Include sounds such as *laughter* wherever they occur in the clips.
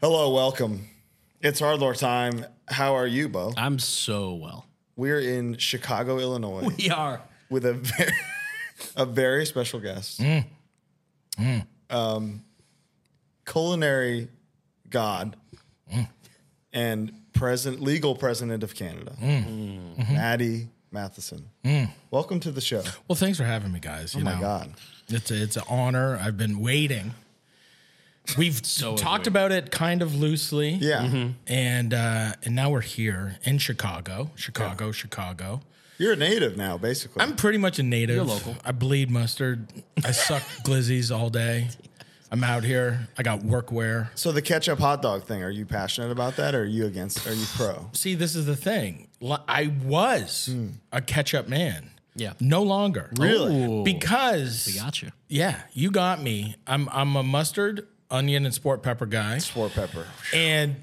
Hello, welcome. It's Hardlore time. How are you, Bo? I'm so well. We're in Chicago, Illinois, We are. with a very, *laughs* a very special guest, Mm. Um, culinary god, Mm. and present legal president of Canada, Mm. Mm-hmm. Maddie Matheson. Welcome to the show. Well, thanks for having me, guys. You Oh know, my God, it's a, it's an honor. I've been waiting. *laughs* We've talked about it kind of loosely, yeah, Mm-hmm. and uh, and now we're here in Chicago, Chicago, Chicago. you're a native now, basically. I'm pretty much a native. You're local. I bleed mustard. I *laughs* suck glizzies all day. I'm out here. I got workwear. so the ketchup hot dog thing. Are you passionate about that? Or are you against? Are you pro? See, this is the thing. Li- I was a ketchup man. Yeah. No longer. Hmm. Really? Ooh. Because We got you. Yeah, you got me. I'm I'm a mustard, onion, and sport pepper guy. Sport pepper. And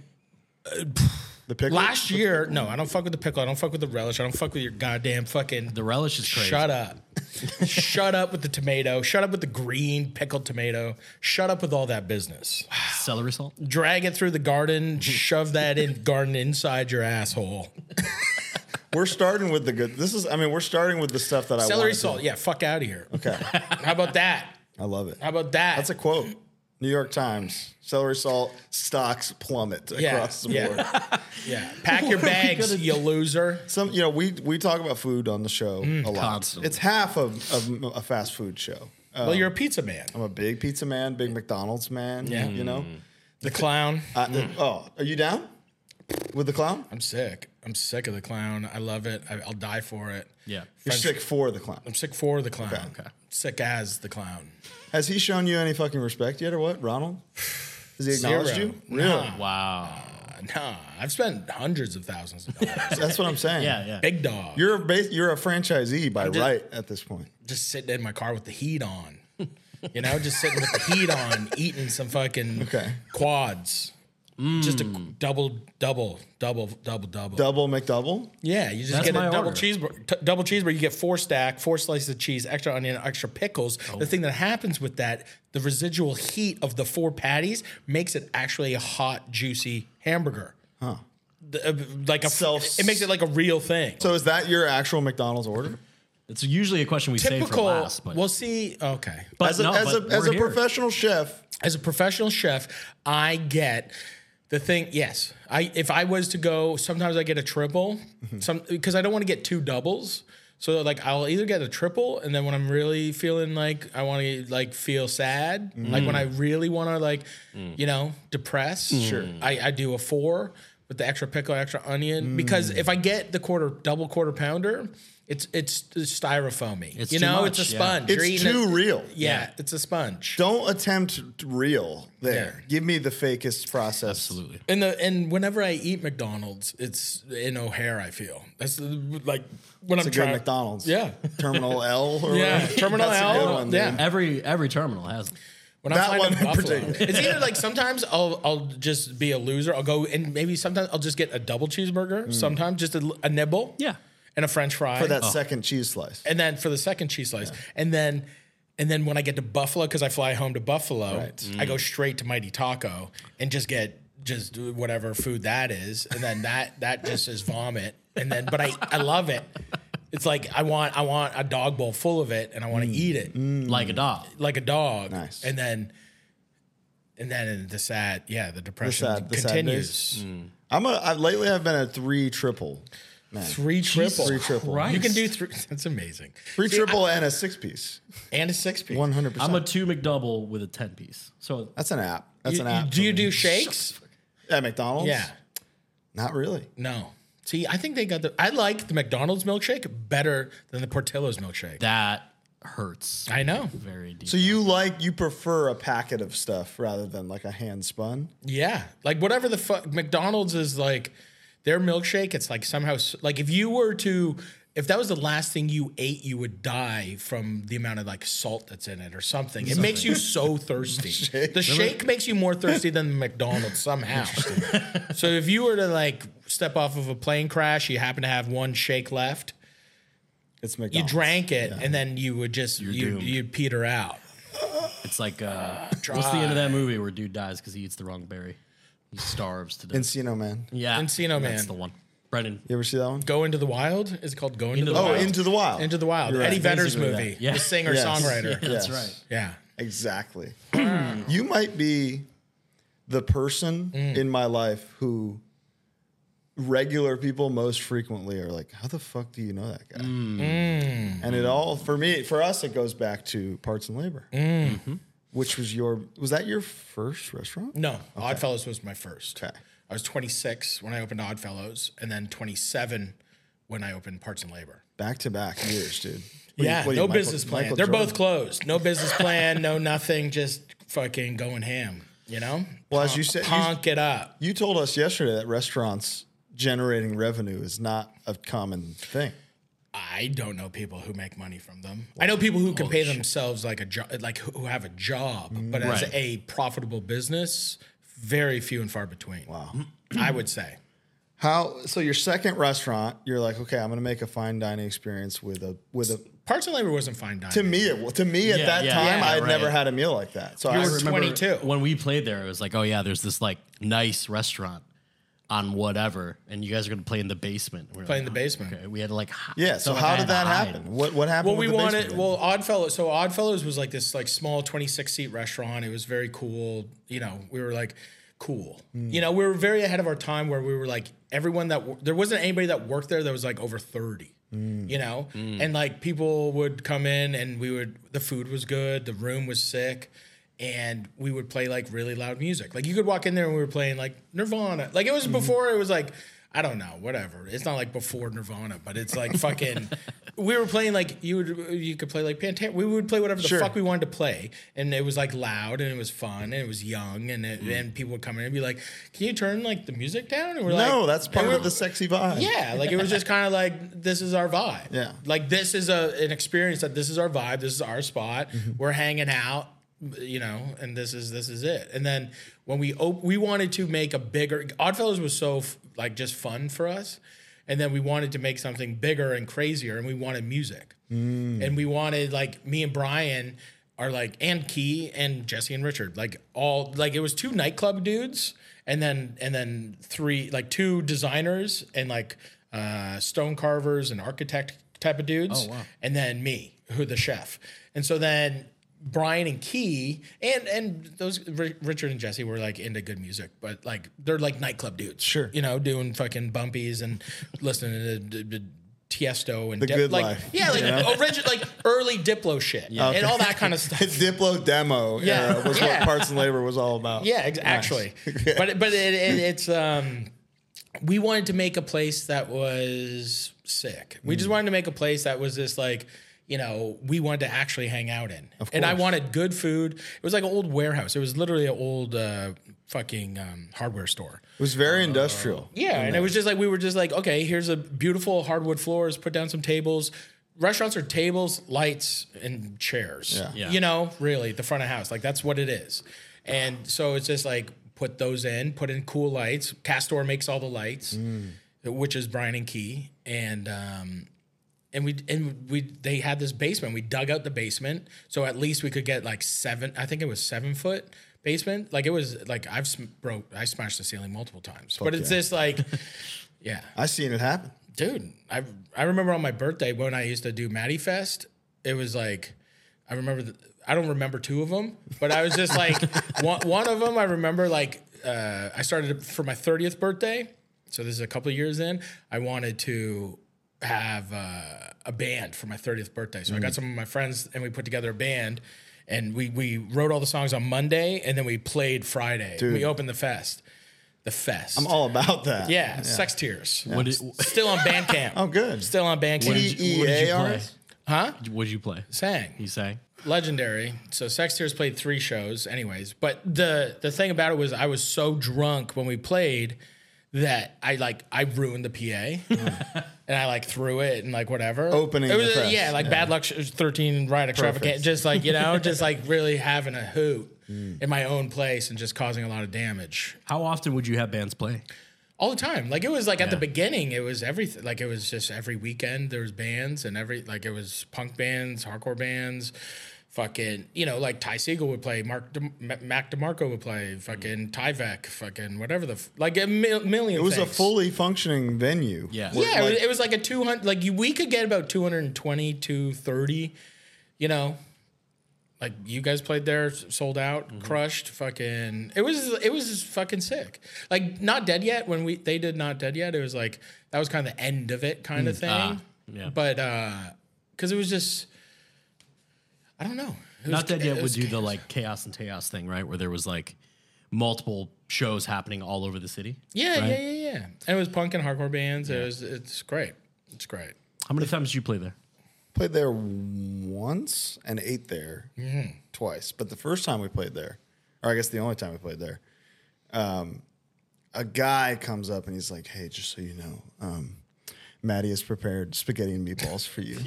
The pickle. last year, no, I don't fuck with the pickle. I don't fuck with the relish. I don't fuck with your goddamn fucking. The relish is crazy. Shut up. *laughs* Shut up with the tomato. Shut up with the green pickled tomato. Shut up with all that business. Celery salt. Drag it through the garden. shove that in garden inside your asshole. We're starting with the good. This is, I mean, we're starting with the stuff that I Celery wanted to- salt. Yeah, fuck out of here. Okay, *laughs* How about that? I love it. How about that? That's a quote. New York Times: Celery salt stocks plummet Yeah, across the yeah. board. yeah. *laughs* Pack your bags, you loser. Some, you know, we we talk about food on the show Mm, a lot. constantly. It's half of, of a fast food show. Uh, well, you're a pizza man. I'm a big pizza man, big McDonald's man. Yeah. Mm. you know. The clown. I, Oh, are you down with the clown? I'm sick. I'm sick of the clown. I love it. I, I'll die for it. Yeah. You're French- sick for the clown. I'm sick for the clown. Okay. Sick as the clown. Has he shown you any fucking respect yet, or what, Ronald? Has he acknowledged Zero. you? Really? Wow. Uh, Nah, I've spent hundreds of thousands of dollars. *laughs* That's what I'm saying. Yeah, yeah. Big dog. You're a bas- you're a franchisee by right at this point. just sitting in my car with the heat on. You know, just sitting with the heat on, eating some fucking Okay. Mm. quads. Just a double, double, double, double, double. Double McDouble. Yeah, you just That's get a my double order. cheeseburger. T- double cheeseburger, you get four stack, four slices of cheese, extra onion, extra pickles. Oh. The thing that happens with that, the residual heat of the four patties makes it actually a hot, juicy hamburger. Huh. like a Self- It makes it like a real thing. So is that your actual McDonald's order? It's usually a question we save for typical. last, but we'll see. Okay. but As a, no, as a, but as we're a here. professional chef, as a professional chef, I get the thing. Yes, I if I was to go, sometimes I get a triple, Mm-hmm. some because I don't want to get two doubles. So like I'll either get a triple, and then when I'm really feeling like I want to like feel sad, like when I Mm. really want to like Mm. you know depress, sure, I, I do a four with the extra pickle, extra onion Mm. because if I get the quarter double quarter pounder, it's it's, it's styrofoamy. It's you too know, much, it's a yeah. sponge. You're it's eating too it- real. yeah, it's a sponge. Don't attempt real there. Yeah. Give me the fakest process. absolutely. And the and whenever I eat McDonald's, it's in O'Hare. I feel that's the- like when It's a I'm good trying McDonald's. Yeah. Terminal L or *laughs* *laughs* Yeah, whatever. Terminal That's a L, good one, dude. yeah. Every every terminal has. when That I'm one in flying to Buffalo. particular. *laughs* It's either like sometimes I'll I'll just be a loser. I'll go and maybe sometimes I'll just get a double cheeseburger. Sometimes just a, a nibble. Yeah. and a French fry. Mm. For that second cheese slice. and then for the second cheese slice, and then and then when I get to Buffalo because I fly home to Buffalo, I Mm. go straight to Mighty Taco and just get just do whatever food that is, and then that that just is vomit, and then but I I love it. It's like I want I want a dog bowl full of it, and I want to eat it Mm. Like a dog. like a dog. Mm. Nice. and then. And then the sad, yeah, the depression sad- the sad Mm. continues. I'm a, I, lately I've been at three triple. Three triple, Three triple. You can do three. That's amazing. Three triple and a six piece. And a six piece. 100%. I'm a two McDouble with a ten piece. So That's an app. That's You- an you- app. do for you me. do shakes? At McDonald's? Yeah. Not really. No. See, I think they got the. I like the McDonald's milkshake better than the Portillo's milkshake. that hurts. I know. Very deep. So you like, you prefer a packet of stuff rather than like a hand spun? Yeah, like whatever the fuck McDonald's is like, their milkshake. It's like somehow s- like if you were to, if that was the last thing you ate, you would die from the amount of like salt that's in it or something. It makes you so thirsty. The shake makes you more thirsty than the McDonald's somehow. so if you were to like step off of a plane crash, you happen to have one shake left. It's you McDonald's. drank it and then you would just you doomed. you'd peter out. *sighs* it's like uh, what's the end of that movie where dude dies because he eats the wrong berry? He starves to death. Encino Man. You yeah, Encino that's Man. the one. Brendan. ever see that one? Go into the wild. Is it called Go into, Into the, the Oh, Wild? Into the Wild. Into the Wild. You're right. Eddie Vedder's Basically movie. that. Yeah. The singer Yes. songwriter. Yeah, that's Yes. right. Yeah. Exactly. you might be the person Mm. in my life who regular people most frequently are like, how the fuck do you know that guy? Mm. And it all for me, for us, it goes back to parts and labor, Mm. which was your was that your first restaurant? No, Oddfellows was my first. Okay. I was 26 when I opened Oddfellows, and then 27 when I opened Parts and Labor. Back to back years, dude. What do you- yeah, what do no you, Michael- business plan. Michael They're Jordan? both closed. No business plan. no nothing. Just fucking going ham. You know. Well, as you said, you- honk it up. You told us yesterday that restaurants generating revenue is not a common thing. I don't know people who make money from them. I know people who can pay themselves like a job, like who who have a job, Mm, but as Right. a profitable business, very few and far between. Wow, *clears throat* I would say. How so your second restaurant, you're like, okay, I'm gonna make a fine dining experience with a with a Parts and labor wasn't fine dining. to me it well, to me at Yeah, that yeah, time yeah, I had right. never had a meal like that. So I Yours- was, remember 22. When we played there, it was like, oh yeah, there's this like nice restaurant on whatever, and you guys are gonna play in the basement. We were Play in like, the basement. Okay, we had to like. hi- yeah, so like, I how had did to that hide. happen? What what happened? Well, we with the wanted basement? well Oddfellows. So Oddfellows was like this like small twenty six seat restaurant. It was very cool. You know, we were like cool. Mm. You know, we were very ahead of our time where we were like everyone that wo- there wasn't anybody that worked there that was like over thirty. Mm. You know, and like people would come in and we would the food was good, the room was sick. And we would play like really loud music. Like you could walk in there and we were playing like Nirvana. Like it Mm-hmm. was before it was like I don't know, whatever. It's not like before Nirvana, but it's *laughs* like fucking. We were playing like you would, you could play like Pantera. We would play whatever the Sure. fuck we wanted to play, and it was like loud and it was fun and it was young and it, Mm. and people would come in and be like, "Can you turn like the music down?" And we're like, No, that's part and of we're- the sexy vibe. yeah, like it was just kind of like this is our vibe. Yeah. like this is a an experience that this is our vibe. This is our spot. We're hanging out, you know, and this is this is it. And then when we op- we wanted to make a bigger Oddfellows was so f- like just fun for us, and then we wanted to make something bigger and crazier, and we wanted music, Mm. and we wanted like me and Brian. Are like and Key and Jesse and Richard like all like it was two nightclub dudes and then and then three like two designers and like uh, stone carvers and architect type of Oh, dudes and then me who the chef and so then brian and key and and those Ri- richard and jesse were like into good music but like they're like nightclub dudes Sure. you know doing fucking bumpies and listening to d- d- tiesto and the good like life, yeah like origi- like early diplo shit and all that kind of stuff It's *laughs* Diplo demo Yeah. era was Yeah. what Parts and Labor was all about. yeah, ex- *laughs* actually. but but it, it, it's um, we wanted to make a place that was sick. We just wanted to make a place that was this like. You know, we wanted to actually hang out in, and I course. wanted good food. It was like an old warehouse. It was literally an old uh, fucking um, hardware store. It was very industrial. Yeah, and it was just like we were just like, okay, here's a beautiful hardwood floors, put down some tables. Restaurants are tables, lights, and chairs. Yeah. Yeah. You know, really, the front of house. Like that's what it is. And so it's just like put those in, put in cool lights. Castor makes all the lights, which is Brian and Key. And um and we and we they had this basement. We dug out the basement, so at least we could get like seven. I think it was seven foot basement. Like it was like I've sm- broke. I smashed the ceiling multiple times, but it's yeah. just like, yeah, I seen it happen. dude. I I remember on my birthday when I used to do Matty Fest. It was like I remember. The, I don't remember two of them, but I was just like *laughs* one one of them. I remember like uh, I started for my thirtieth birthday. So this is a couple of years in. I wanted to have uh, a band for my 30th birthday. So I Mm. got some of my friends and we put together a band and we we wrote all the songs on Monday and then we played Friday. We opened the fest. The fest. I'm all about that. yeah, Sex Tears. What did, Still on Bandcamp. Oh good. Still on Bandcamp. what did you, what did you play? EARs? huh? What did you play? Sang You sang. legendary. So Sex Tears played three shows, anyways. But the the thing about it was I was so drunk when we played that I like I ruined the PA, and I like threw it and like whatever Opening It was the a- yeah, fest. like bad luck sh- thirteen right extravagant, just like you know, just like really having a hoot in my own place and just causing a lot of damage How often would you have bands play? all the time. Like it was like at the Yeah. beginning, it was everything. Like it was just every weekend there was bands and every like it was punk bands, hardcore bands, Fucking, you know, like Ty Siegel would play, Mark De- Ma- Mac DeMarco would play, fucking Tyvek, fucking whatever the f- like a mil- million. It was a things. fully functioning venue. Yeah. Where, Yeah, it like, was- it was like a 200 like you- we could get about 220 230, you know. Like you guys played there, s- sold out, Mm-hmm. crushed, fucking. It was it was fucking sick. Like not dead yet when we they did not dead yet. It was like that was kind of the end of it kind of thing. ah, yeah. But uh cuz it was just I don't know. It Not was, that yet it would was do the like chaos and chaos thing, right? Where there was like multiple shows happening all over the city. Yeah, right? yeah, yeah, yeah. And it was punk and hardcore bands. It was it's great. It's great. How many times did you play there? played there once and ate there Mm-hmm. twice. But the first time we played there, or I guess the only time we played there, um, a guy comes up and he's like, "Hey, just so you know, um, Maddie has prepared spaghetti and meatballs for *laughs* you."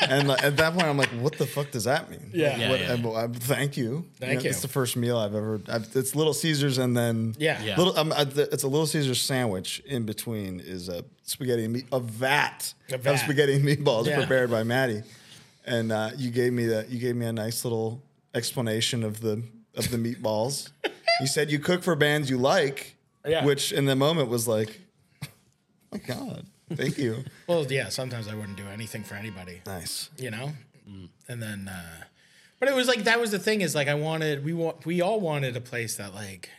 and like, at that point, I'm like, "What the fuck does that mean?" Yeah. Like, Yeah, what- yeah. I'm- I'm- thank you. Thank you. It's the first meal I've ever. I've, it's Little Caesars and then Yeah. Yeah. Little, um, uh, the- it's a Little Caesars sandwich. In between is a spaghetti and meat, a vat, A of vat. spaghetti and meatballs Yeah. prepared by Maddie, and uh, you gave me that. You gave me a nice little explanation of the of the meatballs. you said you cook for bands you like, Yeah. which in the moment was like, oh my god, thank you. Well, yeah, sometimes I wouldn't do anything for anybody. nice. you know and then uh but it was like that was the thing is like i wanted we want we all wanted a place that like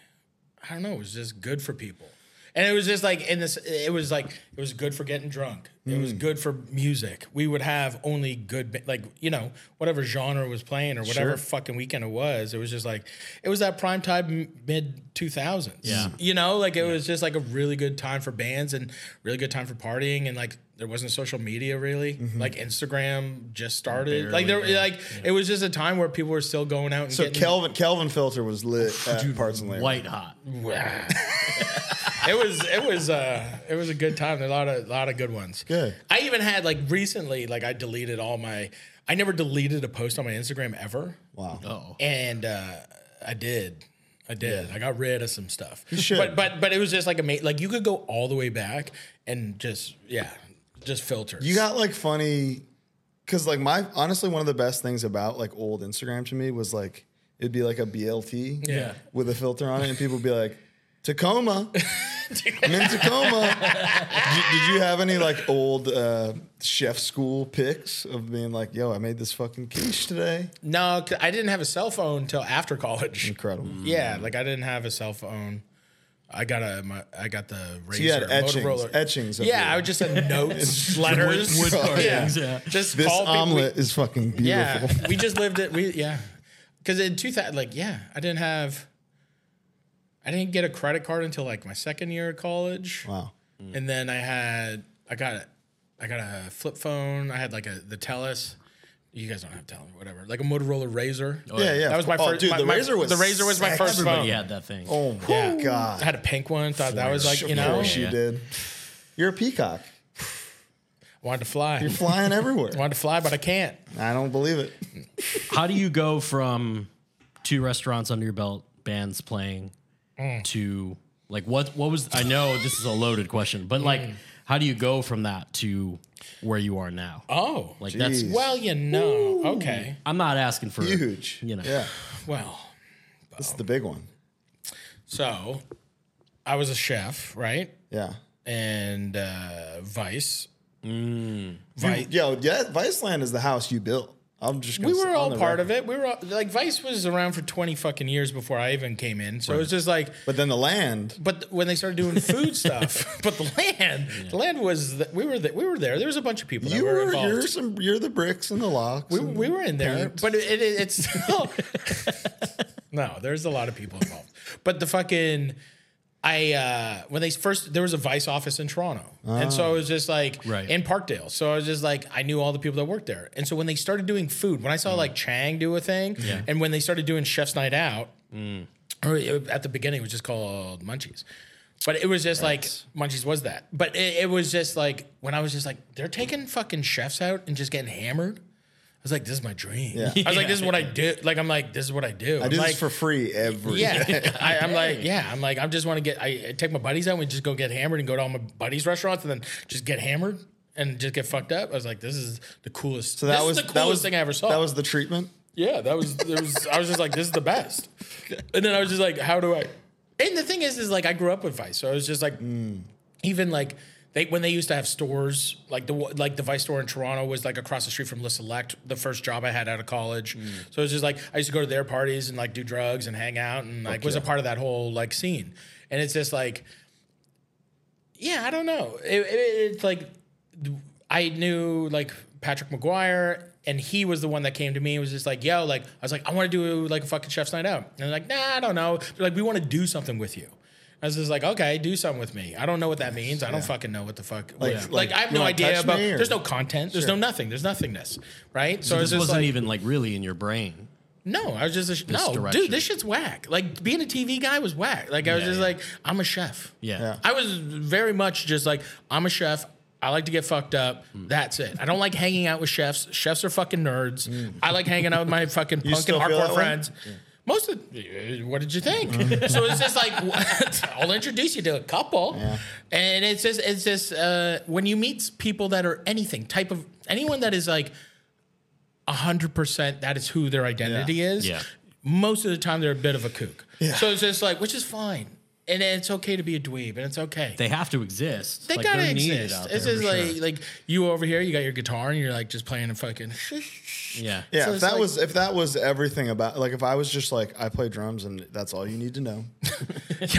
i don't know it was just good for people and it was just like in this it was like it was good for getting drunk it Mm. was good for music we would have only good ba- like you know whatever genre was playing or whatever Sure. fucking weekend it was it was just like it was that prime time mid 2000s Yeah. you know like it was just like a really good time for bands and really good time for partying and like there wasn't social media really like instagram just started like there Mm-hmm. Barely, yeah. like it was just a time where people were still going out and So getting Oh, Kelvin Kelvin Filter was lit at Parts and Labor. White hot. *laughs* it was it was uh it was a good time There's a lot of lot of good ones Good. i even had like recently like i deleted all my i never deleted a post on my instagram ever Wow. Oh. and uh, I did. I did. I got rid of some stuff. should. But but but it was just like a like you could go all the way back and just yeah, just filters. You got like funny because like my honestly one of the best things about like old Instagram to me was like it'd be like a BLT Yeah. with a filter on it and people would be like Tacoma. I'm in Tacoma. *laughs* did, did you have any like old uh, chef school pics of being like, yo, I made this fucking quiche today? *laughs* no, 'cause I didn't have a cell phone until after college. Incredible. Yeah, Mm-hmm. like I didn't have a cell phone. I got a my, I got the razor You had etchings, Motorola. etchings. Of yeah, I your- would just have notes, *laughs* letters, wood carvings, yeah. Just this call people. omelet is fucking beautiful. Yeah, *laughs* we just lived it. We yeah, because in two thousand, like yeah, I didn't have, I didn't get a credit card until like my second year of college, Wow. and then I had I got a, I got a flip phone. I had like a the Telus. You guys don't have Telus, whatever. Like a Motorola Razor. Yeah, yeah. That was my Oh, first. Dude, my- the my- razor was the Razor was my sick. first phone. Everybody had that thing. Oh my Yeah. god. I had a pink one. Thought that was like you know, Of course you Yeah. did. You're a peacock. wanted to fly, You're flying everywhere. *laughs* wanted to fly, but I can't. I don't believe it. How do you go from two restaurants under your belt, bands playing, Mm. to like what? What was? I know this is a loaded question, but like, Mm. how do you go from that to where you are now? Oh, like Jeez. that's. well, you know, okay, I'm not asking for Huge. You know. Yeah. well. This is the big one. So I was a chef, right? Yeah. And uh, Vice. Vice. Yo, yeah, Viceland is the house you built. I'm just gonna we were all part of it. We were all, like Vice was around for 20 fucking years before I even came in. So it was just like But then the land. but th- when they started doing food stuff, *laughs* but the land, the land was the, we were the, we were there. There was a bunch of people that You were, were involved. you're some you're the bricks and the locks. We, we were in there, but it, it, it's still *laughs* no. There's a lot of people involved, but the fucking I uh, when they first there was a Vice office in Toronto, and so it was just like Right. in Parkdale. So I was just like I knew all the people that worked there, and so when they started doing food, when I saw like Chang do a thing, and when they started doing Chef's Night Out, or it- at the beginning it was just called Munchies. But it was just like Munchies was that. But it, it was just like when I was just like they're taking fucking chefs out and just getting hammered. I was like, this is my dream. Yeah. *laughs* I was like, this is what I do. Like I'm like, this is what I do. I am do like, this for free every *laughs* yeah, *laughs* I, I'm like, yeah, I'm like, I just want to get. I, I take my buddies out and we just go get hammered and go to all my buddies' restaurants and then just get hammered and just get fucked up. I was like, this is the coolest. So this is the coolest that was, thing I ever saw. That was the treatment. Yeah, that was, there was I was just like, this is the best. And then I was just like, how do I? And the thing is, is like I grew up with Vice, so I was just like, hmm. even like they when they used to have stores, like the w- like the Vice store in Toronto was like across the street from Le Select, the first job I had out of college. So it was just like I used to go to their parties and like do drugs and hang out and like was a part of that whole like scene. And it's just like, yeah, I don't know. It, it, it's like I knew like Patrick McGuire, and he was the one that came to me. and was just like, yo, like I was like, I want to do like a fucking chef's night out, and they're like, nah, I don't know. They're like, we want to do something with you. I was just like, okay, do something with me. I don't know what that means. I don't fucking know what the fuck. Like, like, I have you no wanna idea touch about. me or- There's no content. There's no nothing. There's nothingness, right? So, I was This just wasn't like, even like really in your brain. no, I was just a sh- no, direction. dude. This shit's whack. Like being a TV guy was whack. Like I was Yeah, just yeah. like, I'm a chef. Yeah. Yeah. I was very much just like, I'm a chef. I like to get fucked up. That's it. I don't like hanging out with chefs. Chefs are fucking nerds. I like hanging out with my fucking punk and still feel that hardcore way? friends. Most of uh, what did you think? so it's just like *laughs* what? I'll introduce you to a couple, and it's just it's just uh, when you meet people that are anything type of anyone that is like hundred percent that is who their identity is. Yeah. Most of the time they're a bit of a kook. So it's just like which is fine, and it's okay to be a dweeb, and it's okay They have to exist. they Like, gotta they're needed exist. out It's there just for like sure. like you over here, you got your guitar and you're like just playing a fucking. *laughs* *laughs* yeah. Yeah, So if it's that like- was if that was everything about like if I was just like I play drums and that's all you need to *laughs* know.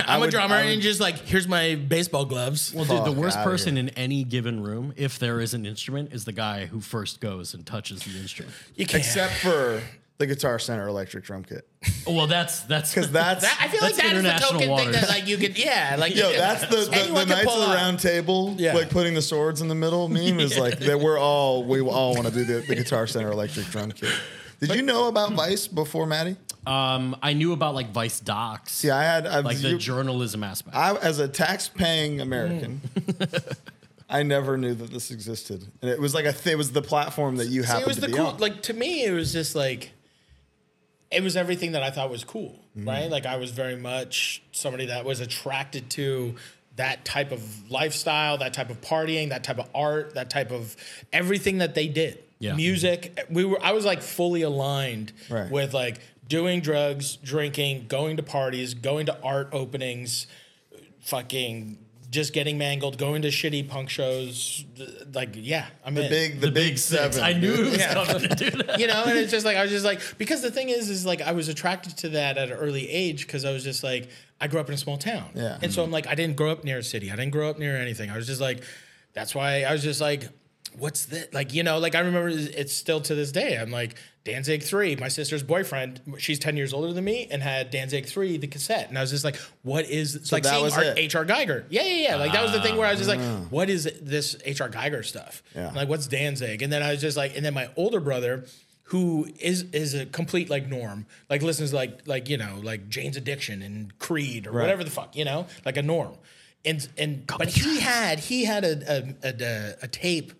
I'm would- a drummer I would- and just like here's my baseball gloves. Well, dude, Fuck the worst outta person in any given room, if there is an instrument, is the guy who first goes and touches the instrument. you can't. Except for the Guitar Center electric drum kit. well, that's that's *laughs* Because that's That- I feel That's like that is the international token thing that waters. like you could yeah like Yo, that's *laughs* the, the, the Anyone can Knights pull of the off. Round Table, Yeah. like putting the swords in the middle meme *laughs* is like that we're all, we all want to do the, the Guitar Center electric drum kit. Did you know about Vice before, Maddie? um, I knew about like Vice Docs, See, I had, I've, like the you- journalism aspect. I, as a Mm. tax-paying *laughs* American, I never knew that this existed. And it was like, a th- it was the platform that you See, happened it was to the be cool on. like to me it was just like it was everything that I thought was cool Mm-hmm. right like I was very much somebody that was attracted to that type of lifestyle that type of partying that type of art that type of everything that they did Yeah. music we were I was like fully aligned Right. with like doing drugs drinking going to parties going to art openings fucking just getting mangled going to shitty punk shows th- like yeah I'm in big, the, big, six. seven. I knew it was Yeah. coming to *laughs* do that. you know and it's just like i was just like because the thing is is like i was attracted to that at an early age because i was just like i grew up in a small town Yeah. and so i'm like i didn't grow up near a city i didn't grow up near anything i was just like that's why i was just like what's that like you know like i remember it's still to this day i'm like danzig 3 my sister's boyfriend she's 10 years older than me and had danzig 3 the cassette and i was just like what is it's like that was seeing it. Ah. hr geiger yeah yeah yeah like that was the thing where i was just like what is this hr geiger stuff Yeah. like what's danzig and then i was just like and then my older brother who is is a complete like norm like listens to, like like you know like jane's addiction and creed or whatever the fuck you know like a norm and and but he had he had a a, a a tape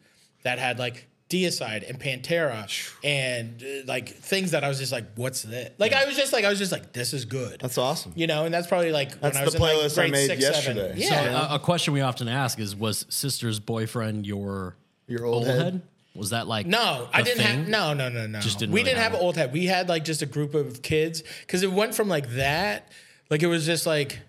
that had like deicide and pantera and uh, like things that i was just like what's this like i was just like i was just like this is good That's awesome. you know and that's probably like That's the playlist I made yesterday. yeah So a, a question we often ask is, was sister's boyfriend your Your old head? Was that like No, I the didn't have. thing? No, no, no, no. Just didn't we really didn't have, have it. an old head. We had like just a group of kids because it went from like that, like it was just like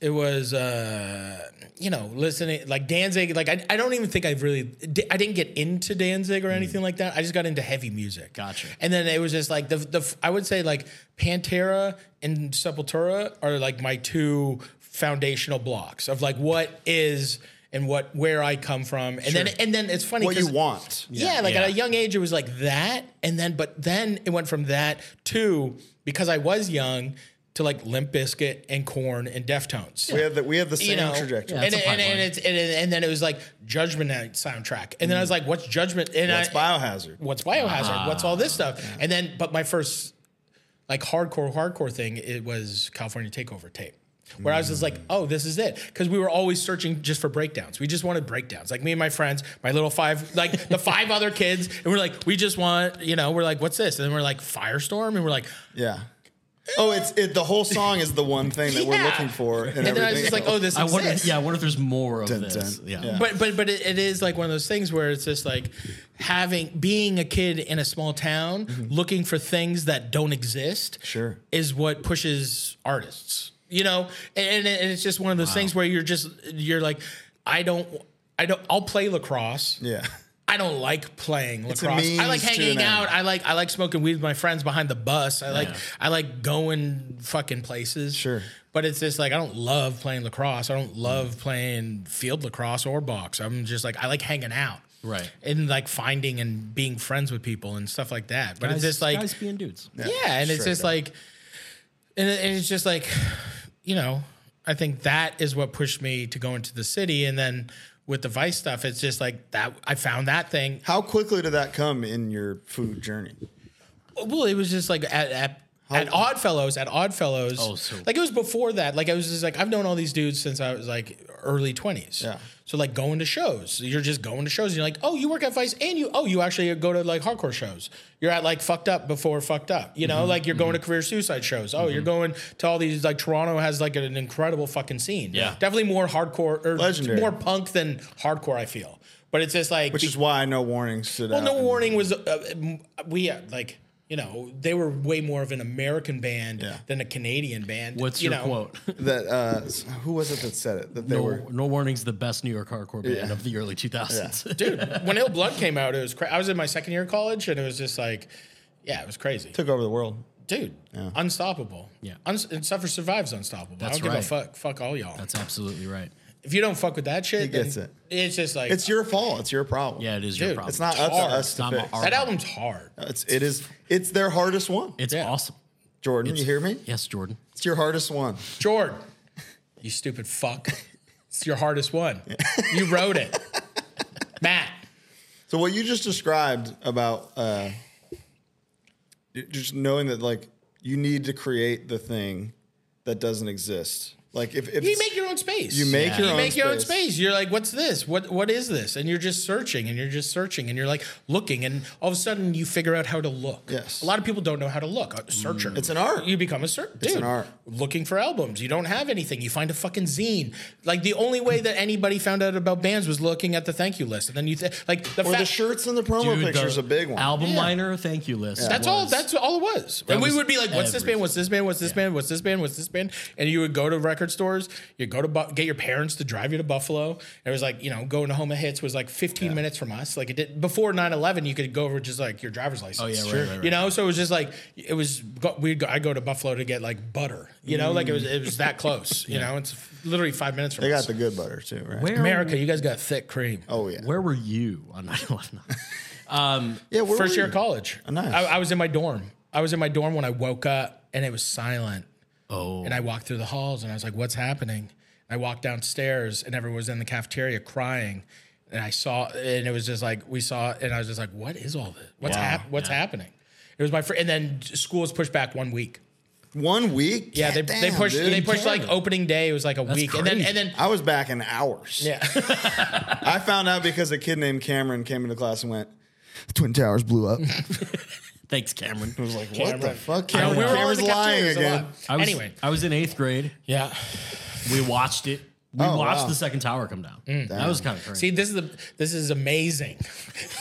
it was, uh you know, listening like Danzig. Like I, I don't even think I really, I didn't get into Danzig or anything like that. I just got into heavy music. Hmm. Gotcha. And then it was just like the the I would say like Pantera and Sepultura are like my two foundational blocks of like what is. And what where I come from, and then and then it's funny What you 'cause- want. yeah, like at Yeah. a young age, it was like that, and then but then it went from that to because I was young to like Limp Bizkit and Corn and Deftones. We had the, we had the same You know, trajectory. and, that's a and, and pipeline. it's and, and then it was like Judgment Night soundtrack, and Mm. then I was like, "What's Judgment?" And That's I, biohazard. what's biohazard what's all this stuff and then but my first like hardcore hardcore thing it was california takeover tape where I was just like, oh, this is it. Because we were always searching just for breakdowns. We just wanted breakdowns. Like me and my friends, my little five, like the five other kids. And we're like, we just want, you know, we're like, what's this? And then we're like, Firestorm. And we're like, Yeah. Oh, it's it. The whole song is the one thing that we're Yeah. looking for, and, And then I was everything just like, else. oh, this I wonder. exists. Yeah, I wonder if there's more of Dun, this. dun. Yeah. Yeah. But but but it, it is like one of those things where it's just like having being a kid in a small town looking for things that don't exist. Mm-hmm. Sure. is what pushes artists. You know, and, and it- it's just one of those things where you're just you're like, I don't. I don't. I'll play lacrosse. yeah, I don't like playing a lacrosse. I like means to hanging an end. out. I like I like smoking weed with my friends behind the bus. I like Yeah. I like going fucking places. Sure. But it's just like I don't love playing lacrosse. I don't love playing field lacrosse or box. I'm just like I like hanging out. Right. And like finding and being friends with people and stuff like that. But Guys, it's just like guys being dudes. yeah, and it's straight just up. like, and, it- and it's just like, you know, I think that is what pushed me to go into the city, and then with the Vice stuff, it's just like that. I found that thing. how quickly did that come in your food journey? Well, it was just like at at. At Oddfellows, at Oddfellows, Oh, so- like it was before that. Like I was just like I've known all these dudes since I was like early twenties. Yeah. So like going to shows, you're just going to shows. And you're like, oh, you work at Vice, and you oh, you actually go to like hardcore shows. You're at like fucked up before fucked up. You know, Mm-hmm. like you're going to career suicide shows. Oh, you're going to all these like Toronto has like an incredible fucking scene. Yeah. definitely more hardcore or Legendary. more punk than hardcore. I feel, but it's just like Which is why no warnings stood well, out. no and- warning was uh, m- we uh, like you know they were way more of an American band Yeah. than a Canadian band. What's you your know? quote? That uh, who was it that said it? That they No, were no warning's the best New York hardcore band of the early 2000s. dude? When Ill Blood came out, it was cra- I was in my second year of college, and it was just like, yeah, it was crazy, took over the world. dude. Unstoppable. Yeah. Uns- and Suffer Survives unstoppable. That's I don't right. give a fuck. Fuck all *laughs* y'all. That's absolutely right. if you don't fuck with that shit, He gets then it. It's just like It's your fault. It's your problem. Yeah, it is your Dude, problem. it's not up to hard. us to Not my fix. art. that album's hard. It's it is it's their hardest one. It's Yeah. awesome. Jordan, you hear me? Yes, Jordan. It's your hardest one. Jordan, you stupid fuck. It's your *laughs* hardest one. You wrote it, Matt. So what you just described about uh, just knowing that like you need to create the thing that doesn't exist. Like if, if You it's- make your own space. you make Yeah. your You own make space. your own space. You're like, what's this? What what is this? And you're just searching and you're just searching and you're like looking and all of a sudden you figure out how to look. Yes. A lot of people don't know how to look. A searcher. It's an art. You become a searcher. It's an art. Looking for albums. You don't have anything. You find a fucking zine. Like the only way that anybody found out about bands was looking at the thank you list. And then you th- like the Or fact the shirts and the promo Dude, picture is the a big one. Album liner, thank you list. That's all. was- That's all it was. And we was would be like, "What's this band? What's this band? What's this band? What's this band? What's this band?" And you would go to record stores. You go to Bu- get your parents to drive you to Buffalo. And it was like you know, going to Home of Hits was like 15 minutes from us. Like it did before 9/11, you could go over just like your driver's license. Oh, yeah, right, right, right. You know, so it was just like it was. Go, we'd go, I go to Buffalo to get like butter. You know, like it was it was *laughs* that close. You know, it's literally five minutes from they us. got the good butter too, right? where, America, you guys got thick cream. Oh yeah. Where were you on *laughs* 9 11? um, yeah, where First were year you? of college. nice. I, I was in my dorm. I was in my dorm when I woke up and it was silent. Oh. And I walked through the halls and I was like, what's happening? I walked downstairs and everyone was in the cafeteria crying. And I saw, and it was just like, we saw, and I was just like, what is all this? What's, Wow. hap- what's happening? It was my first, and then school was pushed back one week. One week? Yeah, they, God they damn, pushed, dude. they pushed like opening day. It was like a week. And then, crazy. and then, I was back in hours. yeah. *laughs* I found out because a kid named Cameron came into class and went, "The Twin Towers blew *laughs* up. I Thanks, Cameron. was like, what the Cameron. fuck? No, Cameron, we were all in Cameron's the lying cafeterias a again. lot. I was, anyway, I was in eighth grade. yeah. We watched it. We Oh, watched wow. the second tower come down. That was kind of crazy. See, this is the this is amazing. *laughs*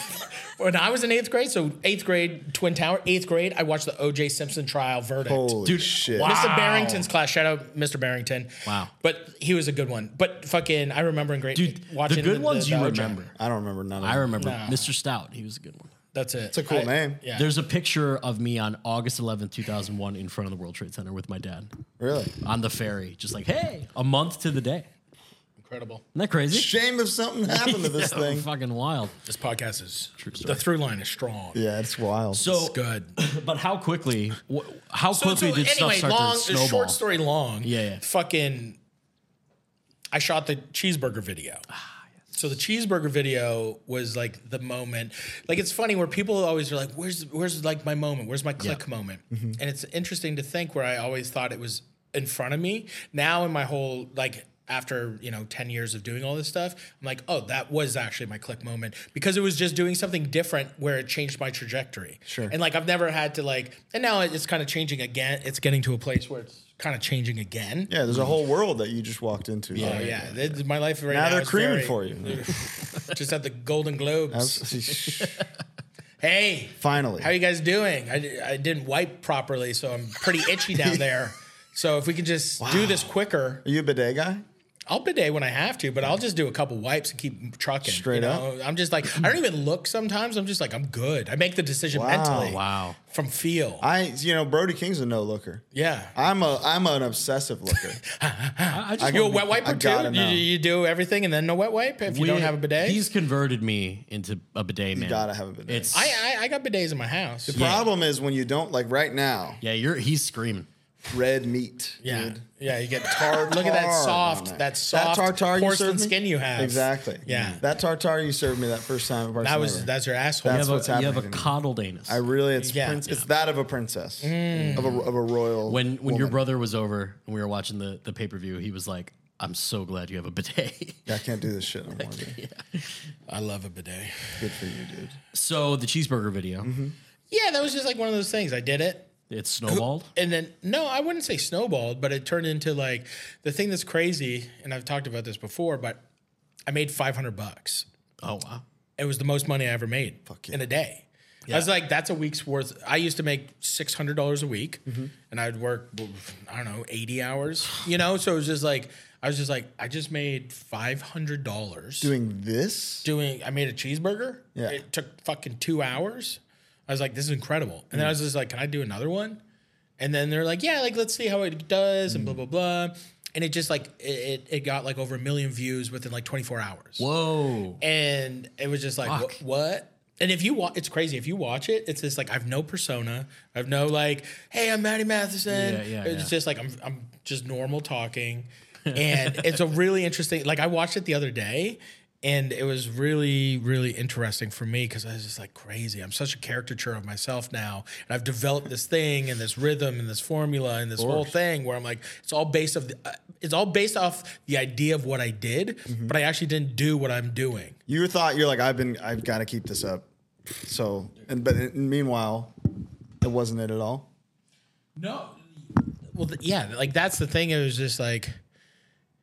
when I was in eighth grade, so eighth grade, Twin Tower, eighth grade, I watched the O.J. Simpson trial verdict. Holy Dude, shit. wow. Mr. Barrington's class. Shout out, Mr. Barrington. Wow. but he was a good one. But fucking, I remember in grade Dude, watching the good ones you O.J. remember. I don't remember none of I them. remember Mr. Stout. He was a good one. That's it. It's a cool name. Yeah. There's a picture of me on August 11th, 2001, in front of the World Trade Center with my dad *laughs* Really? on the ferry, just like, hey, a month to the day. incredible. Isn't that crazy? Shame if something happened to *laughs* this Yeah, thing. Fucking wild. This podcast is story. the through line is strong. Yeah, it's wild. So, It's good. but how quickly? wh- How quickly did stuff start long, to snowball? Short story long. Yeah, yeah. Fucking, I shot the cheeseburger video. So the cheeseburger video was like the moment. Like it's funny where people always are like, "Where's where's like my moment? Where's my click moment?" Mm-hmm. And it's interesting to think where I always thought it was in front of me. Now in my whole like after you know 10 years of doing all this stuff i'm like oh that was actually my click moment because it was just doing something different where it changed my trajectory Sure. and like i've never had to like and now it's kind of changing again it's getting to a place where it's kind of changing again Yeah, there's a whole world that you just walked into. Oh, yeah, Th- my life right now. Now they're is creaming very- for you. *laughs* *laughs* Just at the Golden Globes. Hey, Finally. how you guys doing? I, di- I didn't wipe properly, so I'm pretty *laughs* itchy down there. So if we could just do this quicker, Are you a bidet guy? I'll bidet when I have to, but I'll just do a couple wipes and keep trucking. you Straight up? know? I'm just like I don't even look sometimes. I'm just like I'm good. I make the decision Wow. mentally. Wow. From feel. I, you know, Brody King's a no looker. yeah. I'm a, I'm an obsessive looker. *laughs* I, I just You a wanna be- wet wiper I gotta too? You, know. you do everything and then no wet wipe if you we- don't have a bidet. He's converted me into a bidet man. gotta have a bidet. It's I, I I got bidets in my house. Problem is when you don't like right now, yeah. You're he's screaming. red meat. Yeah, dude. *laughs* yeah. You get tar. Look Tar at that on soft, it. that, soft tartar you porcelain served me? skin you have. Exactly. Yeah. That tartar you served me that first time. at That Parks was and Rec. that's your asshole. You That's have, what's a, you happening have to a me. coddled anus. I really, it's Yeah. Mm. prince, it's that of a princess, of a of a royal. when when your woman. brother was over and we were watching the the pay per view, he was like, "I'm so glad you have a bidet." *laughs* I can't do this shit no more. *laughs* Dude. I love a bidet. Good for you, dude. so the cheeseburger video, Mm-hmm. Yeah, that was just like one of those things. I did it, it snowballed. *gasps* and then no, I wouldn't say snowballed, but it turned into like the thing that's crazy. And I've talked about this before, but I made five hundred bucks. Oh wow! It was the most money I ever made in a day. I was like, that's a week's worth. I used to make six hundred dollars a week, and I'd work, I don't know, eighty hours. You know, so it was just like I was just like, I just made five hundred dollars Doing this, doing. I made a cheeseburger. Yeah. it took fucking two hours. I was like, this is incredible. And then I was just like, can I do another one? And then they're like, yeah, like let's see how it does, and blah blah blah. And it just like it, it it got like over a million views within like twenty four hours Whoa! and it was just like Fuck. wh- what and if you watch it's crazy if you watch it it's just like i've no persona i've no like hey i'm maddie matheson Yeah, yeah, it's yeah. just like i'm i'm just *laughs* normal talking and it's a really interesting like i watched it the other day and it was really really interesting for me because i was just like crazy i'm such a caricature of myself now and i've developed this thing and this rhythm and this formula and this whole thing where i'm like it's all based of the, uh, it's all based off the idea of what i did Mm-hmm. but i actually didn't do what i'm doing you thought you're like, I've been, I've got to keep this up. So, and but it- meanwhile, it wasn't it at all. No. Well, th- yeah, like that's the thing. It was just like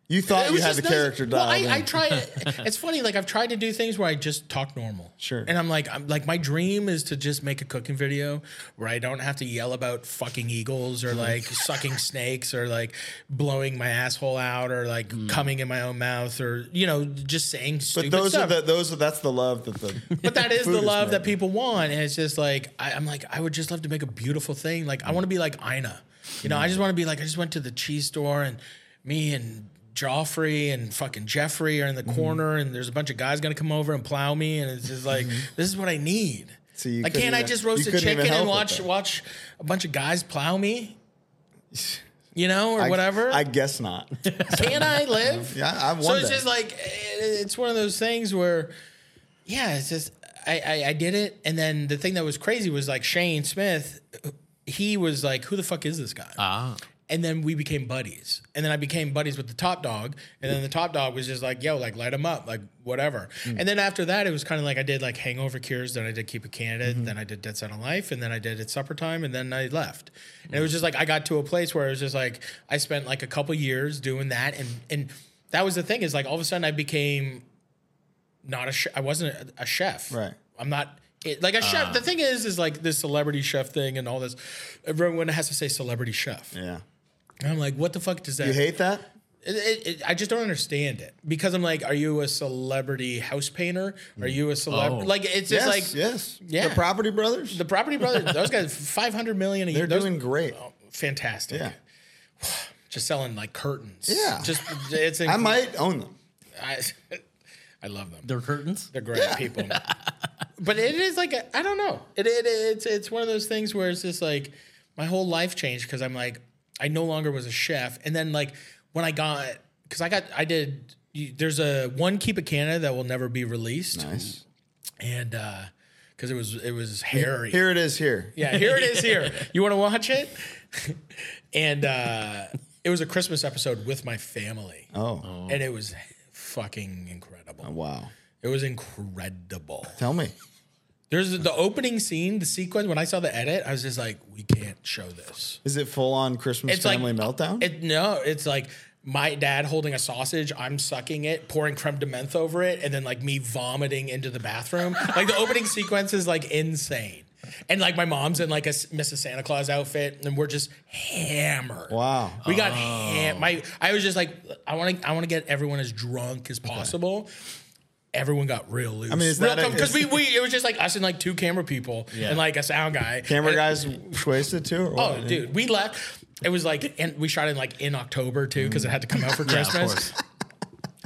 You thought it you was had just the nice- character Well, dialed I, I in. try. *laughs* It's funny. Like I've tried to do things where I just talk normal. Sure. And I'm like, I'm like, my dream is to just make a cooking video where I don't have to yell about fucking eagles *laughs* or like sucking snakes or like blowing my asshole out or like coming in my own mouth or you know just Mm. saying but stupid those stuff. are the those are that's the love that *laughs* the *laughs* But that is Food the is love that made. people want. And it's just like, I, I'm like, I would just love to make a beautiful thing. Like, I want to be like Ina. You know, I Mm. just want to be like, I just went to the cheese store and me and Joffrey and fucking Jeffrey are in Mm-hmm. the corner and there's a bunch of guys going to come over and plow me. And it's just like, this is what I need. Mm-hmm. So you like, couldn't can't I even- just you roast a couldn't even chicken help and it watch then. watch a bunch of guys plow me? You know, or whatever. I guess not. Can I live? *laughs* Yeah, I- I So won it's that. just like it- it's one of those things where, yeah, it's just I, I I did it, and then the thing that was crazy was like Shane Smith, he was like, who the fuck is this guy? Ah, and then we became buddies, and then I became buddies with the top dog, and then the top dog was just like, yo, like light him up, like whatever. And then after that, it was kind of like I did like Hangover Cures, then I did Keep a Candidate, then I did Dead Set on Life, and then I did It's Supper Time, and then I left. And it was just like I got to a place where it was just like I spent like a couple years doing that, and and that was the thing is like all of a sudden I became not a chef. I wasn't a, a chef. Right. I'm not it, like a chef. The thing is, is like this celebrity chef thing and all this. Everyone has to say celebrity chef. yeah, And I'm like, what the fuck does that? you hate that. It- it- it- I just don't understand it because I'm like, are you a celebrity house painter? Are you a celebrity? Oh. Like it's just Yes, like yes, yeah. The Property Brothers, the Property Brothers. *laughs* Those guys, five hundred million a year. they're Those- Oh, doing great. fantastic. Yeah, Just selling like curtains. Yeah. Just *laughs* it's. I might own them. I, *laughs* I love them. they're curtains. They're great *laughs* people. but it is like a, I don't know. It, it it's it's one of those things where it's just like my whole life changed because I'm like I no longer was a chef, and then like when I got because I got I did. You, there's a one keep it Canada that will never be released, Nice. and because it was it was hairy. Here it is. Here, *laughs* Yeah, here it is. Here, you want to watch it? *laughs* and uh, It was a Christmas episode with my family, Oh, and it was fucking incredible. wow. It was incredible. Tell me. There's the opening scene, the sequence. When I saw the edit, I was just like, we can't show this. Is it full on Christmas It's like- family meltdown? It no, it's like my dad holding a sausage, I'm sucking it, pouring creme de menthe over it, and then like me vomiting into the bathroom. like the opening sequence is like insane. And like my mom's in like a S- Mrs. Santa Claus outfit, and we're just hammered. wow. We Oh. got ham- my. I was just like, I want to, I want to get everyone as drunk as possible. Everyone got real loose. I mean, is that a- because we, we it was just like us and like two camera people and like a sound guy. Camera And- *laughs* guys wasted too? Or Oh, dude, we left. It was like, and we shot in like in October too because it had to come out for *laughs* Yeah, of Christmas. course.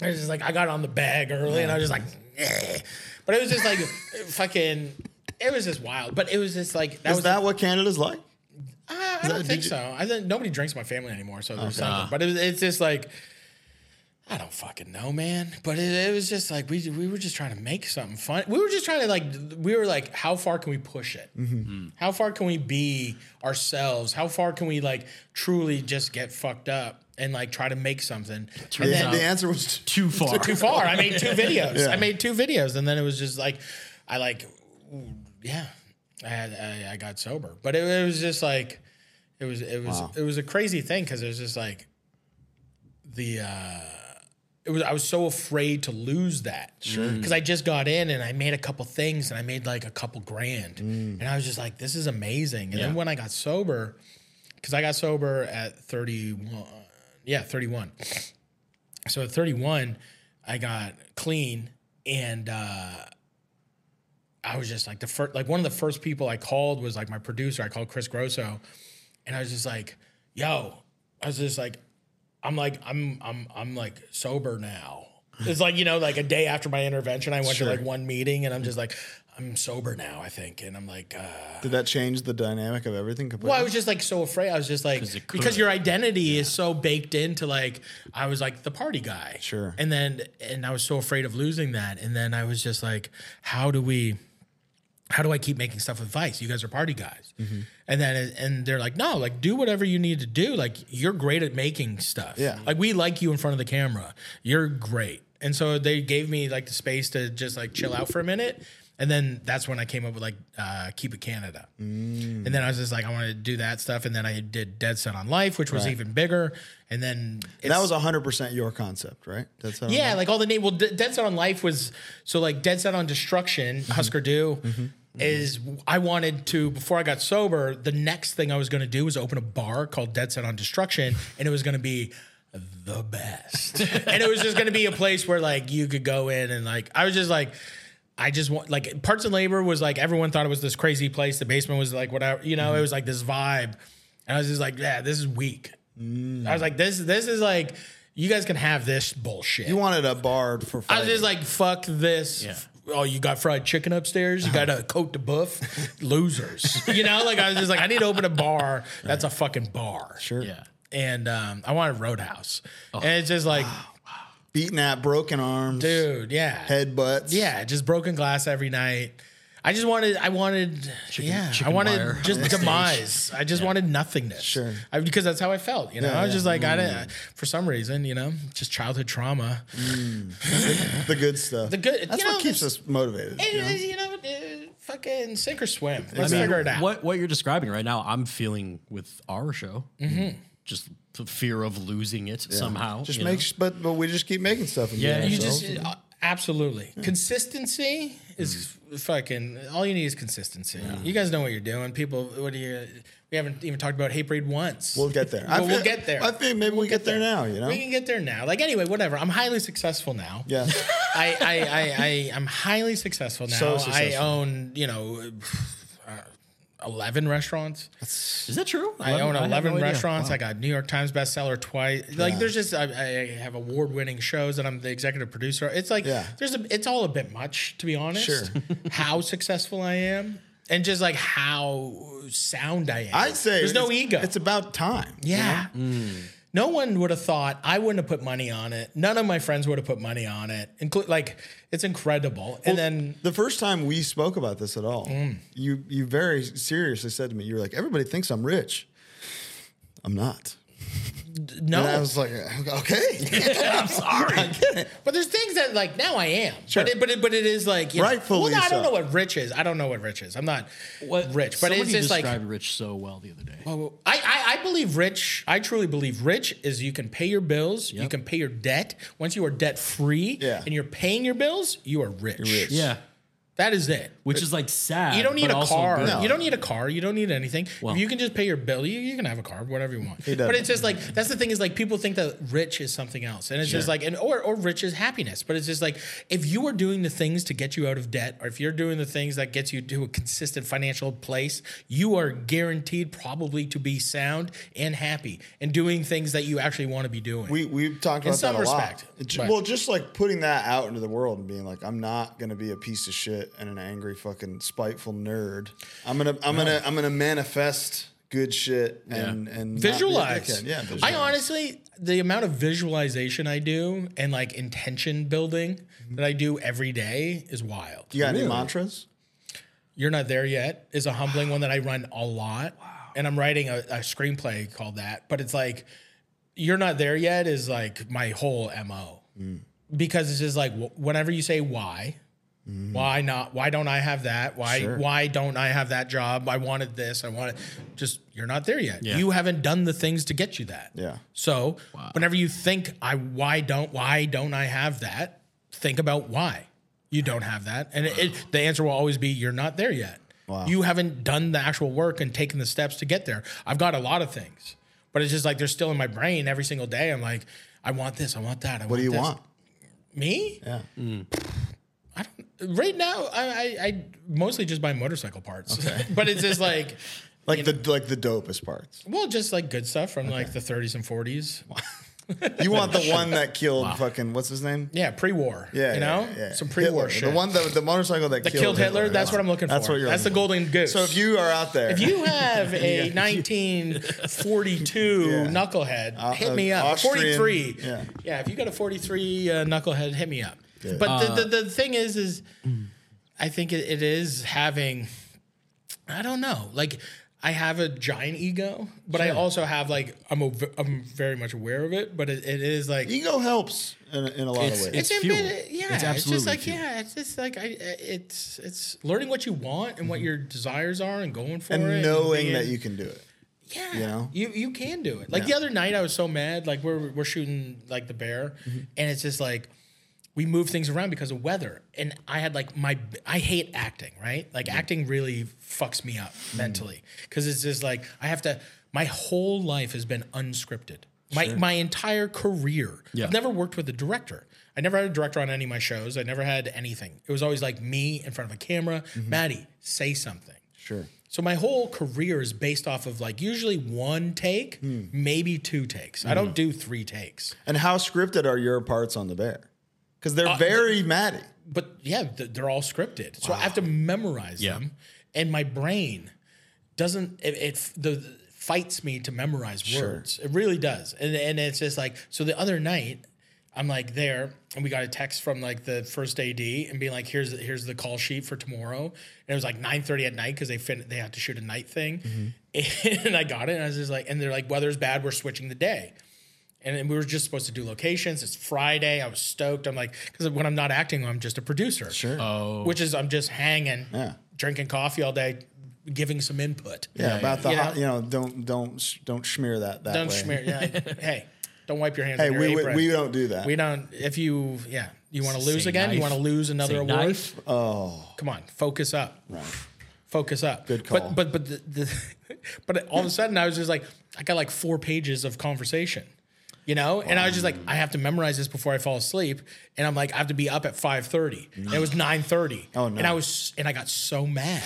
I was just like, I got on the bag early, and I was just like, eh. but it was just like fucking. It was just wild, but it was just like that Is was. that what Canada's like? Uh, I, I don't did think you- so. I think nobody drinks in my family anymore, so there's something. But it was, it's just like. I don't fucking know, man. But it, it was just like we we were just trying to make something fun. We were just trying to like we were like, how far can we push it? Mm-hmm. How far can we be ourselves? How far can we like truly just get fucked up and like try to make something? The, And then- the answer was *laughs* Too far. *laughs* too far. I made two videos. Yeah. I made two videos, and then it was just like, I like, ooh, yeah, I had I, I got sober, but it, it was just like, it was it was it was a crazy thing because it was just like, the uh, it was I was so afraid to lose that because I just got in and I made a couple things and I made like a couple grand, and I was just like, this is amazing. And then when I got sober, because I got sober at thirty one, yeah, thirty one so at 31 i got clean and uh i was just like the first like one of the first people i called was like my producer i called chris grosso and i was just like yo i was just like i'm like i'm i'm i'm like sober now it's like you know like a day after my intervention i went Sure. to like one meeting and i'm just like i'm sober now i think and i'm like uh Did that change the dynamic of everything completely? well, I was just like so afraid. I was just like it could. because your identity is so baked into like I was like the party guy. Sure. And then and I was so afraid of losing that. And then I was just like, how do we how do I keep making stuff with Vice? You guys are party guys. Mm-hmm. And then and they're like, no, like do whatever you need to do. Like you're great at making stuff. Yeah. Like we like you in front of the camera. You're great. And so they gave me like the space to just like chill out for a minute. And then that's when I came up with like uh, Keep It Canada. And then I was just like, I want to do that stuff. And then I did Dead Set on Life, which was even bigger. And then it's, that was 100% your concept, right? That's how yeah, like all the name. Well, De- Dead Set on Life was so like Dead Set on Destruction, Husker Du. Is I wanted to before I got sober. The next thing I was going to do was open a bar called Dead Set on Destruction, and it was going to be the best. *laughs* and it was just going to be a place where like you could go in and like I was just like I just want like Parts and Labor was like everyone thought it was this crazy place. The basement was like whatever you know. It was like this vibe, and I was just like, yeah, this is weak. I was like, this this is like. You guys can have this bullshit. You wanted a bar for I was fighting. just like, fuck this. Oh, you got fried chicken upstairs. You got a coat *laughs* de buff. Losers. *laughs* You know, like I was just like, I need to open a bar. That's a fucking bar. sure. Yeah. And um, I wanted Roadhouse. Oh. And it's just like, Beaten at, broken arms, dude, yeah. headbutts. Yeah, just broken glass every night. I just wanted, I wanted, yeah, chicken I wanted wire on just the stage. demise. I just wanted nothingness. Sure. I, because that's how I felt. You know, Yeah, I was yeah. just like, Mm. I didn't, for some reason, you know, just childhood trauma. The good stuff. The good, That's you what know, keeps us motivated. It you know? is, you know, uh, fucking sink or swim. Let's mean, figure it out. What what you're describing right now, I'm feeling with our show. Mm-hmm. Just the fear of losing it somehow. Just you know? make, sh- but but we just keep making stuff. And Yeah, yeah, you just uh, absolutely Hmm. consistency is fucking. All you need is consistency. You guys know what you're doing. People, what do you? We haven't even talked about hate breed once. we'll get there. But I we'll feel- get there. I think maybe we get, there. now. You know. We can get there now. Like anyway, whatever. I'm highly successful now. yeah. I, I, I, I I'm highly successful now. So I successful. own you know. *sighs* uh, 11 restaurants. Is that true? I own had no 11 idea. restaurants. Wow. I got New York Times bestseller twice. Like, Yeah. there's just, I, I have award winning shows and I'm the executive producer. It's like, Yeah. there's a, it's all a bit much, to be honest. Sure. *laughs* how successful I am and just like how sound I am. I'd say there's no it's- ego. It's about time. yeah. Mm. No one would have thought I wouldn't have put money on it. None of my friends would have put money on it. Include like it's incredible. and then The first time we spoke about this at all, Mm. you you very seriously said to me, you were like, everybody thinks I'm rich. I'm not. no. And I was like, *laughs* okay, I'm sorry. But there's things that like now I am. Sure. But it, but it, but it is like you Rightfully Know, well, I so. don't know what rich is. I don't know what rich is. I'm not rich. But it's Somebody just like I, described rich so well the other day. Oh, I I believe rich. I truly believe rich is you can pay your bills, you Yep. can pay your debt. Once you are debt free, Yeah. and you're paying your bills, you are rich. rich. yeah, That is it. which is like sad. You don't need but a also car. good. No. You don't need a car. You don't need anything. Well- if you can just pay your bill, you, you can have a car, whatever you want. doesn't. But it's just like that's the thing is like people think that rich is something else, and it's just like and or or rich is happiness. But it's just like if you are doing the things to get you out of debt, or if you're doing the things that gets you to a consistent financial place, you are guaranteed probably to be sound and happy and doing things that you actually want to be doing. We we've talked about some that a respect, lot. It ju- but- well, just like putting that out into the world and being like, I'm not gonna be a piece of shit and an angry fucking spiteful nerd. I'm gonna I'm gonna I'm gonna manifest good shit and and not be a visualize. dickhead. Yeah, I visualize. honestly, the amount of visualization I do and like intention building that I do every day is wild. You got any mantras? You're not there yet is a humbling one that I run a lot, and I'm writing a, a screenplay called that. But it's like, you're not there yet is like my whole mo because it's just like wh- whenever you say why. Why not? Why don't I have that? Why Sure. why don't I have that job? I wanted this. I wanted just you're not there yet. You haven't done the things to get you that. Yeah. So whenever you think I why don't why don't I have that, think about why you don't have that, and it, it, the answer will always be you're not there yet. You haven't done the actual work and taken the steps to get there. I've got a lot of things, but it's just like they're still in my brain every single day. I'm like, I want this, I want that. I What do you want? Me? Yeah. I don't. Right now, I I, I mostly just buy motorcycle parts, *laughs* but it's just *laughs* like. Like the like the dopest parts. Well, just like good stuff from like the 30s and 40s. You want the one that killed fucking what's his name? Yeah, pre-war. Yeah, you yeah, know, yeah. some pre-war Hitler. shit. The one that the motorcycle that, that killed, Hitler. That's what I'm looking That's for. what you're That's the looking golden goose. So if you are out there, *laughs* If you have a 1942 Yeah. knucklehead, Uh, hit uh, me up. Austrian- 43. yeah. if you got a 43 uh, knucklehead, hit me up. But the, the, the thing is, is I think it, it is having, I don't know, like I have a giant ego, but I also have like, I'm, a, I'm very much aware of it, but it, it is like, ego helps in, in a lot It's- of ways. it's- it's, a fuel. bit- yeah, It's it's, absolutely just like fuel. yeah, it's just like I, I- it's it's learning what you want and what your desires are and going for it Mm-hmm. and knowing being- that you can do it. yeah you know? you you can do it. Like the other night, I was so mad. Like we're we're shooting like the bear, Mm-hmm. and it's just like we move things around because of weather. And I had like my I hate acting, right? Like acting really fucks me up Mm. mentally because it's just like I have to. My whole life has been unscripted. My my entire career. Yeah. I've never worked with a director. I never had a director on any of my shows. I never had anything. It was always like me in front of a camera. Mm-hmm. Maddie, say something. Sure. So my whole career is based off of like usually one take, maybe two takes. I don't do three takes. And how scripted are your parts on the bear? Because they're Uh, very matty. But yeah, th- they're all scripted. So I have to memorize Yeah. them, and my brain doesn't. It, it f- the, the- fights me to memorize words. It really does. And and it's just like so. The other night, I'm like there, and we got a text from like the first AD and being like, "Here's here's the call sheet for tomorrow." And it was like 9:30 at night because they fin- they had to shoot a night thing, *laughs* and I got it, and I was just like, and they're like, "Weather's bad. We're switching the day." and then we were just supposed to do locations. It's Friday. I was stoked. I'm like, because when I'm not acting, I'm just a producer. Sure. Oh. Which is I'm just hanging, Yeah. drinking coffee all day, giving some input. Yeah, about the You you, know? you know don't don't sh- don't smear that that Don't way. smear. *laughs* Yeah. hey, don't wipe your hands. Hey, on your we, we apron. we don't do that. We don't. If you, yeah, you want to lose Say again. You knife. want to lose another Say award. knife. Come on, focus up. Focus up. Good Oh. call. But but but the, *laughs* the, but all of a sudden I was just like I got like four pages of conversation, you know, and I was just like I have to memorize this before I fall asleep, and I'm like I have to be up at five thirty. It was nine thirty. Oh, no. And I was and I got *laughs* so mad.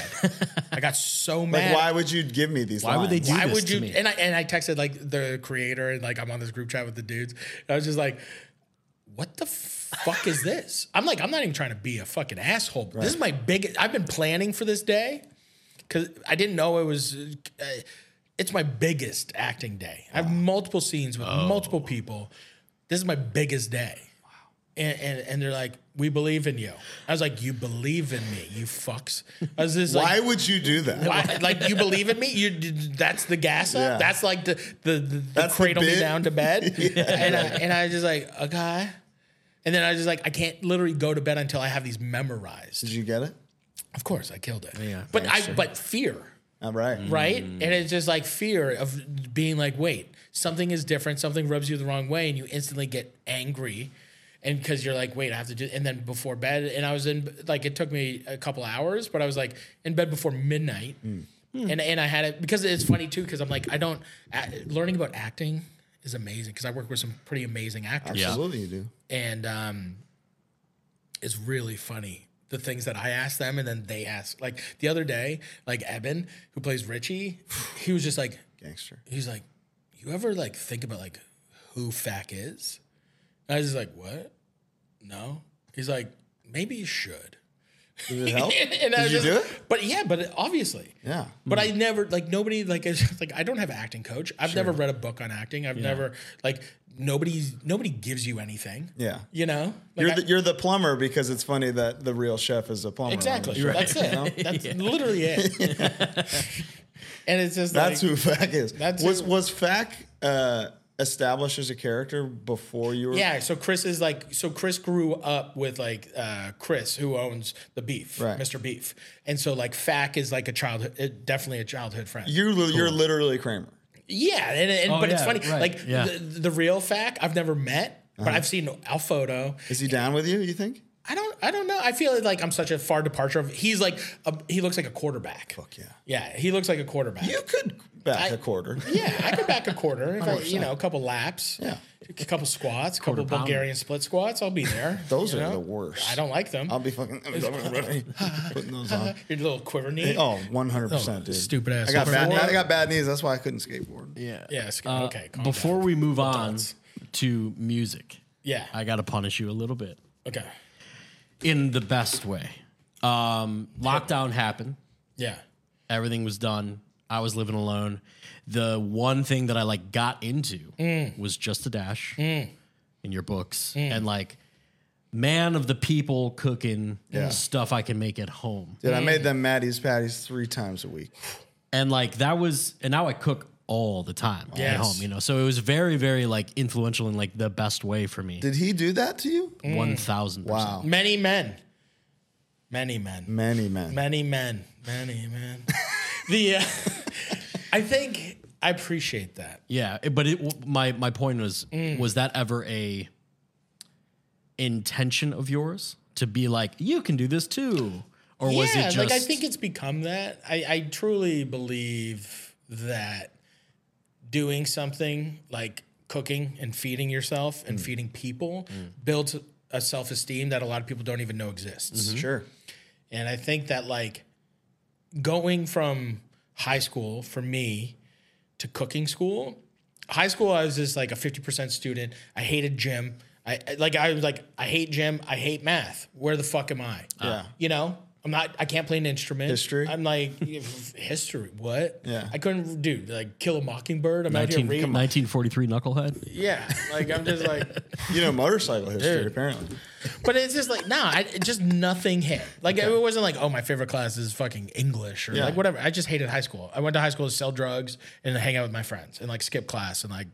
I got so like, mad. why would you give me these? Why would they lines? do Why this would to you? me. And I and I texted like the creator and like I'm on this group chat with the dudes. And I was just like, what the fuck is *laughs* this? I'm like, I'm not even trying to be a fucking asshole. But This is my biggest. I've been planning for this day because I didn't know it was. Uh, it's my biggest acting day. I have multiple Oh. scenes with multiple people. This is my biggest day. And, and, and they're like, we believe in you. I was like, you believe in me, you fucks. I was just Why like, would you do *laughs* that? why? like you believe in me? You that's the gas up. Yeah. That's like the the, the, the That's the cradle me bit. down *laughs* to bed. And I, and I was just like, okay. And then I was just like, I can't literally go to bed until I have these memorized. Did you get it? Of course, I killed it. Yeah, but I but fear All right. right? And it's just like fear of being like, wait, something is different, something rubs you the wrong way, and you instantly get angry. And because you're like, wait, I have to do, and then before bed, and I was in, like, it took me a couple hours, but I was like in bed before midnight, and and I had it because it's funny too, because I'm like, I don't a- learning about acting is amazing because I work with some pretty amazing actors, Absolutely, you do. and um, it's really funny the things that I ask them and then they ask. Like the other day, like Eben, who plays *sighs* Richie, he was just like, Gangster. he's like, you ever like think about like who Fack is? And I was just like, what? No. He's like, maybe you should. Did it help? *laughs* *laughs* and Did you do it? But yeah, but obviously. Yeah. Hmm. But I never like nobody like it's just, like I don't have an acting coach. I've never read a book on acting. I've never like nobody's nobody gives you anything. Yeah. You know? Like, You're I- the, you're the plumber because it's funny that the real chef is a plumber. on the Exactly. show, That's it. you know? *laughs* That's literally it. and it's just That's like, who Fack is. That's was who- was Fack uh, established as a character before you were? yeah. So Chris is like so Chris grew up with like uh, Chris who owns the beef, Right. Mr. Beef, and so like Fack is like a childhood, uh, definitely a childhood friend. You're li- you're literally Kramer. yeah, and, and Oh, but it's yeah, funny right, like yeah. the, the real Fack I've never met, Uh-huh. but I've seen a photo. Is he down with you? You think? I don't I don't know. I feel like I'm such a far departure of. He's like a, he looks like a quarterback. Fuck yeah. Yeah, he looks like a quarterback. You could back I- a quarter. Yeah, I could back a quarter. If I, you know, a couple laps. Yeah. A couple squats, a couple pounder. Bulgarian split squats. I'll be there. *laughs* Those you are know? the worst. I don't like them. I'll be fucking *laughs* putting those on. Your little quiver knee. Oh, 100 percent, dude. stupid ass. I got bad. Before- I got bad knees. That's why I couldn't skateboard. Yeah. Yes. Uh, okay. calm Before down. we move on to music, Yeah. I got to punish you a little bit okay. in the best way. Um, lockdown happened. Yeah. Everything was done. I was living alone. The one thing that I like got into was just a dash in your books and like man of the people cooking stuff I can make at home. Dude, I made them Maddie's patties three times a week. and like that was and now i cook all the time Yes. at home you know so it was very very like influential in like the best way for me Did he do that to you? 1000% Mm. Wow. Many men. Many men. Many men. Many men. Many *laughs* men. the. Uh, *laughs* I think I appreciate that. yeah it- but it my my point was Mm. was that ever a intention of yours to be like you can do this too or was it yeah, just like I think it's become that. I, I truly believe that doing something like cooking and feeding yourself Mm. and feeding people builds a self esteem that a lot of people don't even know exists. Mm-hmm. Sure. And I think that like going from high school for me to cooking school, high school I was just like a 50% student. I hated gym. I I- like I was like I hate gym, I hate math. Where the fuck am I? Yeah. You know? I'm not I can't play an instrument. History? I'm like *laughs* history, what? Yeah. I couldn't do like kill a mockingbird. I'm 19, out here reading. 1943 knucklehead Yeah. Like I'm just like You know motorcycle history, Dude. apparently. But it's just like, nah, I, it just nothing hit. Like, it wasn't like, oh, my favorite class is fucking English or like whatever. I just hated high school. I went to high school to sell drugs and hang out with my friends and like skip class and like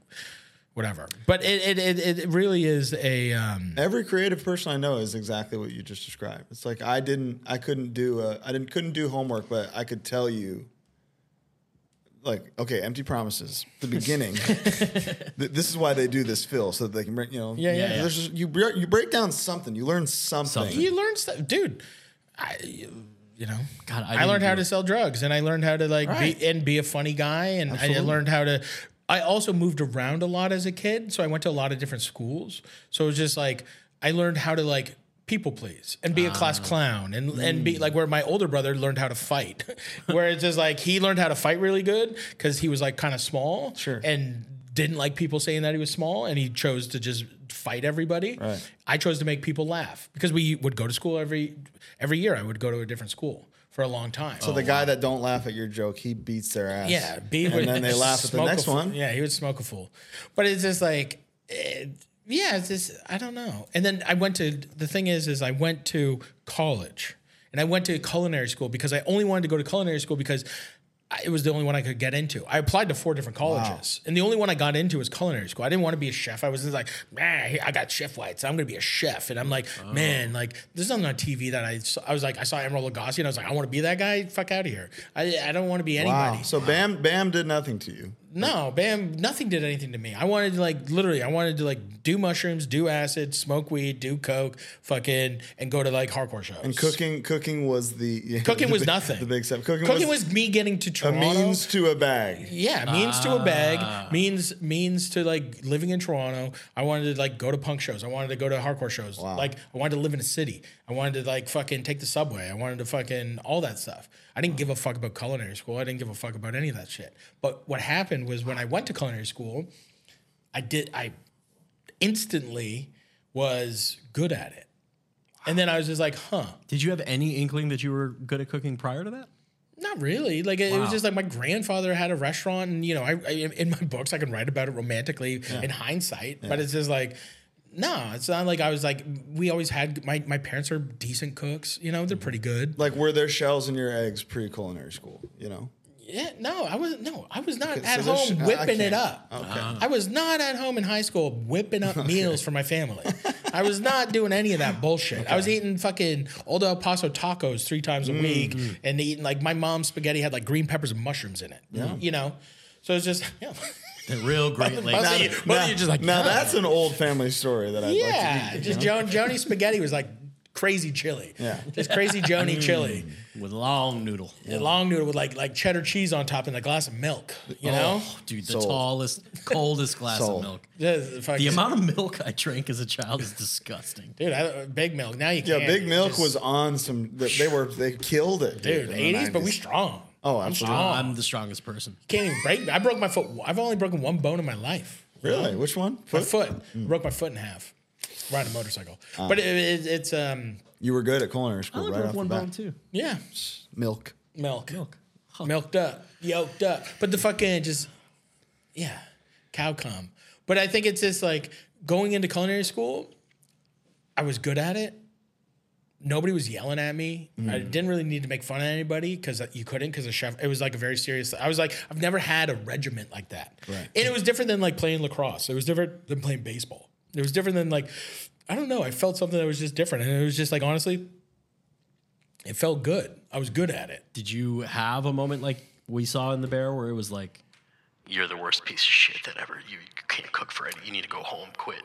whatever. But it, it, it, it really is a, um, Every creative person I know is exactly what you just described. It's like I didn't, I couldn't do, I I didn't, couldn't do homework, but I could tell you, like, okay, empty promises. The beginning. Th- this is why they do this, Phil, so that they can bring, you know, Yeah, yeah, yeah. There's just, you bre- you break down something, you learn something. you learn stuff, dude. I, you know, God, I I, learned didn't how do to sell drugs and I learned how to like Right. be and be a funny guy and I learned how to. I also moved around a lot as a kid, so I went to a lot of different schools. So it was just like I learned how to like people please and be a Ah. class clown and and Hmm. be like where my older brother learned how to fight, *laughs* where it's just like he learned how to fight really good because he was like kind of small, Sure. and didn't like people saying that he was small and he chose to just fight everybody. Right. I chose to make people laugh because we would go to school every every year. I would go to a different school for a long time. So the guy that don't laugh at your joke, he beats their ass. yeah, B and would then they laugh at the smoke a next fool. one. Yeah, he would smoke a fool. But it's just like it, yeah, it's just I don't know. And then I went to the thing is is I went to college and I went to culinary school because I only wanted to go to culinary school because I, it was the only one I could get into. I applied to four different colleges and the only one I got into was culinary school. I didn't want to be a chef. I was just like, man, I got chef whites. I'm gonna be a chef. And I'm like, Oh. man, like there's nothing on TV that I saw. I was like I saw Emerald Lagasse and I was like I want to be that guy. Fuck out of here. I I don't want to be anybody. Wow. So Bam Bam did nothing to you. No, bam, nothing did anything to me. I wanted to like literally, I wanted to like do mushrooms, do acid, smoke weed, do coke, fucking, and go to like hardcore shows. And cooking cooking was the *laughs* yeah, Cooking the was big- nothing. The big step. Cooking, cooking was, was, me getting to a Toronto. means to a bag. yeah, means to a bag means means to like living in Toronto. I wanted to like go to punk shows. I wanted to go to hardcore shows. Like I wanted to live in a city. I wanted to like fucking take the subway. I wanted to fucking all that stuff. I didn't give a fuck about culinary school. I didn't give a fuck about any of that shit. But what happened was when I went to culinary school, I did I instantly was good at it. And then I was just like, huh, Did you have any inkling that you were good at cooking prior to *laughs* that? not really. Like it, it was Wow. just like my grandfather had a restaurant, and you know, I, I in my books I can write about it romantically in hindsight, but it's just like. No, it's not like I was like we always had my, my parents are decent cooks, you know, they're pretty good. Like were there shells in your eggs pre culinary school? You know. Yeah, no, I was no, I was not Okay, at so there's- home I- I whipping it can't. up. I was not at home in high school *laughs* whipping up meals for my family. I was not doing any of that bullshit. I was eating fucking old El Paso tacos three times a Mm. week and eating like my mom's spaghetti had like green peppers and mushrooms in it. You know? So it's just *laughs* yeah. The real great lady. Now- you- whether you're e-, just like, now "God." that's an old family story that I'd like yeah. to eat. just Joan Joni spaghetti was like crazy chili. Yeah. Just crazy Mm. Joni chili. with long noodle. The long noodle with like like cheddar cheese on top and a glass of milk. You know? Oh, dude, the Sold. tallest, coldest glass Sold. of milk. Just fucking- The amount of milk I drank as a child is disgusting. Dude, I, uh, big milk. Now you Yeah, can't. Big Milk Just- was on some. They were they killed it, dude. dude. in the Eighties, but we 90s. strong. Oh, I'm absolutely. strong. I'm the strongest person. Can't even break. I broke my foot. I've only broken one bone in my life. really. Which one? My foot Mm. broke my foot in half. Riding a motorcycle, Uh. but it, it, it's um You were good at culinary school, right off the bat. too. yeah, Milk. milk, milk, milked up, yoked up. But the fucking just yeah, cow cum. But I think it's just like going into culinary school. I was good at it. Nobody was yelling at me. I didn't really need to make fun of anybody because you couldn't because the chef. It was like a very serious. I was like, I've never had a regiment like that, Right. and it was different than like playing lacrosse. It was different than playing baseball. It was different than like, I don't know. I felt something that was just different, and it was just like honestly, it felt good. I was good at it. Did you have a moment like we saw in the bear where it was like, You're the worst piece of shit that ever. You, you can't cook for any. You need to go home, quit.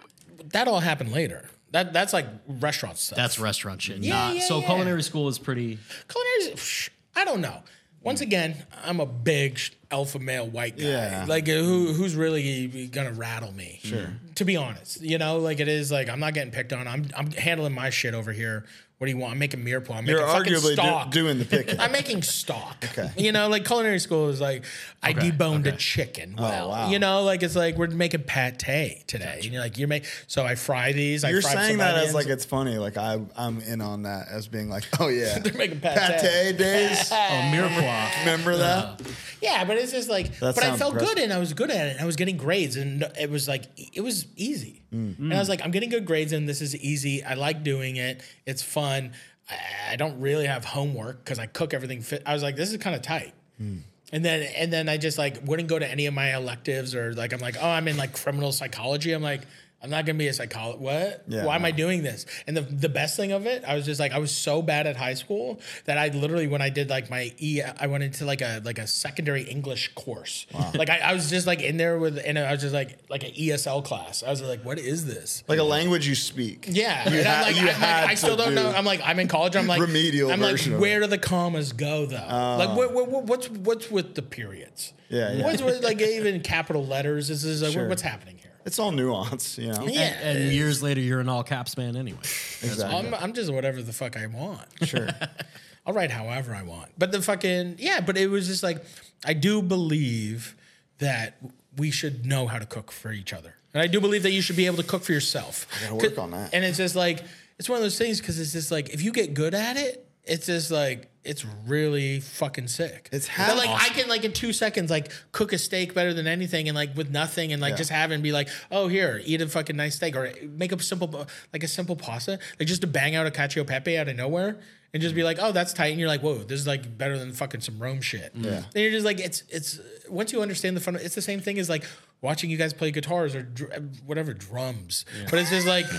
that all happened later. That that's like restaurant stuff. that's restaurant shit? Yeah, not, yeah, so yeah. culinary school is pretty. culinary. is- I don't know. Once again, I'm a big sh- alpha male white guy. Yeah. Like uh, who who's really gonna rattle me? Sure. To be honest, you know, like it is like I'm not getting picked on. I'm I'm handling my shit over here. What do you want? I'm making mirepoix. I'm You're making fucking arguably stock. do, doing the picking. *laughs* I'm making stock. You know, like culinary school is like I deboned a chicken. Well, Oh, wow. you know, like it's like we're making pate today, and you're like you're making. So I fry these. I You're fry saying some that as onions. like it's funny. Like I, I'm in on that as being like, oh *laughs* yeah, they're making pate. pate days. Oh, *laughs* mirepoix. Remember that? Yeah, but it's just like, but I sounds felt impressive. good and I was good at it. And I was getting grades and it was like, it was easy. Mm. And I was like, I'm getting good grades and this is easy. I like doing it. It's fun. I, I don't really have homework because I cook everything. Fit. I was like, this is kind of tight. And then, and then I just like wouldn't go to any of my electives or like, I'm like, oh, I'm in like criminal psychology. I'm like, I'm not gonna be a psychologist. What? Yeah, Why am no. I doing this? And the, the best thing of it, I was just like, I was so bad at high school that I literally, when I did like my E, I went into like a like a secondary English course. Like I, I was just like in there with, and I was just like like an ESL class. I was like, what is this? Like a language you speak. Yeah, You and had- I'm like, you I'm like, had I still to don't know. do- I'm like, I'm in college. I'm like, Remedial I'm like, version of Ah. where do the commas go though? like, what, what, what- what's what's with the periods? Yeah, yeah. What's with, like even capital letters? This is like, Sure. what's happening here? It's all nuance, you know. Yeah, And years later, you're an all caps man anyway. Exactly. I'm, I'm just whatever the fuck I want. Sure. I'll write however I want. But the fucking yeah, but it was just like I do believe that we should know how to cook for each other. And I do believe that you should be able to cook for yourself. gotta work on that. And it's just like it's one of those things because it's just like if you get good at it, it's just like it's really fucking sick. It's But, half- like I can like in two seconds like cook a steak better than anything and like with nothing and like Yeah. just have it and be like, oh here, eat a fucking nice steak or make a simple like a simple pasta like just to bang out a cacio e pepe out of nowhere and Mm. just be like, oh that's tight and you're like, whoa, this is like better than fucking some Rome shit. Yeah. And you're just like, it's it's once you understand the fun, it's the same thing as like watching you guys play guitars or dr- whatever drums, but it's just like. *laughs*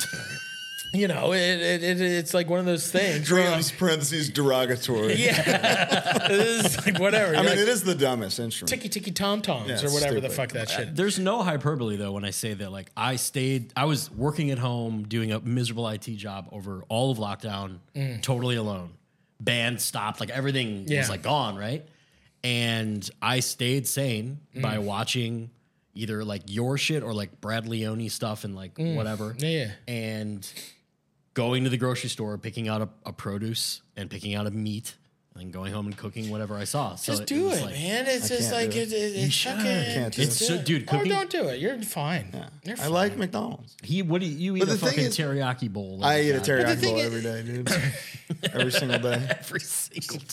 You know, it, it, it it's like one of those things. where you're like- *laughs* Drums, parentheses, derogatory. yeah. this is like whatever. I mean, it like, is the dumbest instrument. ticky ticky tom toms Yeah, or it's whatever the stupid. fuck that shit. There's no hyperbole though when I say that like I stayed I was working at home doing a miserable IT job over all of lockdown totally alone. Band stopped, like everything Mm. Yeah. was like gone, right? And I stayed sane by Mm. watching either like your shit or like Brad Leone stuff and like whatever. Mm. Yeah, yeah. And going to the grocery store, picking out a, a produce and picking out a meat and then going home and cooking whatever I saw. So Just do was, it, like, man. It's just can't like do it, it, it's should. fucking. Can't do just it. do So, dude, or cooking- don't do it. You're fine. You're I fine. like McDonald's. He what do you, you eat the a thing fucking is- teriyaki bowl? I like eat a that. teriyaki thing bowl is- every day, dude. *laughs* every single day. *laughs* every single day.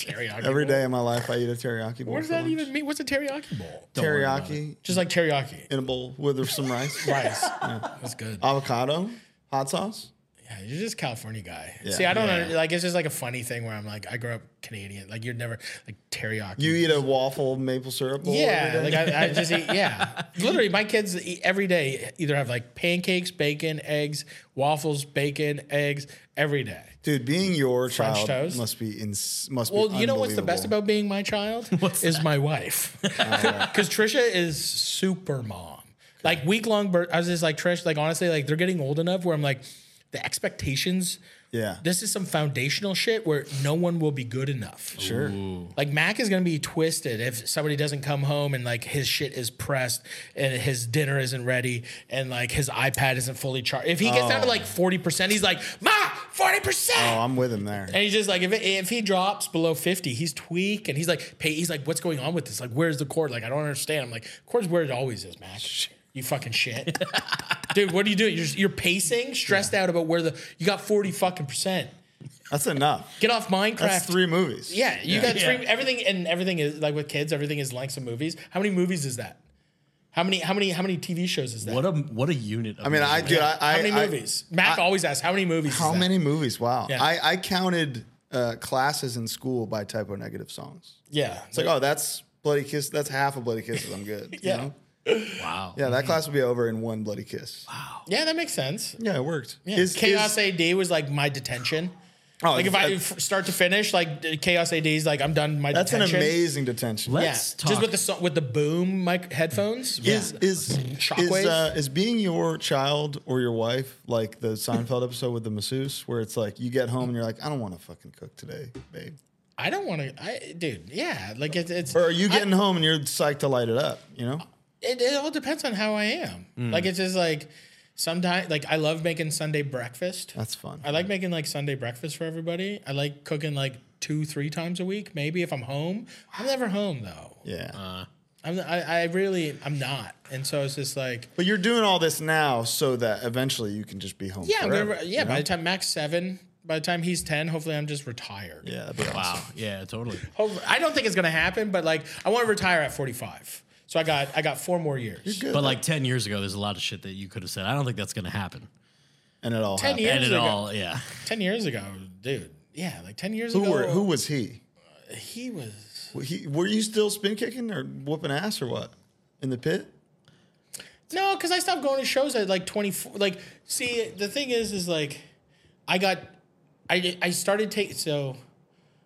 *laughs* teriyaki. Every bowl. day in my life, I eat a teriyaki bowl. What does for that lunch. even mean? What's a teriyaki bowl? worry about Teriyaki Just like teriyaki. in a bowl with some rice, *laughs* Rice. *laughs* Uh, That's good. avocado, hot sauce. Yeah, you're just a California guy. Yeah. See, I don't know. Like, it's just like a funny thing where I'm like, I grew up Canadian. Like, you're never like teriyaki. You eat a waffle maple syrup bowl. Yeah, every like day? I, I just eat. *laughs* Yeah, literally, my kids eat every day either have like pancakes, bacon, eggs, waffles, bacon, eggs every day. dude, being your child toast. must be ins- must be. Well, you know what's the best unbelievable. about being my child is my wife, *laughs* because Trisha is super mom. Like week long, birth, I was just like Trish. Like honestly, like they're getting old enough where I'm like, the expectations. Yeah, This is some foundational shit where no one will be good enough. sure. Like Mac is gonna be twisted if somebody doesn't come home and like his shit is pressed and his dinner isn't ready and like his iPad isn't fully charged. If he gets down to like forty percent, he's like, Ma, forty Oh, percent. I'm with him there. And he's just like, if, it, if he drops below fifty, he's tweak and he's like, pay. He's like, what's going on with this? Like, where's the cord? Like, I don't understand. I'm like, cord's where it always is, Mac. You fucking shit, *laughs* dude. What are you doing? You're, just- you're pacing, stressed out about where the you got forty fucking percent. That's enough. Get off Minecraft. That's three movies. Yeah, you got Yeah. three. Everything and everything is like with kids. Everything is lengths of movies. How many movies is that? How many? How many? How many TV shows is that? What a what a unit. Of I mean, I dude, I, I how many I- movies? Mac always asks how many movies. is How that? many movies? Wow. Yeah. I I counted uh, classes in school by typo negative songs. Yeah, it's It's like, oh, that's bloody kiss. That's half a bloody kiss. I'm *laughs* good. Yeah. You know? wow. Yeah, that class would be over in one bloody kiss. yeah, that makes sense. Yeah, it worked. Yeah. Chaos AD was like my detention. oh, Like if I that- f- start to finish, like d- Chaos AD is like I'm done. My that's an detention. amazing detention. Let- Yeah, Let's just talk- with the so- with the boom mic headphones. Is is is, Shockwave? uh, is being your child or your wife like the Seinfeld episode with the masseuse, where it's like you get home and you're like, I don't want to fucking cook today, babe. I don't want to. I dude, yeah, like it's it's. Or are you getting home and you're psyched to light it up? You know, it, it all depends on how I am. Mm. Like it's just like sometimes like I love making Sunday breakfast. that's fun. I like making like Sunday breakfast for everybody. I like cooking like two, three times a week, maybe if I'm home. I'm never home though. yeah, I'm I, I really I'm not, and so it's just like but you're doing all this now so that eventually you can just be home. yeah, I'm forever, gonna, yeah. you know? By the time Max seven, by the time he's ten, hopefully I'm just retired. yeah, that'd be awesome. Wow. Yeah. Totally. Hopefully, I don't think it's gonna happen, but like I want to retire at 45, so I got I got four more years. Good. But like ten years ago, there's a lot of shit that you could have said. I don't think that's gonna happen. and Uh, it all Ten happened. years And at ago, all, yeah. ten years ago, dude. Yeah, like ten years Who ago. were, who was he? he was? Were he- Were you still spin kicking or whooping ass or what in the pit? No, because I stopped going to shows at like 24. Like, see, the thing is, is like, I got, I, I started taking, so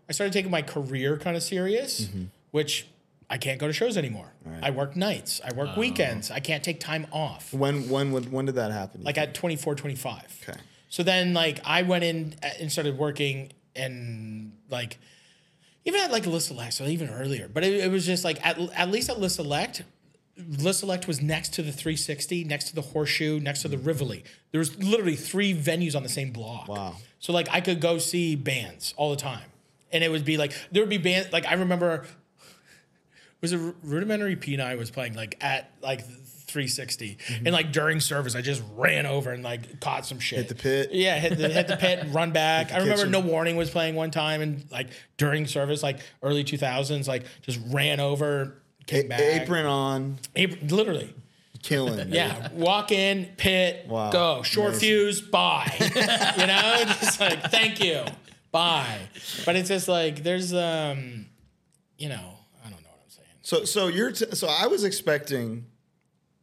I started taking my career kind of serious, which I can't go to shows anymore. I work nights, I work weekends, I can't take time off. When when would when did that happen? Like at 24, 25. okay, So then, like, I went in uh, and started working, and like, even at like List Select, so even earlier. But it, it was just like at, at least at List Select, List Select was next to the 360, next to the Horseshoe, next to the Rivoli. There was literally three venues on the same block. Wow. So like, I could go see bands all the time, and it would be like there would be bands. Like I remember was a rudimentary P I was playing like at like 360, Mm-hmm. and like during service, I just ran over and like caught some shit. Hit the pit. Yeah, hit the, hit *laughs* the pit, run back. I remember kitchen. No Warning was playing one time, and like during service, like early 2000s, like just ran over, came back. A- apron on, Apron- literally. killing. dude. *laughs* Yeah, walk in, pit, Wow. go. Short Amazing. fuse, bye. *laughs* you know, just like thank you, bye. But it's just like there's um, you know, I don't know what I'm saying. So so you're t- so I was expecting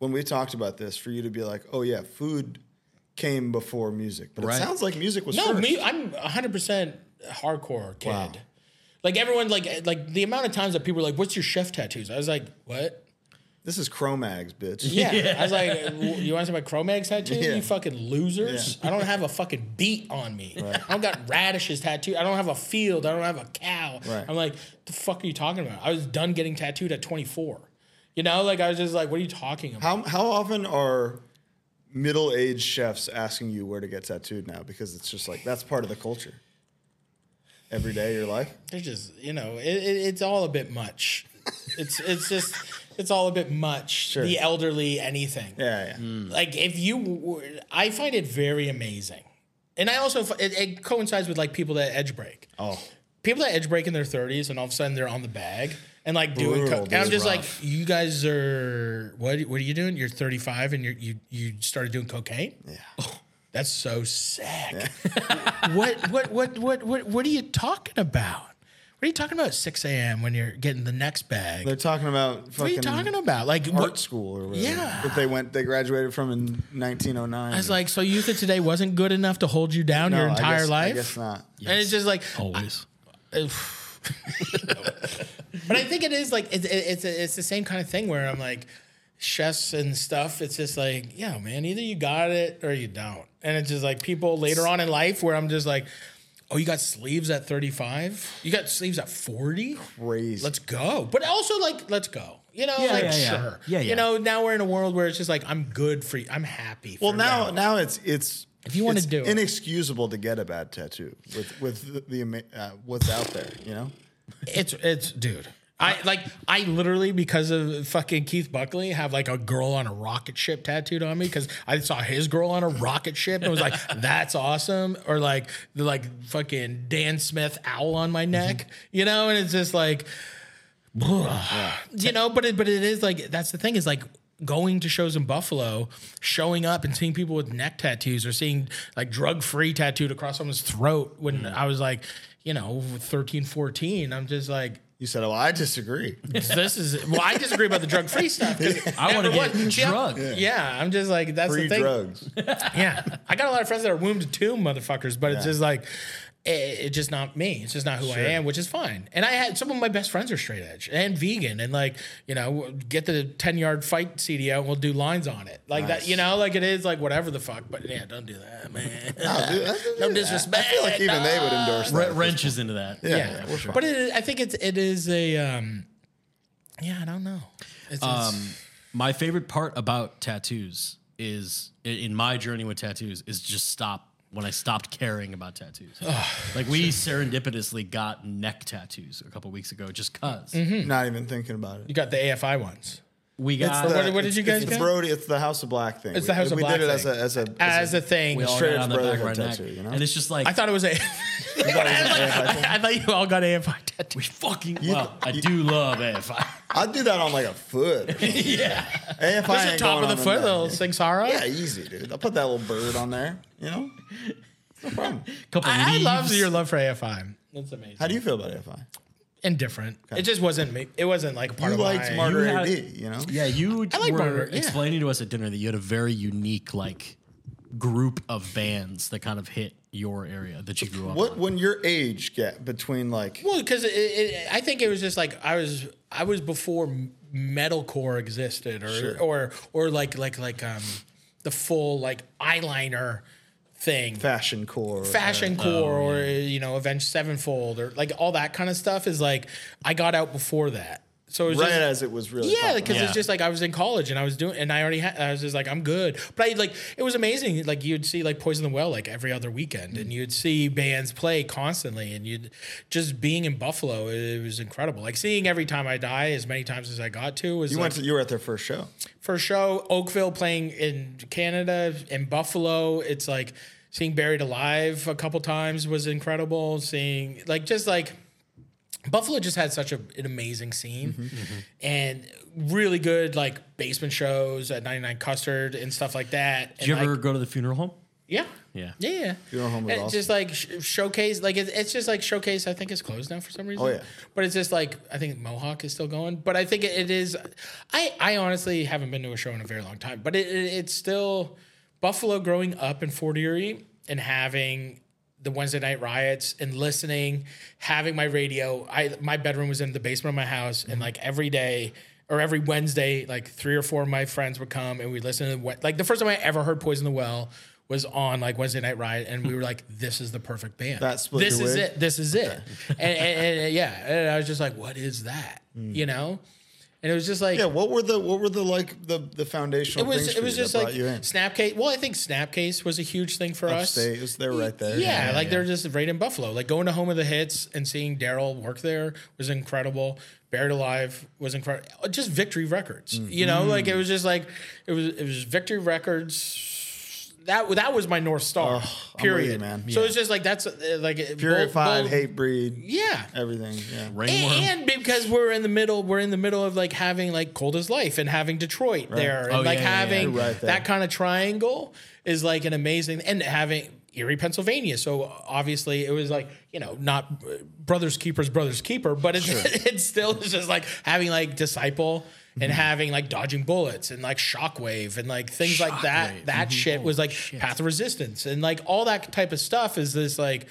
when we talked about this for you to be like, oh yeah, food came before music, but Right. it sounds like music was No, first. me, I'm 100 percent hardcore kid. Wow. Like everyone, like like the amount of times that people were like, "What's your chef tattoos?" I was like, "What?" This is Chromags, bitch. Yeah, I was like, "W- "You want to see my Cro-Mags tattoo? Yeah. You fucking losers! I don't have a fucking beat on me. I don't got radishes tattooed. I don't have a field. I don't have a cow. Right. I'm like, the fuck are you talking about? I was done getting tattooed at 24. You know, like I was just like, what are you talking about? How how often are middle-aged chefs asking you where to get tattooed now because it's just like that's part of the culture. Every day of your life. They're just, you know, it, it, it's all a *laughs* bit much. it's it's just, it's all a bit much. The elderly, anything. Yeah, yeah. like if you were- i find it very amazing and i also f- it, it coincides with like people that edge break Oh. people that edge break in their 30s and all of a sudden they're on the bag and like doing Brutal, co- dude. and i'm just Rough. like you guys are what what are you doing you're 35 and you're, you you started doing cocaine yeah that's so sick *laughs* what what what what what what are you talking about what are you talking about at 6 a.m when you're getting the next bag They're talking about fucking what are you talking about like art what, school or whatever. Yeah. That they went they graduated from in 1909. I was like, so you think today wasn't good enough to hold you down your entire life? I guess not. And it's just like, Always. *laughs* but I think it is like it's it's it's the same kind of thing where I'm like chefs and stuff. It's just like, yeah, man, either you got it or you don't. And it's just like people later on in life where I'm just like, oh, you got sleeves at 35, you got sleeves at 40. Crazy. Let's go. But also like, let's go. You know, Yeah, like yeah, yeah. sure. Yeah, yeah. You know, now we're in a world where it's just like I'm good for you. I'm happy. Well, for now now it's it's If you wanna it's do it. inexcusable to get a bad tattoo with with the, the ama- uh, what's out there, you know. It's it's dude. I like I literally because of fucking Keith Buckley have like a girl on a rocket ship tattooed on me because I saw his girl on a rocket ship and was like *laughs* that's awesome or like the like fucking Dan Smith owl on my neck you know and it's just like you know but it, but it is like that's the thing is like going to shows in Buffalo showing up and seeing people with neck tattoos or seeing like drug free tattooed across someone's throat when I was like you know 13 14 I'm just like You said, "Well, I disagree." this is well, I disagree about the drug free stuff. 'cause I want to everyone- get yeah, drugged. Yeah. I'm just like that's Free the thing. drugs. *laughs* *laughs* Yeah, I got a lot of friends that are womb to tomb motherfuckers, but it's just like it- it's just not me. It's just not who I am, which is fine. And I had some of my best friends are straight edge and vegan, and like you know, get the ten yard fight CD out, and we'll do lines on it like that. You know, like it is like whatever the fuck. But yeah, don't do *laughs* that, man. *laughs* No, dude, that's- no I disrespect. feel like even they would endorse *laughs* Re- that. wrenches into that. yeah, yeah, yeah, we're fine. but it is, I think it's it is a um, yeah, I don't know. It's, it's, My favorite part about tattoos is i- in my journey with tattoos is just stop when I stopped caring about tattoos. like we serendipitously got neck tattoos a couple weeks ago just because Not even thinking about You it. got the AFI ones we got the- What- what did you guys it's get? The Brody, it's the House of Black thing. It's the House we, of we Black did it thing. as a as a. as a thing. we all Straight got edge on the back of our brotherhood neck. tattoo, you know? And it's just like I thought it was a. *laughs* *laughs* I thought you all got AFI tattoo. we fucking well, I do love *laughs* AFI. I'd do that on like a foot. *laughs* yeah. AFI What's the ain't top going of the on foot, neck. little Singsara? Yeah, easy, dude. I'll put that little bird on there. You know, no problem. couple I, I leaves. love your love for AFI. That's amazing. How do you feel about AFI? Indifferent. It just wasn't me. It wasn't like part You of liked my. Martyr AD, had- you know? Yeah, you like were Barber, yeah. explaining to us at dinner that you had a very unique like group of bands that kind of hit your area that you grew up. What on. when your age gap between like Well, because it, it, I think it was just like I was I was before m- metalcore existed, or or or like like like um the full like eyeliner thing. fashion core, fashion core Oh, or you know avenged sevenfold or like all that kind of stuff is like i got out before that So it was right just, as it was really yeah, popping because up. Yeah. it's just like I was in college and I was doing, and I already had, I was just like, I'm good. But I like, it was amazing. Like you'd see like Poison the Well like every other weekend, and you'd see bands play constantly, and you'd just being in Buffalo, it, it was incredible. Like seeing every time I die as many times as I got to was you like, went to, you were at their first show. for show Oakville playing in Canada in Buffalo. It's like seeing Buried Alive a couple times was incredible. Seeing like just like Buffalo just had such a, an amazing scene Mm-hmm, and really good like basement shows at 99 Custard and stuff like that. Did you And, ever like, go to the funeral home? yeah. Yeah. Yeah, yeah. Funeral home was And awesome. Just like sh- showcase, like it's, it's just like showcase. I think is closed now for some reason. Oh, yeah. But it's just like I think Mohawk is still going. But I think it, it is. I I honestly haven't been to a show in a very long time. But it, it it's still Buffalo growing up in Fort Erie and having the Wednesday night riots and listening, having my radio. I my bedroom was in the basement of my house, and like every day or every Wednesday, like three or four of my friends would come and we listen to what like the first time I ever heard Poison the Well was on like Wednesday Night Riot, and we were like, "This is the perfect band. That split this your is wig? it. This is it." and, and, and, and, yeah, and I was just like, "What is that?" You know, and it was just like, Mm. Yeah, what were the what were the like the the foundational it was things it for was you just that like brought you in? Snapcase. Well, I think Snapcase was a huge thing for us. Upstate, it was there right there. Yeah, like they're just right in Buffalo. Like going to Home of the Hits and seeing Daryl work there was incredible. Buried Alive was incredible. Just Victory Records, you know, like Mm-hmm. it was just like it was it was Victory Records. That that was my north star. I'm with you, period, man. So it's just like that's uh, like it- Purified, both- both- hate breed, Yeah, everything. Yeah. Ringworm. and, and because we're in the middle, we're in the middle of like having like cold as life and having Detroit there, and Oh, like yeah, yeah, yeah. having You're right there. that kind of triangle is like an amazing and having Erie, Pennsylvania. So obviously, it was like you know not uh, brothers keepers, brothers keeper, but it's *laughs* it's still it's just like having like disciple. And having like dodging bullets and like shockwave and like things like that. That shit was like path of resistance and like all that type of stuff is this like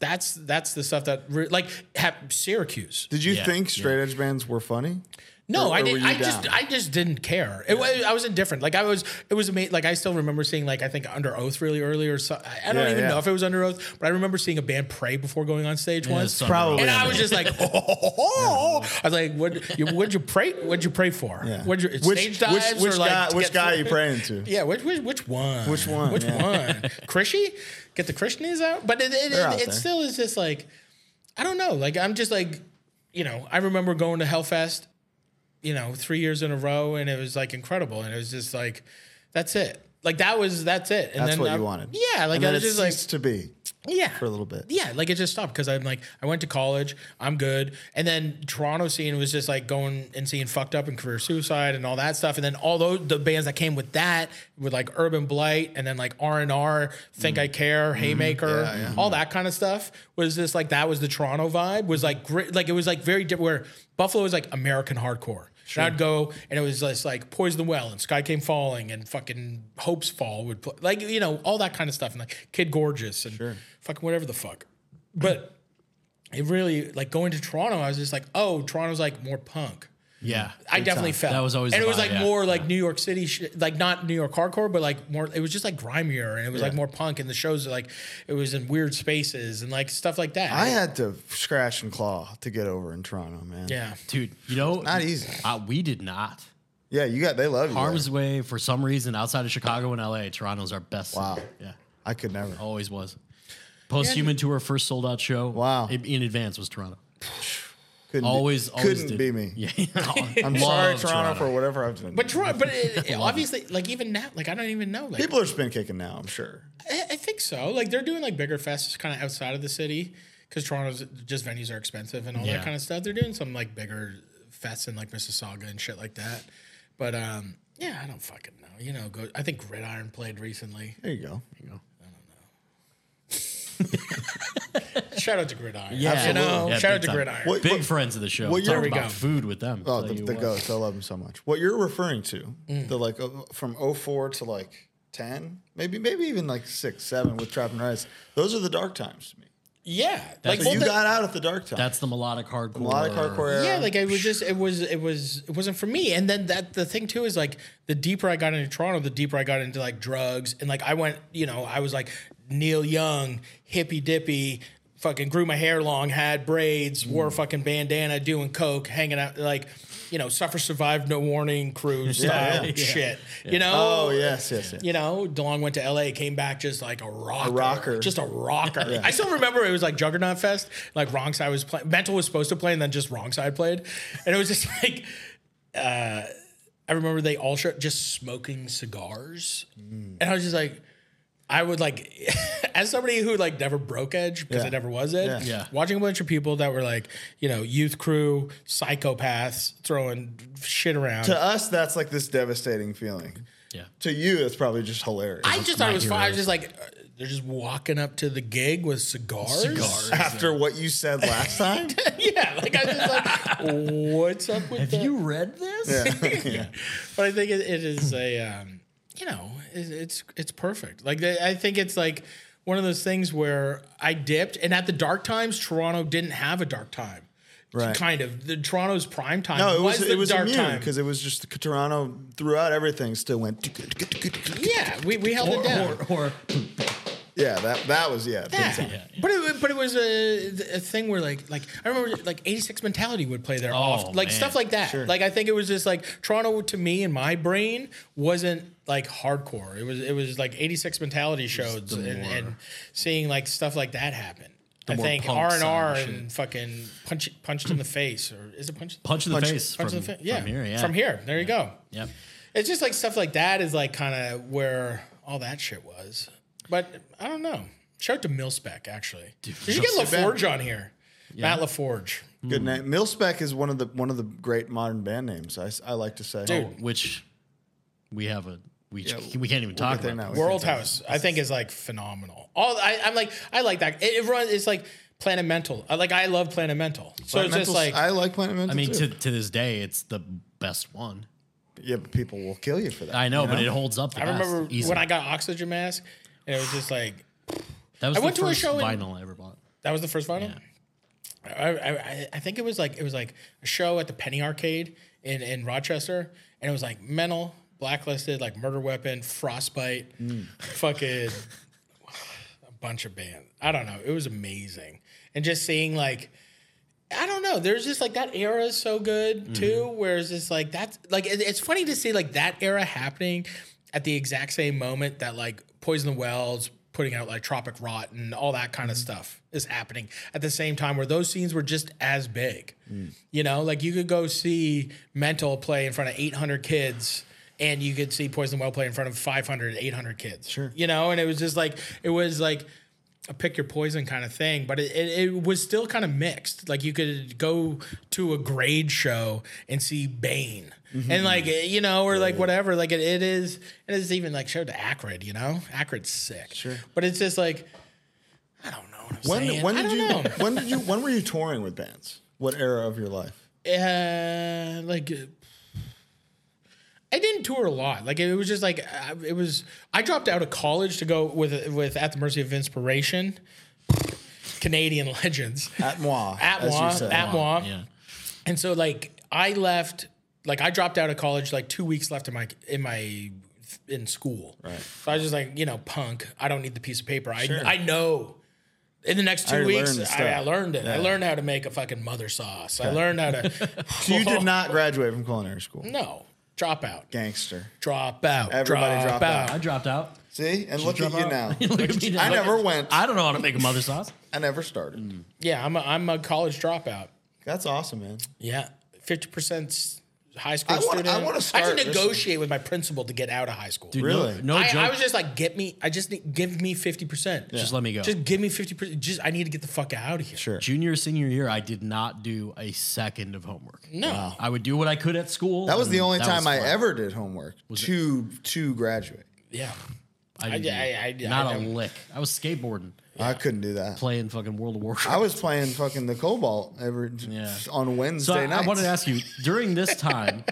that's that's the stuff that re- like ha- Syracuse. Did you Yeah, think straight edge bands were funny? No, Or- I or were didn't. you I just, down? I just didn't care. It, wa- I was indifferent. Like I was, it was amazing. Like I still remember seeing, like I think Under Oath really early, or so, I- I don't Yeah, even yeah. know if it was Under Oath, but I remember seeing a band pray before going on stage once. Sunrise. Probably. And I *laughs* was just like, oh, I was like, what? You, what'd you pray? What'd you pray for? Yeah. What'd you, stage dives which, which or like guy, to which get guy are you through- *laughs* praying to? Yeah, which, which which one? Which one, Which yeah. *laughs* one? Krishy? Get the Krishnas out? But it it, it, They're out it there. still is just like I don't know. Like I'm just like, you know, I remember going to Hellfest, you know, three years in a row, and it was like incredible, and it was just like, that's it. Like that was that's it. And That's then what I- you wanted. Yeah, like and I then was it just ceased like to be yeah for a little bit. yeah, like it just stopped because I'm like, I went to college, I'm good. And then Toronto scene was just like going and seeing fucked up and career suicide and all that stuff. And then all those the bands that came with that with like Urban Blight and then like R and R, Think I Care, Haymaker, all that kind of stuff was just like that was the Toronto vibe. Was like great like it was like very different where Buffalo was like American hardcore. And I'd go and it was just like Poison the Well and Sky Came Falling and fucking Hopes Fall would play like you know, all that kind of stuff and like Kid Gorgeous and fucking whatever the fuck but it really like going to Toronto, I was just like, oh, Toronto's like more punk. *laughs* yeah. I definitely felt That was always and the it was vibe, like yeah. more like New York City, sh- like not New York hardcore, but like more. It was just like grimier, and it was like more punk, and the shows are like it was in weird spaces and like stuff like that. I had to scratch and claw to get over in Toronto, man. yeah, Dude, you know, e-, Not easy. uh, we did not. Yeah, you got they love you. there. Harm's Way, for some reason, outside of Chicago and LA, Toronto's our best. city. Wow. Yeah. I could never. Always was. Post Human Tour, first sold out show. Wow. In, in advance was Toronto. Couldn't be- Always, always couldn't did. be me. *laughs* Yeah. *laughs* I'm sorry, Love Toronto, for whatever I've done. but Toronto, but it, it- obviously, like even now, like I don't even know. Like people are spin kicking now. I'm sure. I, I think so. Like they're doing like bigger fests, kind of outside of the city, because Toronto's just venues are expensive and all Yeah. that kind of stuff. They're doing some like bigger fests in like Mississauga and shit like that. But um, yeah, I don't fucking know. You know, go. I think Gridiron played recently. There you go. Shout out to Gridiron. Yeah. you know, Absolutely. Yeah, shout big out to time. Gridiron. What- Big friends of the show. what What year Talk we about go? food with them. Oh, Tell the, you the what. ghost. I love him so much. What you're referring to, Mm. the like uh, from 04 to like 10, maybe maybe even like 6, 7 with Trap and Rise, those are the dark times to me. Yeah, like That's- So well, you that- got out at the dark time. That's the melodic hardcore. a lot of hardcore era. Yeah, like it was just it was it was it wasn't for me. And then that the thing too is like the deeper I got into Toronto, the deeper I got into like drugs and like I went, you know, I was like Neil Young, hippy dippy, fucking grew my hair long, had braids, Mm. wore a fucking bandana, doing coke, hanging out like, you know, suffer survive no warning crew *laughs* style yeah. shit. You know, Oh yes, yes, yes. you know, DeLong went to LA, came back just like a rocker. rocker. Just a *laughs* rocker. I still remember it was like Juggernaut Fest. Like Wrong Side was playing. Mental was supposed to play and then just Wrong Side played. And it was just *laughs* like, uh, I remember they all showed just smoking cigars. Mm. And I was just like, I would like, *laughs* as somebody who like never broke edge because I Yeah. never was it, Yeah. Yeah. watching a bunch of people that were like, you know, youth crew, psychopaths throwing shit around. To us, that's like this devastating feeling. Yeah. To you, it's probably just hilarious. I just thought it was fun. I was just like, uh, they're just walking up to the gig with cigars. Cigars. *laughs* After what you said last time, *laughs* yeah, like I was just like, what's up with that? read this? *laughs* but I think it, it is a, um, you know, it, it's it's perfect. Like they, I think it's like one of those things where I dipped, and at the dark times, Toronto didn't have a dark time. Right. Kind of the Toronto's prime time. no, it was, the it was dark immune time. because it was just Toronto throughout everything still went. Yeah, we, we held it Or, down. or, or Yeah, that that was yeah. Yeah. things- But it, wa- but it was a, a thing where like like I remember like 86 mentality would play there off like Oh, man. stuff like that. Like I think it was just like Toronto to me in my brain wasn't like hardcore. It was it was like 86 mentality shows and, and seeing like stuff like that happen. I more think punk R and sound R shit. and fucking punch punched in the face or is it punched punch in the face. punch from, in the face? Yeah. From here. Yeah. From here. There you go. Yep. It's just like stuff like that is like kind of where all that shit was. But I don't know. Shout out to Millspec actually. you should get LaForge on here. Matt LaForge. Good name. Milspec is one of the one of the great modern band names. I, s- I like to say. Dude. Which we have a. We, we can't even talk get there about now. this. World House, I think is like phenomenal. All I, I'm like, I like that. It, it runs. It's like Planet Mental. I, like I love Planet Mental. So it's just Mental- like I like Planet Mental. I mean, too. to, to this day, it's the best one. yeah, but people will kill you for that. I know, but it holds up. The I best, remember easily. when I got Oxygen Mask, and it was just like that was I the went to a first show in- vinyl I ever bought. That was the first vinyl. I, I- I I think it was like it was like a show at the Penny Arcade in in Rochester, and it was like Mental, Blacklisted, like Murder Weapon, Frostbite, fucking a bunch of bands. I don't know. It was amazing, and just seeing like. I don't know. There's just like that era is so good too, where it's just like that's like it- it's funny to see like that era happening at the exact same moment that like Poison the Wells putting out like Tropic Rot and all that kind of stuff is happening at the same time where those scenes were just as big. You know, like you could go see Mental play in front of 800 kids and you could see Poison the Well play in front of 500, 800 kids. Sure. You know, and it was just like, it was like, a pick your poison kind of thing, but it, it, it was still kind of mixed. Like you could go to a grade show and see Bane Mm-hmm. and like, eh, you know, or like whatever, like it, it is, it is even like showed to Acrid, you know, Acrid's sick, sure. But it's just like, I don't know what I'm When saying. when I did don't you know. *laughs* when did you when were *laughs* you touring with bands? What era of your life? uh, like uh, I didn't tour a lot. Like it was just like I- it was. I dropped out of college to go with with at the mercy of inspiration, Canadian *laughs* legends. At moi. At as you moi, said. at moi. Yeah. And so like I left, like I dropped out of college like two weeks left in my in my in school. Right. So I was just like, you know, punk. I don't need the piece of paper. I I know. In the next two I weeks, learned this I, I stuff. learned it. I learned how to make a fucking mother sauce. I learned *laughs* how to. So you did not graduate from culinary school. no drop out, Gangster. drop out, Everybody drop, dropped out. out. I dropped out. See? And look at drop you *laughs* now. Look at me now. I never went. I don't know how to make a mother sauce. I never started. Yeah, I'm a, I'm a college dropout. That's awesome, man. Yeah, fifty percent high school I wanna- I student. wanna I had start to this- negotiate with my principal to get out of high school. Dude, Really? No, no I, joke. I was just like, get me. I just need, give me fifty percent. Just let me go. Just give me fifty percent. Just I need to get the fuck out of here. Sure. Junior, senior year, I did not do a second of homework. No. I would do what I could at school. That was the Mm. and only that time was I fun. ever did homework to to graduate. Yeah. I, didn't I- do I- I- not I a don't- lick. I was skateboarding, I couldn't do that. playing fucking World of Warcraft. I was playing fucking the Cobalt every on Wednesday So I, nights. I wanted to ask you during this time,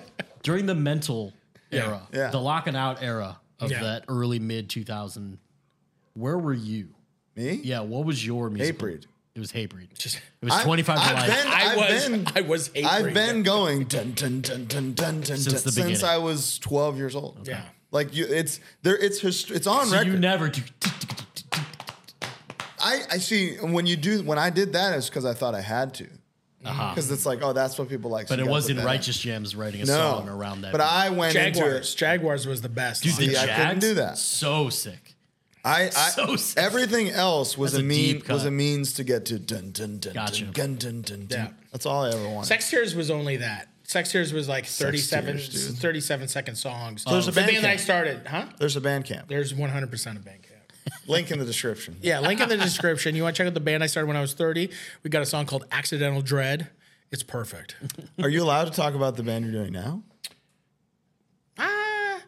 during the mental era, Yeah. the locking out era of Yeah. that early mid 2000, where were you? me. Yeah, what was your music? Hatebreed. It was Hatebreed. Just- Just it was 25 to I've life. been- I I've was. been- I was. Eight I've been going dun, dun, dun, dun, dun, dun, Since dun, the since beginning. I was 12 years old. Yeah. Like you, it's there. It's hist- it's on so record. you never do. I, I I see. When you do, when I did that, it's because I thought I had to. Because it's like, oh, that's what people like. so Uh-huh. you But it gotta put wasn't that out. Righteous Gems writing a No, song around that. But I went into Jaguars. it. Jaguars was the best. Dude, the See, I Jags, couldn't do that. So sick. I, I So sick. everything else was That's a a mean deep was cut. a means to get to dun dun dun Gotcha. dun dun dun dun. dun. Yeah. That's all I ever wanted. Sex Tears was only that. Sex Tears was like 37, Tears, dude. 37 second songs. there's a the Bandcamp. band I started, huh? There's a band camp. There's 100% of Bandcamp. Link in the description. Yeah, link *laughs* in the description. You want to check out the band I started when I was 30. We got a song called Accidental Dread. It's perfect. Are you allowed to talk about the band you're doing now? Ah,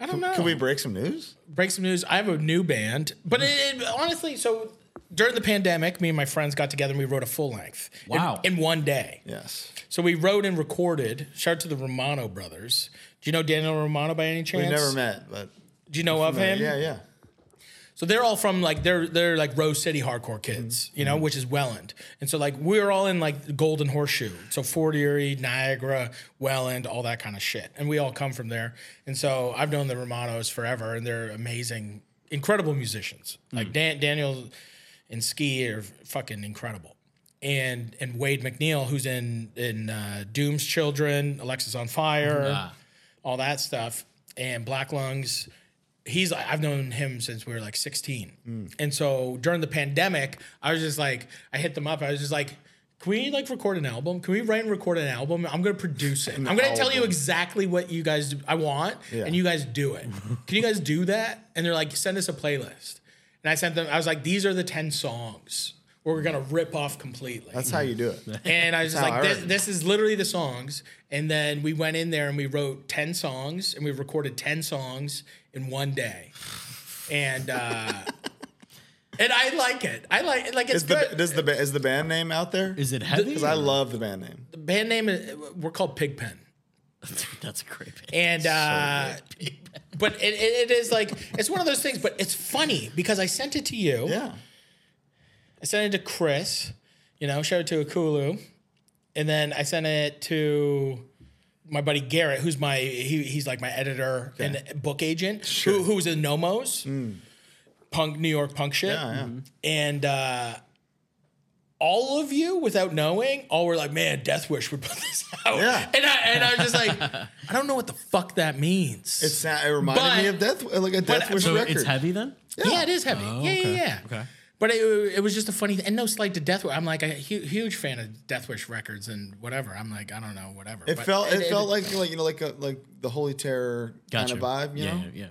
I don't know. Can we break some news? break some news. I have a new band, but it, it- honestly, so during the pandemic, me and my friends got together and we wrote a full length. in- Wow. In, one day. Yes. So we wrote and recorded. Shout out to the Romano brothers. Do you know Daniel Romano by any chance? We never met, but Do you know of him? yeah, yeah. So they're all from like they're they're like Rose City hardcore kids, you know, which is Welland. And so like we're all in like the Golden Horseshoe, so Fort Erie, Niagara, Welland, all that kind of shit. And we all come from there. And so I've known the Romanos forever, and they're amazing, incredible musicians. Like Dan, Daniel and Ski are fucking incredible. And and Wade McNeil, who's in in uh, Doom's Children, Alexis on Fire, all that stuff, and Black Lungs he's I've known him since we were like 16. And so during the pandemic, I was just like, I hit them up. I was just like, can we like record an album? Can we write and record an album? I'm gonna produce it. I'm gonna tell you album. exactly what you guys do, I want, Yeah. and you guys do *laughs* it. Can you guys do that? And they're like, send us a playlist. And I sent them. I was like, these are the 10 songs we're gonna rip off completely. That's how you do it. And I was just That's how like, I this, heard it. this is literally the songs. And then we went in there and we wrote 10 songs and we recorded 10 songs in one day. *laughs* And, uh, and I like it. I like it. Like it's Is the good. does the ba- is the band name out there? *laughs* Is it heavy? Because I love the band name. the band name, is, we're called Pigpen. *laughs* That's a great band. And, uh, but it, it, it is like, it's one of those things, but it's funny because I sent it to you. Yeah. I sent it to Chris, you know, shout out to Akulu. And then I sent it to my buddy Garrett, who's my he, he's like my editor and book agent, who, who was in Nomos, punk New York punk shit. Mm. Mm-hmm. Yeah, yeah. And uh, all of you, without knowing, all were like, "Man, Death Wish would put this *laughs* out." Yeah. And I and I was just like, *laughs* "I don't know what the fuck that means." It's not, it reminded But- me of Death like a Death Wish so record. it's heavy then? yeah. it is heavy. Oh, yeah, yeah, yeah. Okay. But it, it was just a funny and no slight to Death Wish. I'm like a hu- huge fan of Death Wish records and whatever. I'm like I don't know whatever. It But felt it, felt like like you know like a, like the Holy Terror Gotcha. kind of vibe. You yeah, know yeah, yeah.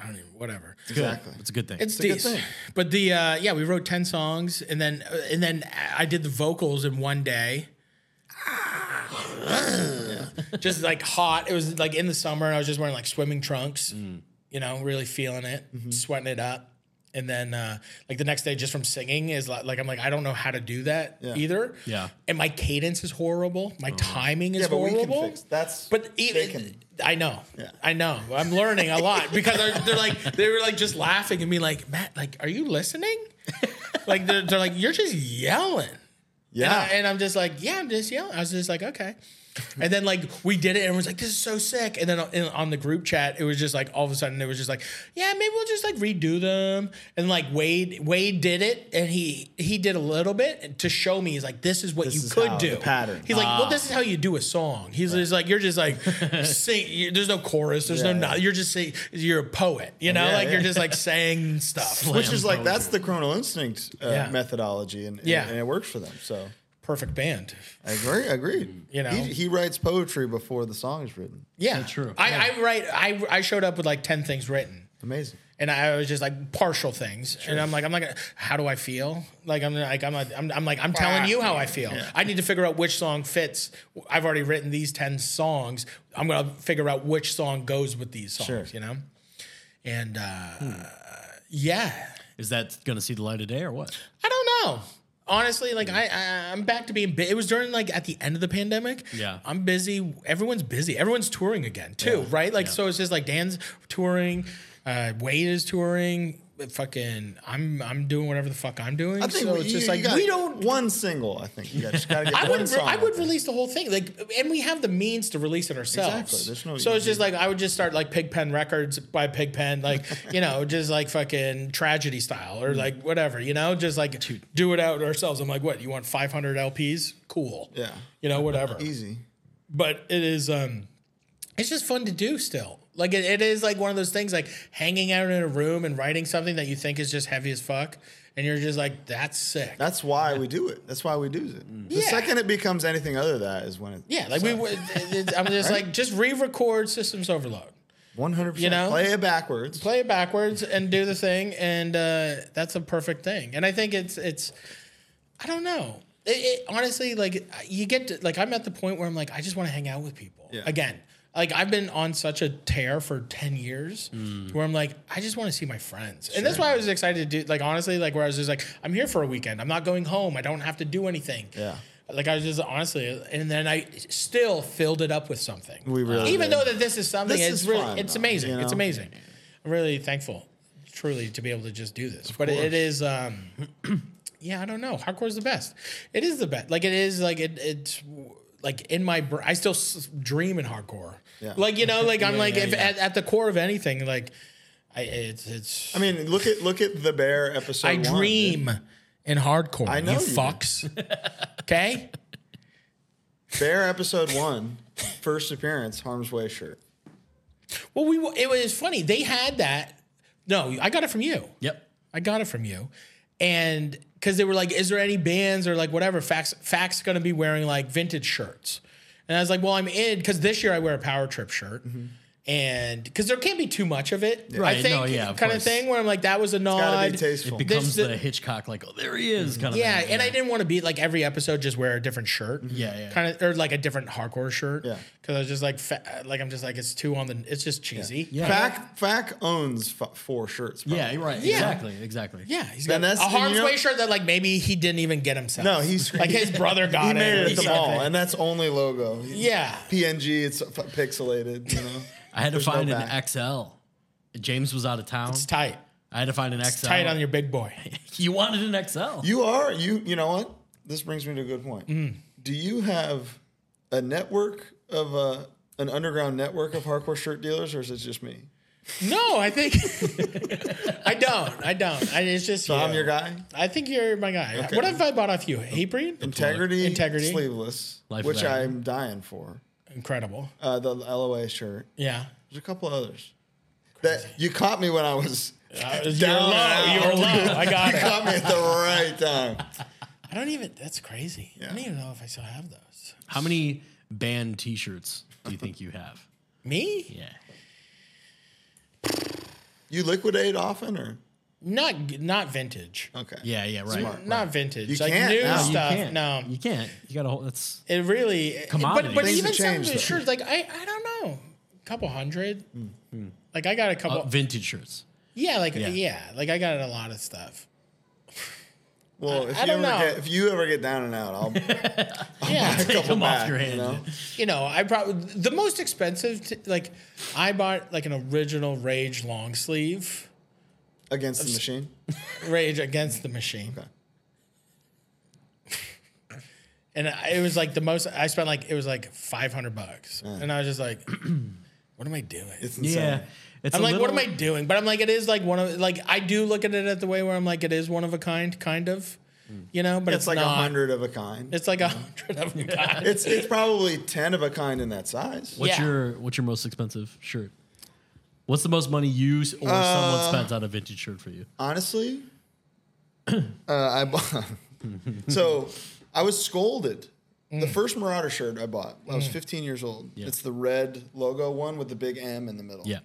I don't even whatever. exactly. It's a good thing. It's, a good decent. thing. But the uh, yeah, we wrote ten songs and then uh, and then I did the vocals in one day. Ah. just like hot. It was like in the summer, and I was just wearing like swimming trunks. Mm. You know, really feeling it, Mm-hmm. sweating it up. And then uh, like the next day, just from singing is like, like I'm like I don't know how to do that Yeah. Uh-huh. either. Yeah. And my cadence is horrible. My timing is Yeah, but we horrible. can fix. That's But e- they even can- I know, Yeah. I know. I'm learning a lot because they're, they're like they were like just laughing and being like, Matt, like, are you listening? like they're, they're like, you're just yelling. And, yeah. I, am just like, yeah, I'm just yelling. I was just like, okay. And then like we did it, and everyone's like, this is so sick. And then on- in, on the group chat, it was just like all of a sudden it was just like, yeah, maybe we'll just like redo them. And like Wade, Wade did it, and he he did a little bit to show me. He's like, this is what This you is could how- do. the pattern. Ah. He's like, well, this is how you do a song. He's just like, you're *laughs* just like sing. you- There's no chorus. There's Yeah, no. yeah. You're just saying you're a poet. You know, Yeah, like you're yeah. just like *laughs* saying stuff. which is like that's the Chrono Instinct uh, Yeah. methodology, and, and- Yeah. and it works for them. So Perfect band. I agree. I agree. You know. he, he writes poetry before the song is written. Yeah, true. I, I write. I I showed up with like ten things written, Amazing. and I was just like partial things, and I'm like, I'm not gonna. How do I feel? Like I'm like I'm like, I'm, I'm like I'm telling you how I feel. I need to figure out which song fits. I've already written these ten songs. I'm gonna figure out which song goes with these songs. Sure. You know, and uh, yeah, Is that going to see the light of day or what? I don't know. Honestly, like I, I, I'm back to being. Bu- it was during like at the end of the pandemic. Yeah. I'm busy. Everyone's busy. Everyone's touring again too, right? Like so, it's just like Dan's touring, uh, Wade is touring. fucking I'm I'm doing whatever the fuck I'm doing. I think so we, it's just you- you like got we don't one single. I think you got, just gotta get *laughs* I one would song. I would release the whole thing like and we have the means to release it ourselves. Exactly. There's no so it's just easy- like I would just start like Pigpen Records by Pigpen like *laughs* you know just like fucking tragedy style or like whatever you know just like do it out ourselves. I'm like what you want 500 LPs? Cool. Yeah. You know whatever easy. but it is um it's just fun to do still like it, it is like one of those things like hanging out in a room and writing something that you think is just heavy as fuck and you're just like that's sick That's why we do it. That's why we do it. The Mm. Yeah. second it becomes anything other than that is when it. yeah like we we it- it- i'm just like just re-record systems overload One hundred You know? percent. Play it backwards. play it backwards and do the thing and uh that's a perfect thing and i think it's it's i don't know it, it, honestly like you get to like i'm at the point where i'm like i just want to hang out with people Yeah. again like I've been on such a tear for 10 years Mm. where I'm like, I just want to see my friends. And that's why I was excited to do like honestly, like where I was just like, I'm here for a weekend. I'm not going home. I don't have to do anything. Yeah. Like I was just honestly, and then I still filled it up with something. We really even did. though that this is something, This it's is really fun, it's though, amazing. you It's know? amazing. I'm really thankful, truly, to be able to just do this. but it is, um, *clears throat* yeah, I don't know. Hardcore is the best. It is the best. Like it is. Like it. It's like in my. Br- I still s- dream in hardcore. *laughs* Yeah. Like you know. Like I'm like yeah, if, yeah. At, at the core of anything. Like, I it's it's. I mean, look at look at the bear episode. I one, dude. dream in hardcore. I know you you do. fucks. *laughs* okay. Bear episode one, first appearance, harm's way shirt. Well, we wa- it was funny. They had that. No, I got it from you. Yep. I got it from you. And because they were like, is there any bands or like whatever? Facts, Facts gonna be wearing like vintage shirts. And I was like, well, I'm in because this year I wear a Power Trip shirt. Mm-hmm. And because there can't be too much of it, I Right, think, no, yeah, of kind of course. thing where I'm like, that was a Gotta nod. be tasteful. This Becomes the- the, Hitchcock, like, oh, there he is, kind of. yeah, thing. and I didn't want to be like every episode just wear a different shirt. Yeah, yeah. kind of or like a different hardcore shirt. Mm-hmm. Yeah. because I was just like, fa- like I'm just like it's too on the, it's just cheesy. Yeah. Fac Fac owns f- four shirts. probably. yeah, you're right. Yeah. Exactly. Exactly. Yeah, he's got Then that's- a and harm's you know- way shirt that like maybe he didn't even get himself. No, he's- *laughs* like his brother got He it. made or it at the something. mall, and that's only logo. Yeah, PNG, it's f- pixelated. You know, I had to There's no find an back. XL. James was out of town. it's tight, I had to find an XL. tight on your big boy. You wanted an XL. *laughs* You are you. You know what? This brings me to a good point. Do you have a network of uh, an underground network of hardcore shirt dealers, or is it just me? No, I think *laughs* I don't. I don't. I, it's just So I'm you. your guy. I think you're my guy. What have I bought off you? Apron? Integrity, Integrity. sleeveless, Life which value. I'm dying for. Incredible. Uh, the LOA shirt. Yeah. There's a couple others that you caught me when I was. You're Down low. and You're out. low. I got You *laughs* it. caught me at the right time. I don't even. That's crazy. I don't even know if I still have those. How many band T-shirts do you think you have? Me? Yeah. You liquidate often, or Not not vintage. okay? Yeah. Yeah. Right. Not vintage. Oh, You like can't new now. You You stuff. can't. No. You can't. You got to hold. That's It really. Commodity. But, but Things even have some of changed, the though. shirts, like I, I don't know, a couple 100 Like I got a couple. Hmm, uh, vintage shirts. yeah, like yeah. yeah. like I got a lot of stuff. Well, if I you ever don't know. get if you ever get down and out, I'll Oh Yeah, take them off your hand. hand. you know, I probably the most expensive. T- like I bought like an original Rage long sleeve, against the machine. Rage Against the Machine. *laughs* And I- it was like the most I spent like it was like five hundred bucks, and I was just like, *clears throat* "What am I doing?" *laughs* It's insane. It's I'm a like, what am little- I doing? But I'm like, it is like one of like I do look at it at the way where I'm like, it is one of a kind, kind of, you know. But It's, it's, like a not. hundred of a kind. It's like a hundred of *laughs* a kind. It's it's probably ten of a kind in that size. What's Yeah. your What's your most expensive shirt? What's the most money you s- Uh, or someone spent on a vintage shirt for you? *clears throat* Honestly, uh, I bought. *laughs* so I was scolded. Mm. The first Marauder shirt I bought, I was 15 years old. It's the red logo one with the big M in the middle. Yeah.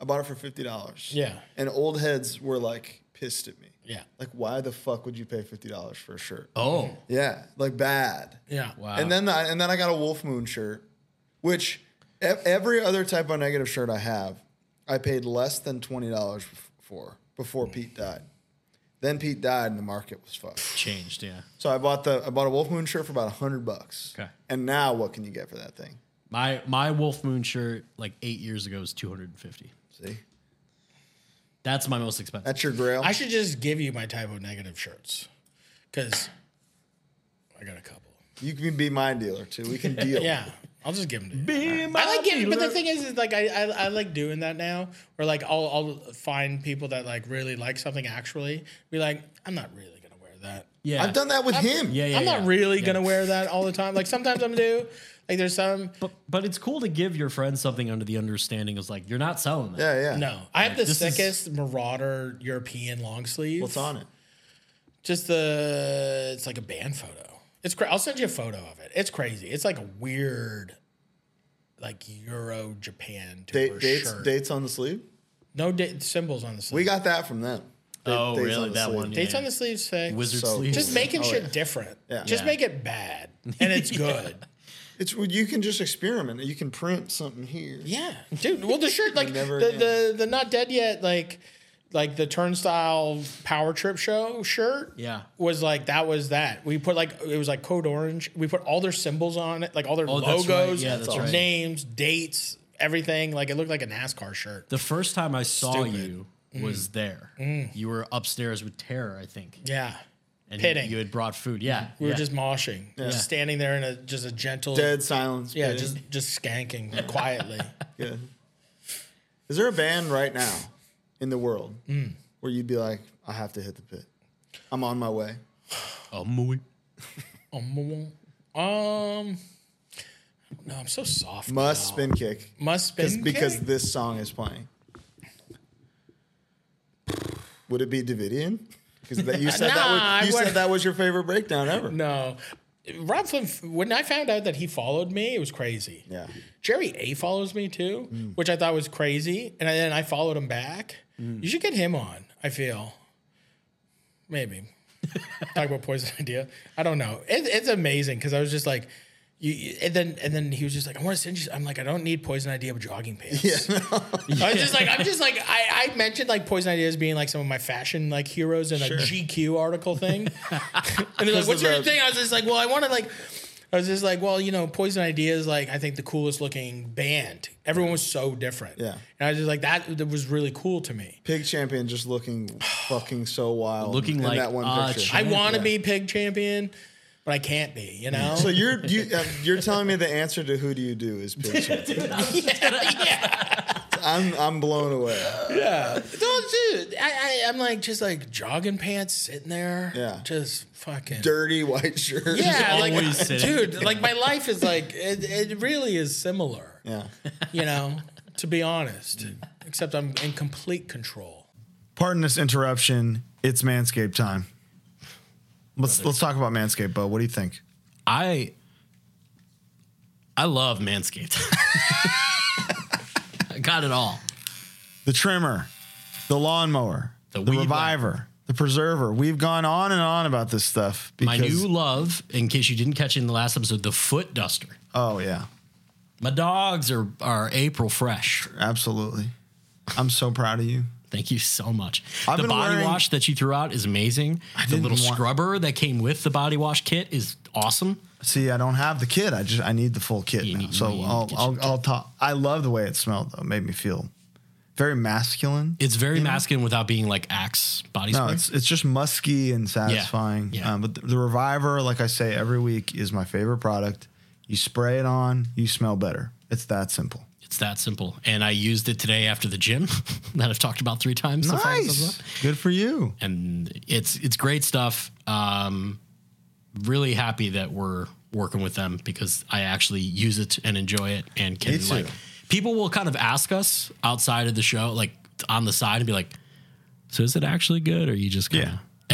I bought it for fifty dollars. Yeah. and old heads were like pissed at me. Yeah. like why the fuck would you pay fifty dollars for a shirt? Oh. Yeah, like bad. yeah. Wow. And then I, and then I got a Wolf Moon shirt, which e- every other type of negative shirt I have, I paid less than twenty dollars for before Hmm. Pete died. Then Pete died and the market was fucked. changed. Yeah. So I bought the I bought a Wolf Moon shirt for about hundred bucks. Okay. And now what can you get for that thing? My my Wolf Moon shirt like eight years ago was two hundred and fifty. See, That's my most expensive. That's your grail. I should just give you my typo negative shirts because I got a couple. you can be my dealer too. We can deal. Yeah, I'll just give them to you. I like getting, but the thing is, is like I, I, I like doing that now. Or like I'll, I'll find people that like really like something actually. Be like, I'm not really gonna wear that. yeah. I've done that with him. Yeah, yeah, I'm not yeah. really Yeah. *laughs* gonna wear that all the time. Like sometimes I'm do. Like there's some But, but it's cool to give your friends something under the understanding is like you're not selling that. yeah, yeah. no. I have the this is- sickest Marauder European long sleeve. what's on it? Just the it's like a band photo. It's cra- I'll send you a photo of it. It's crazy. It's like a weird, like Euro Japan tour Date, dates, shirt. dates on the sleeve. no da- symbols on the sleeve. We got that from them. Da- Oh, dates on really? the That sleeve. one. dates yeah. on the sleeve sick. wizard Oh, So- sleeves. Just making shit different. Yeah. Just Yeah. make it bad, and *laughs* it's good. It's you can just experiment. You can print something here. Yeah, dude. Well, *laughs* the shirt like Never the, again. the the not dead yet like like the turnstile power trip show shirt. Yeah. was like that was that we put like it was like code orange. We put all their symbols on it, like all their Oh, that's logos, right. Yeah, that's right. names, dates, everything. Like it looked like a NASCAR shirt. The first time I saw you was there. You were upstairs with Terror, I think. Yeah, And Pitting. You had brought food. Yeah. we yeah. were just moshing, We were just standing there in a just a gentle Dead silence. Yeah, baby. just just *laughs* skanking quietly. Yeah. Is there a band right now in the world Mm. where you'd be like, I have to hit the pit? I'm on my way. oh, muy. um, um, no, I'm so soft. Must spin kick Must spin because kick? this song is playing. Would it be Davidian? Because that you *laughs* said that Nah, I was, you would- said that was your favorite breakdown ever. No. Rob Flynn, when I found out that he followed me, it was crazy. Yeah. Jerry A follows me too, which I thought was crazy. And then I followed him back. You should get him on, I feel. Maybe. *laughs* Talk about poison idea. I don't know. It, it's amazing because I was just like, you, you- and then and then he was just like, I want to send you. I'm like, I don't need poison idea with jogging pants. *laughs* I was just like, I'm just like, I, I mentioned like poison ideas being like some of my fashion like heroes in a GQ article thing. And they're like, what's your the- thing? I was just like, well, I want to like, I was just like, well, you know, Poison Idea is like, I think the coolest looking band. Everyone was so different. Yeah. And I was just like, that, that was really cool to me. Pig Champion just looking fucking so wild. Looking in like, that one uh, picture. I Yeah. want to be pig champion, but I can't be, you know? so you're you, uh, you're telling me the answer to who do you do is Pig Champion? *laughs* yeah. I'm I'm blown away. No, dude, I, I, I'm like, just like jogging pants sitting there. Yeah. Just fucking. Dirty white shirt. Yeah, like, always sitting. dude, like my life is like, it, it really is similar. yeah. you know, to be honest. Mm. Except I'm in complete control. Pardon this interruption. It's Manscaped time. Let's let's talk about Manscaped, Bo. What do you think? I I love Manscaped. *laughs* I got it all. The trimmer, the lawnmower, The the, weed reviver, the preserver. We've gone on and on about this stuff My because new love, in case you didn't catch it in the last episode, the foot duster. oh yeah, My dogs are are April fresh. absolutely. I'm so proud of you. Thank you so much. I've the been body wearing- wash that you threw out is amazing. The didn't little want- scrubber that came with the body wash kit is awesome. See, I don't have the kit. I just I need the full kit You now. need- so you need to I'll get I'll, your I'll talk. I love the way it smelled though. It made me feel very masculine. It's very masculine without being like Axe body No, spray. it's it's just musky and satisfying. Yeah. Um, but the, the Reviver, like I say every week, is my favorite product. You spray it on, you smell better. It's that simple. It's that simple. And I used it today after the gym *laughs* that I've talked about three times. so far this episode. good for you. and it's it's great stuff. Um, really happy that we're working with them because I actually use it and enjoy it and can too. like people will kind of ask us outside of the show, like on the side, and be like, "So is it actually good, or you just kind Yeah.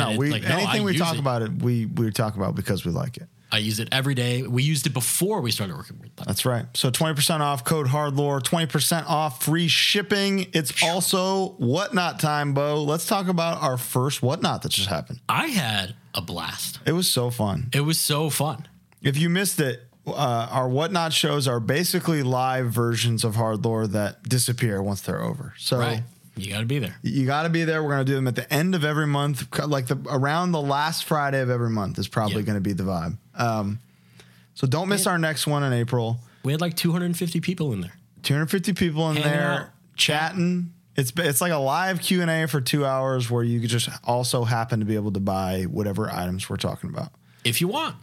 of?" No, we anything we talk it. about it, we we talk about because we like it. I use it every day. We used it before we started working with them. That's right. So twenty percent off code Hardlore, twenty percent off free shipping. It's also whatnot time, Bo. Let's talk about our first whatnot that just happened. I had a blast. It was so fun. It was so fun. If you missed it, uh, our whatnot shows are basically live versions of hard lore that disappear once they're over. So Right, you got to be there. you got to be there. We're going to do them at the end of every month, co- like the around the last Friday of every month is probably Yeah. going to be the vibe. Um, so don't miss our next one in April. We had like 250 people in there. 250 people in Hanging there out. chatting. It's it's like a live Q and A for two hours where you could just also happen to be able to buy whatever items we're talking about. if you want.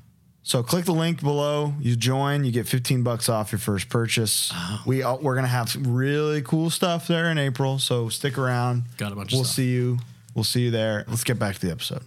So click the link below. You join. You get fifteen bucks off your first purchase. Oh. We all, we're gonna have some really cool stuff there in April. So stick around. Got a bunch of We'll stuff. see you. We'll see you there. Let's get back to the episode.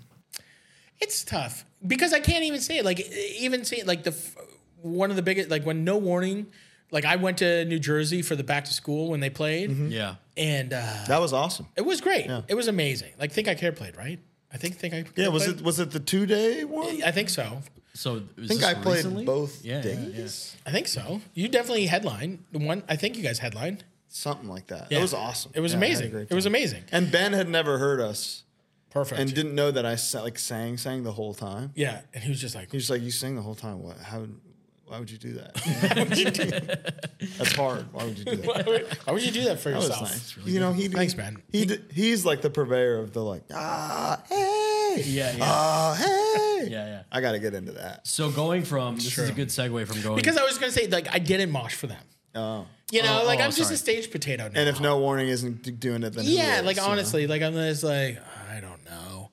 It's tough because I can't even say it. Like even say it like the f- one of the biggest like when no warning. Like I went to New Jersey for the back to school when they played, Mm-hmm. Yeah. and uh, That was awesome. it was great. It was amazing. Like think I care played right. I think think I Yeah. Was it was it the two day one? I think so. So I think I played both Yeah, yeah, days. I think so. You definitely headline the one. I think you guys headlined. Something like that. Yeah. It was awesome. It was Yeah, I had a amazing. great It was time. amazing. And Ben had never heard us Perfect. and didn't know that I sa- like sang sang the whole time. yeah, and he was just like, He was like, "You sang the whole time. What? How? would- Why would you do that? *laughs* Why would you do that? That's hard. Why would you do *laughs* that?" "Why would- why would you do that for That was yourself? nice. you know, he Thanks, man. He, d he's like the purveyor of the like ah hey Yeah, yeah. ah hey Yeah, yeah. I got to get into that. So going from this is a true. good segue from going Because I was gonna say like I didn't mosh for them. Oh, You know, Oh, like oh, I'm just sorry. a stage potato now. and if no warning isn't d- doing it, then who yeah, is, like you know? honestly, like I'm just like I don't know.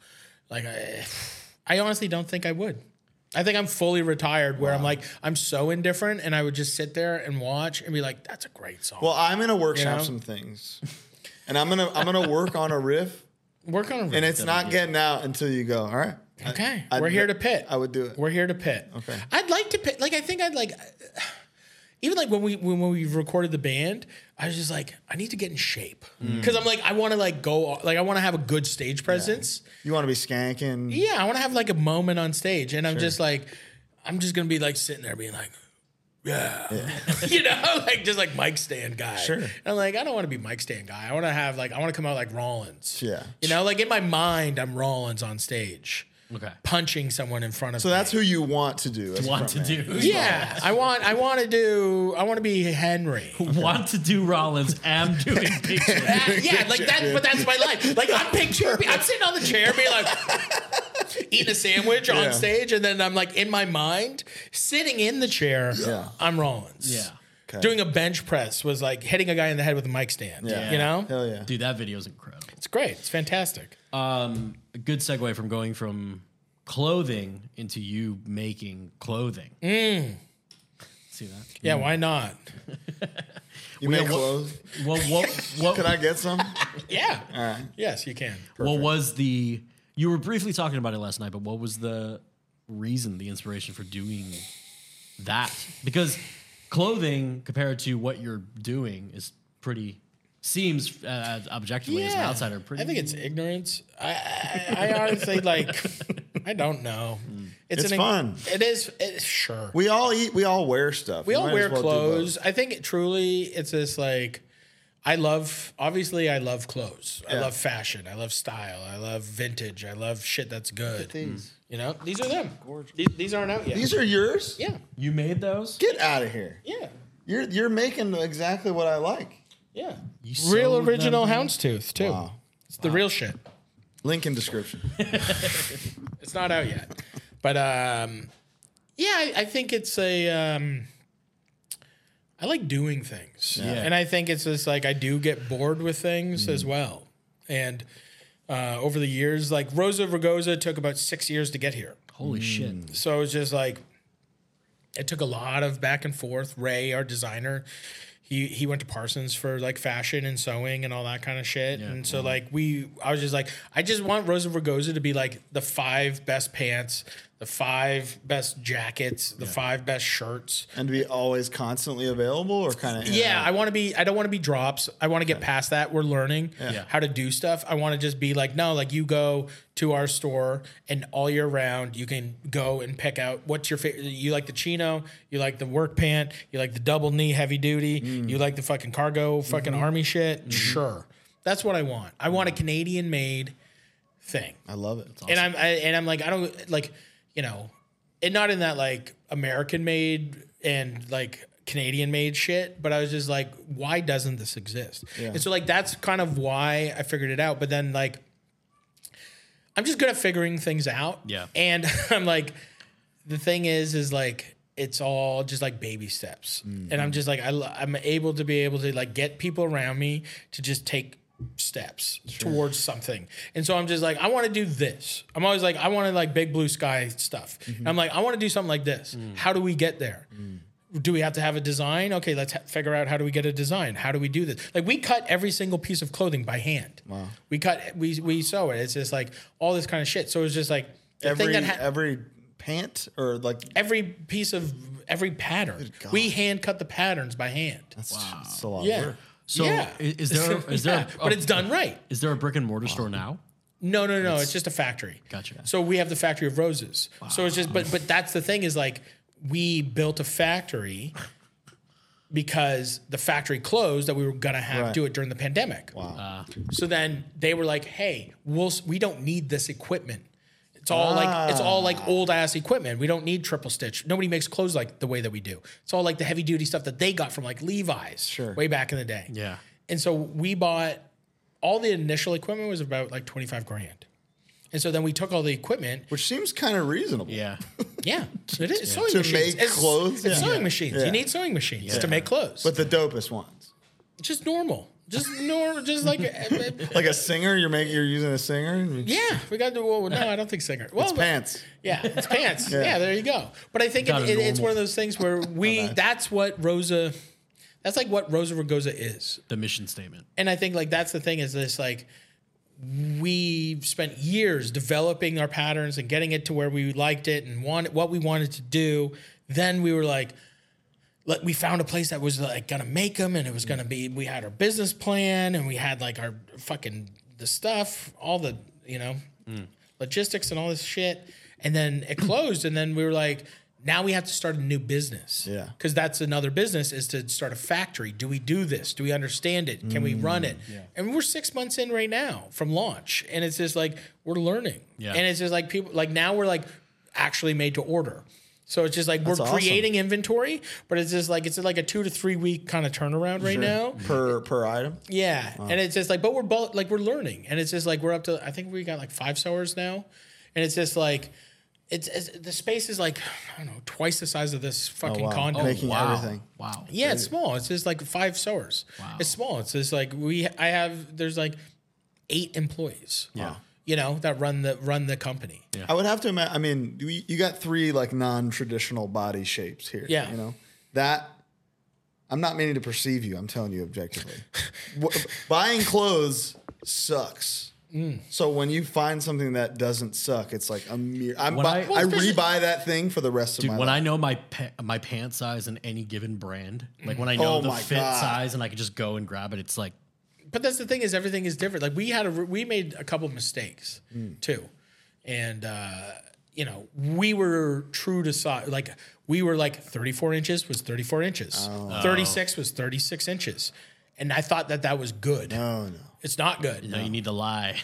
Like I, I honestly don't think I would. I think I'm fully retired where I'm like I'm so indifferent, and I would just sit there and watch and be like, that's a great song. Well, I'm gonna workshop know? some things, and I'm gonna I'm gonna work on a riff, Work on it. and it's not getting out until you go. All right, I- Okay, I'd- we're here to pit. I would do it. We're here to pit. Okay. I'd like to pit. Like I think I'd like. Even like when we when, when we recorded the band, I was just like, I need to get in shape Mm. because I'm like, I want to like go like I want to have a good stage presence. You want to be skanking? Yeah, I want to have like a moment on stage, and I'm just like, I'm just gonna be like sitting there being like. Yeah. *laughs* you know, like just like mic stand guy. Sure. And I'm like, I don't want to be mic stand guy. I want to have like, I want to come out like Rollins. Yeah. You know, like in my mind, I'm Rollins on stage okay punching someone in front of So me. that's who you want to do. as a *laughs* want to frontman. do yeah. I want I want to do I want to be Henry. *laughs* want to do Rollins. *laughs* Am doing pictures. That- *laughs* yeah, like that. But that's my life. Like I'm picturing I'm sitting on the chair, being like *laughs* eating a sandwich Yeah. on stage, and then I'm like in my mind sitting in the chair. Yeah. I'm Rollins. Yeah. Okay. Doing a bench press was like hitting a guy in the head with a mic stand. Yeah. You know, Hell yeah. Dude, that video is incredible. it's great. It's fantastic. Um, a good segue from going from clothing into you making clothing. Mm. See that? Yeah, why not? You make clothes. Well, what *laughs* what Can I get some? Yeah. right. Yes, you can. what was the? You were briefly talking about it last night, but what was the reason, the inspiration for doing that? Because clothing compared to what you're doing is pretty seems uh, objectively as an outsider pretty. I think it's ignorance. I I, I honestly *laughs* like I don't know. Mm. It's an- fun. It is it, sure. We, We all eat. We all wear stuff. You all might wear as well do both. clothes. I think it truly it's this like I love obviously I love clothes. I Yeah. love fashion. I love style. I love vintage. I love shit that's good. These. You know? These are them. These, these aren't out yet. Mm. These are yours. yeah. you made those. Get out of here. Yeah. You're you're making exactly what I like. Yeah. You real sewed original them in? houndstooth too. It's the real shit. Link in description. It's not out yet. But um, yeah, I, I think it's a. Um, I like doing things, Yeah. and I think it's just like I do get bored with things as well. And uh, over the years, like Rosa Vergosa took about six years to get here, Holy shit! so it was just like it took a lot of back and forth. Ray, our designer, he he went to Parsons for like fashion and sewing and all that kind of shit. and so like we, I was just like, I just want Rosa Vergosa to be like the five best pants, the five best jackets, the five best shirts. and to be always constantly available or kind of Yeah, I want to be. I don't want to be drops. I want to get past that. We're learning Yeah. how to do stuff. I want to just be like, no, like you go to our store and all year round you can go and pick out what's your favorite. You like the chino, you like the work pant, you like the double knee heavy duty, Mm. you like the fucking cargo fucking Mm-hmm. army shit. Sure, that's what I want. I want a Canadian made thing I love it. and I'm I, and I'm like I don't like you know, and not in that like American made and like Canadian made shit, but I was just like, why doesn't this exist? And so like that's kind of why I figured it out. But then like, I'm just good at figuring things out. Yeah. and *laughs* I'm like, the thing is, is like. It's all just like baby steps, and I'm just like I, lo- I'm able to be able to like get people around me to just take steps towards something. And so I'm just like, I want to do this. I'm always like, I want to like big blue sky stuff. And I'm like, I want to do something like this. How do we get there? Do we have to have a design? Okay, let's ha- figure out how do we get a design. How do we do this? Like we cut every single piece of clothing by hand. Wow. We cut we we sew it. It's just like all this kind of shit. So it's just like the Every that ha- every pant or like every piece of every pattern. God. We hand cut the patterns by hand. that's it's a lot of Yeah. work. So yeah. i- is there- *laughs* is there Yeah, a- but it's done right. Is there a brick and mortar store now? No, no, no. It's just a factory. Gotcha. So we have the factory of roses. So it's just, but but that's the thing is like we built a factory because the factory closed that we were gonna have Right. do it during the pandemic. Wow. so then they were like, "Hey, we'll s- we don't need this equipment. It's all like it's all Ah. like old ass equipment. We don't need triple stitch. Nobody makes clothes like the way that we do. It's all like the heavy duty stuff that they got from like Levi's Sure. way back in the day. Yeah. And so we bought all the initial equipment was about like 25 grand. And so then we took all the equipment. Which seems kind of reasonable. Yeah. Yeah, *laughs* it is sewing To machines. make it's, clothes? It's Yeah. sewing machines. Yeah. You need sewing machines to make clothes. But But the dopest ones. just normal. Just normal. Just like *laughs* Like a singer, you're making you're using a singer. yeah. We got to. Well, no, I don't think singer. Well, but- Pants. Yeah, it's pants. yeah. there you go. But I think it, Not a it- it's normal- one of those *laughs* things where we. that's what Rosa. That's like what Rosa Ragosa is. *laughs* The mission statement. and I think like that's the thing is this like we spent years developing our patterns and getting it to where we liked it and wanted what we wanted to do. Then we were like, let, we found a place that was like gonna make them, and it was gonna be. We had our business plan, and we had like our fucking the stuff, all the you know logistics and all this shit. And then it closed, and then we were like, now we have to start a new business. Yeah. because that's another business is to start a factory. Do we do this? Do we understand it? Can we run it? And we're six months in right now from launch, and it's just like we're learning. Yeah. and it's just like people like now we're like actually made to order. So it's just like we're awesome. creating inventory, but it's just like it's like a two to three week kind of turnaround right now. Per per item. Yeah, and it's just like, but we're both like we're learning, and it's just like we're up to I think we got like five sewers now, and it's just like. It's, it's the space is like I don't know twice the size of this fucking Oh, wow. condo. Making Oh, wow. everything. Wow. Yeah, it's small. It's just like five sewers. It's small. It's just like we I have there's like eight employees. Yeah. You know, that run the run the company. I would have to imagine. I mean, you, you got three like non-traditional body shapes here. Yeah. you know that. I'm not meaning to perceive you. I'm telling you objectively. Wh- buying clothes sucks. So when you find something that doesn't suck, it's like a mere. I'm When buy, I- I, Well, especially- rebuy that thing for the rest of Dude, my when life. I know my pa- my pant size in any given brand, like when I know Oh the my fit God. size and I can just go and grab it, it's like But that's the thing is everything is different. Like we had a we made a couple mistakes too. And uh you know, we were true to size. Like we were like 34 inches was 34 inches. 36 was 36 inches. And I thought that that was good. oh no. It's not good. no, you need to lie.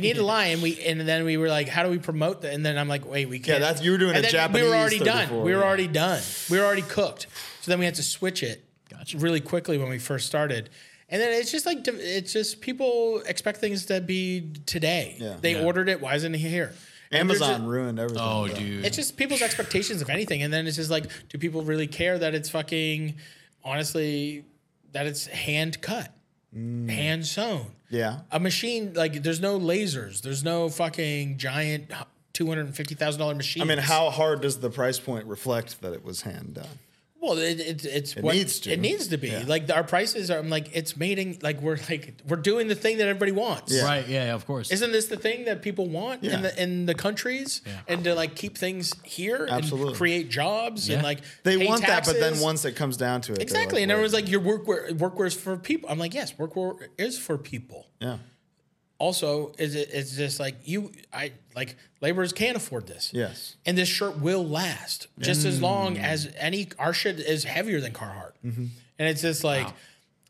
*laughs* need a line. We and then we were like, how do we promote that? And then I'm like, wait, we can't. that's- you were doing and a then We Japanese were already done. 34, We were yeah. already done. We were already cooked. So then we had to switch it Gotcha. really quickly when we first started. And then it's just like it's just people expect things to be today. Yeah. They Yeah. ordered it. Why isn't it here? And they're Amazon just- ruined everything. *laughs* oh, bro. dude. it's just people's expectations of anything, and then it's just like, do people really care that it's fucking, honestly, that it's hand cut, Mm. hand sewn? Yeah. a machine like there's no lasers, there's no fucking giant two hundred and fifty thousand dollar machine. I mean, how hard does the price point reflect that it was hand done? Well, it, it it's what needs to. it needs to be. Like our prices are. I'm like it's mating. Like we're like we're doing the thing that everybody wants. right. Yeah, yeah, of course. Isn't this the thing that people want Yeah. in the in the countries and to like keep things here Absolutely. and create jobs Yeah. and like They pay want that, but then taxes? once it comes down to it, they're exactly. and "Wait." everyone's like, your workwear workwear's for people. I'm like, yes, workwear is for people. yeah, also is it is just like you I like laborers can't afford this. Yes. Mm. And this shirt will last just as long as any our shit is heavier than Carhartt. Mm-hmm. And it's just like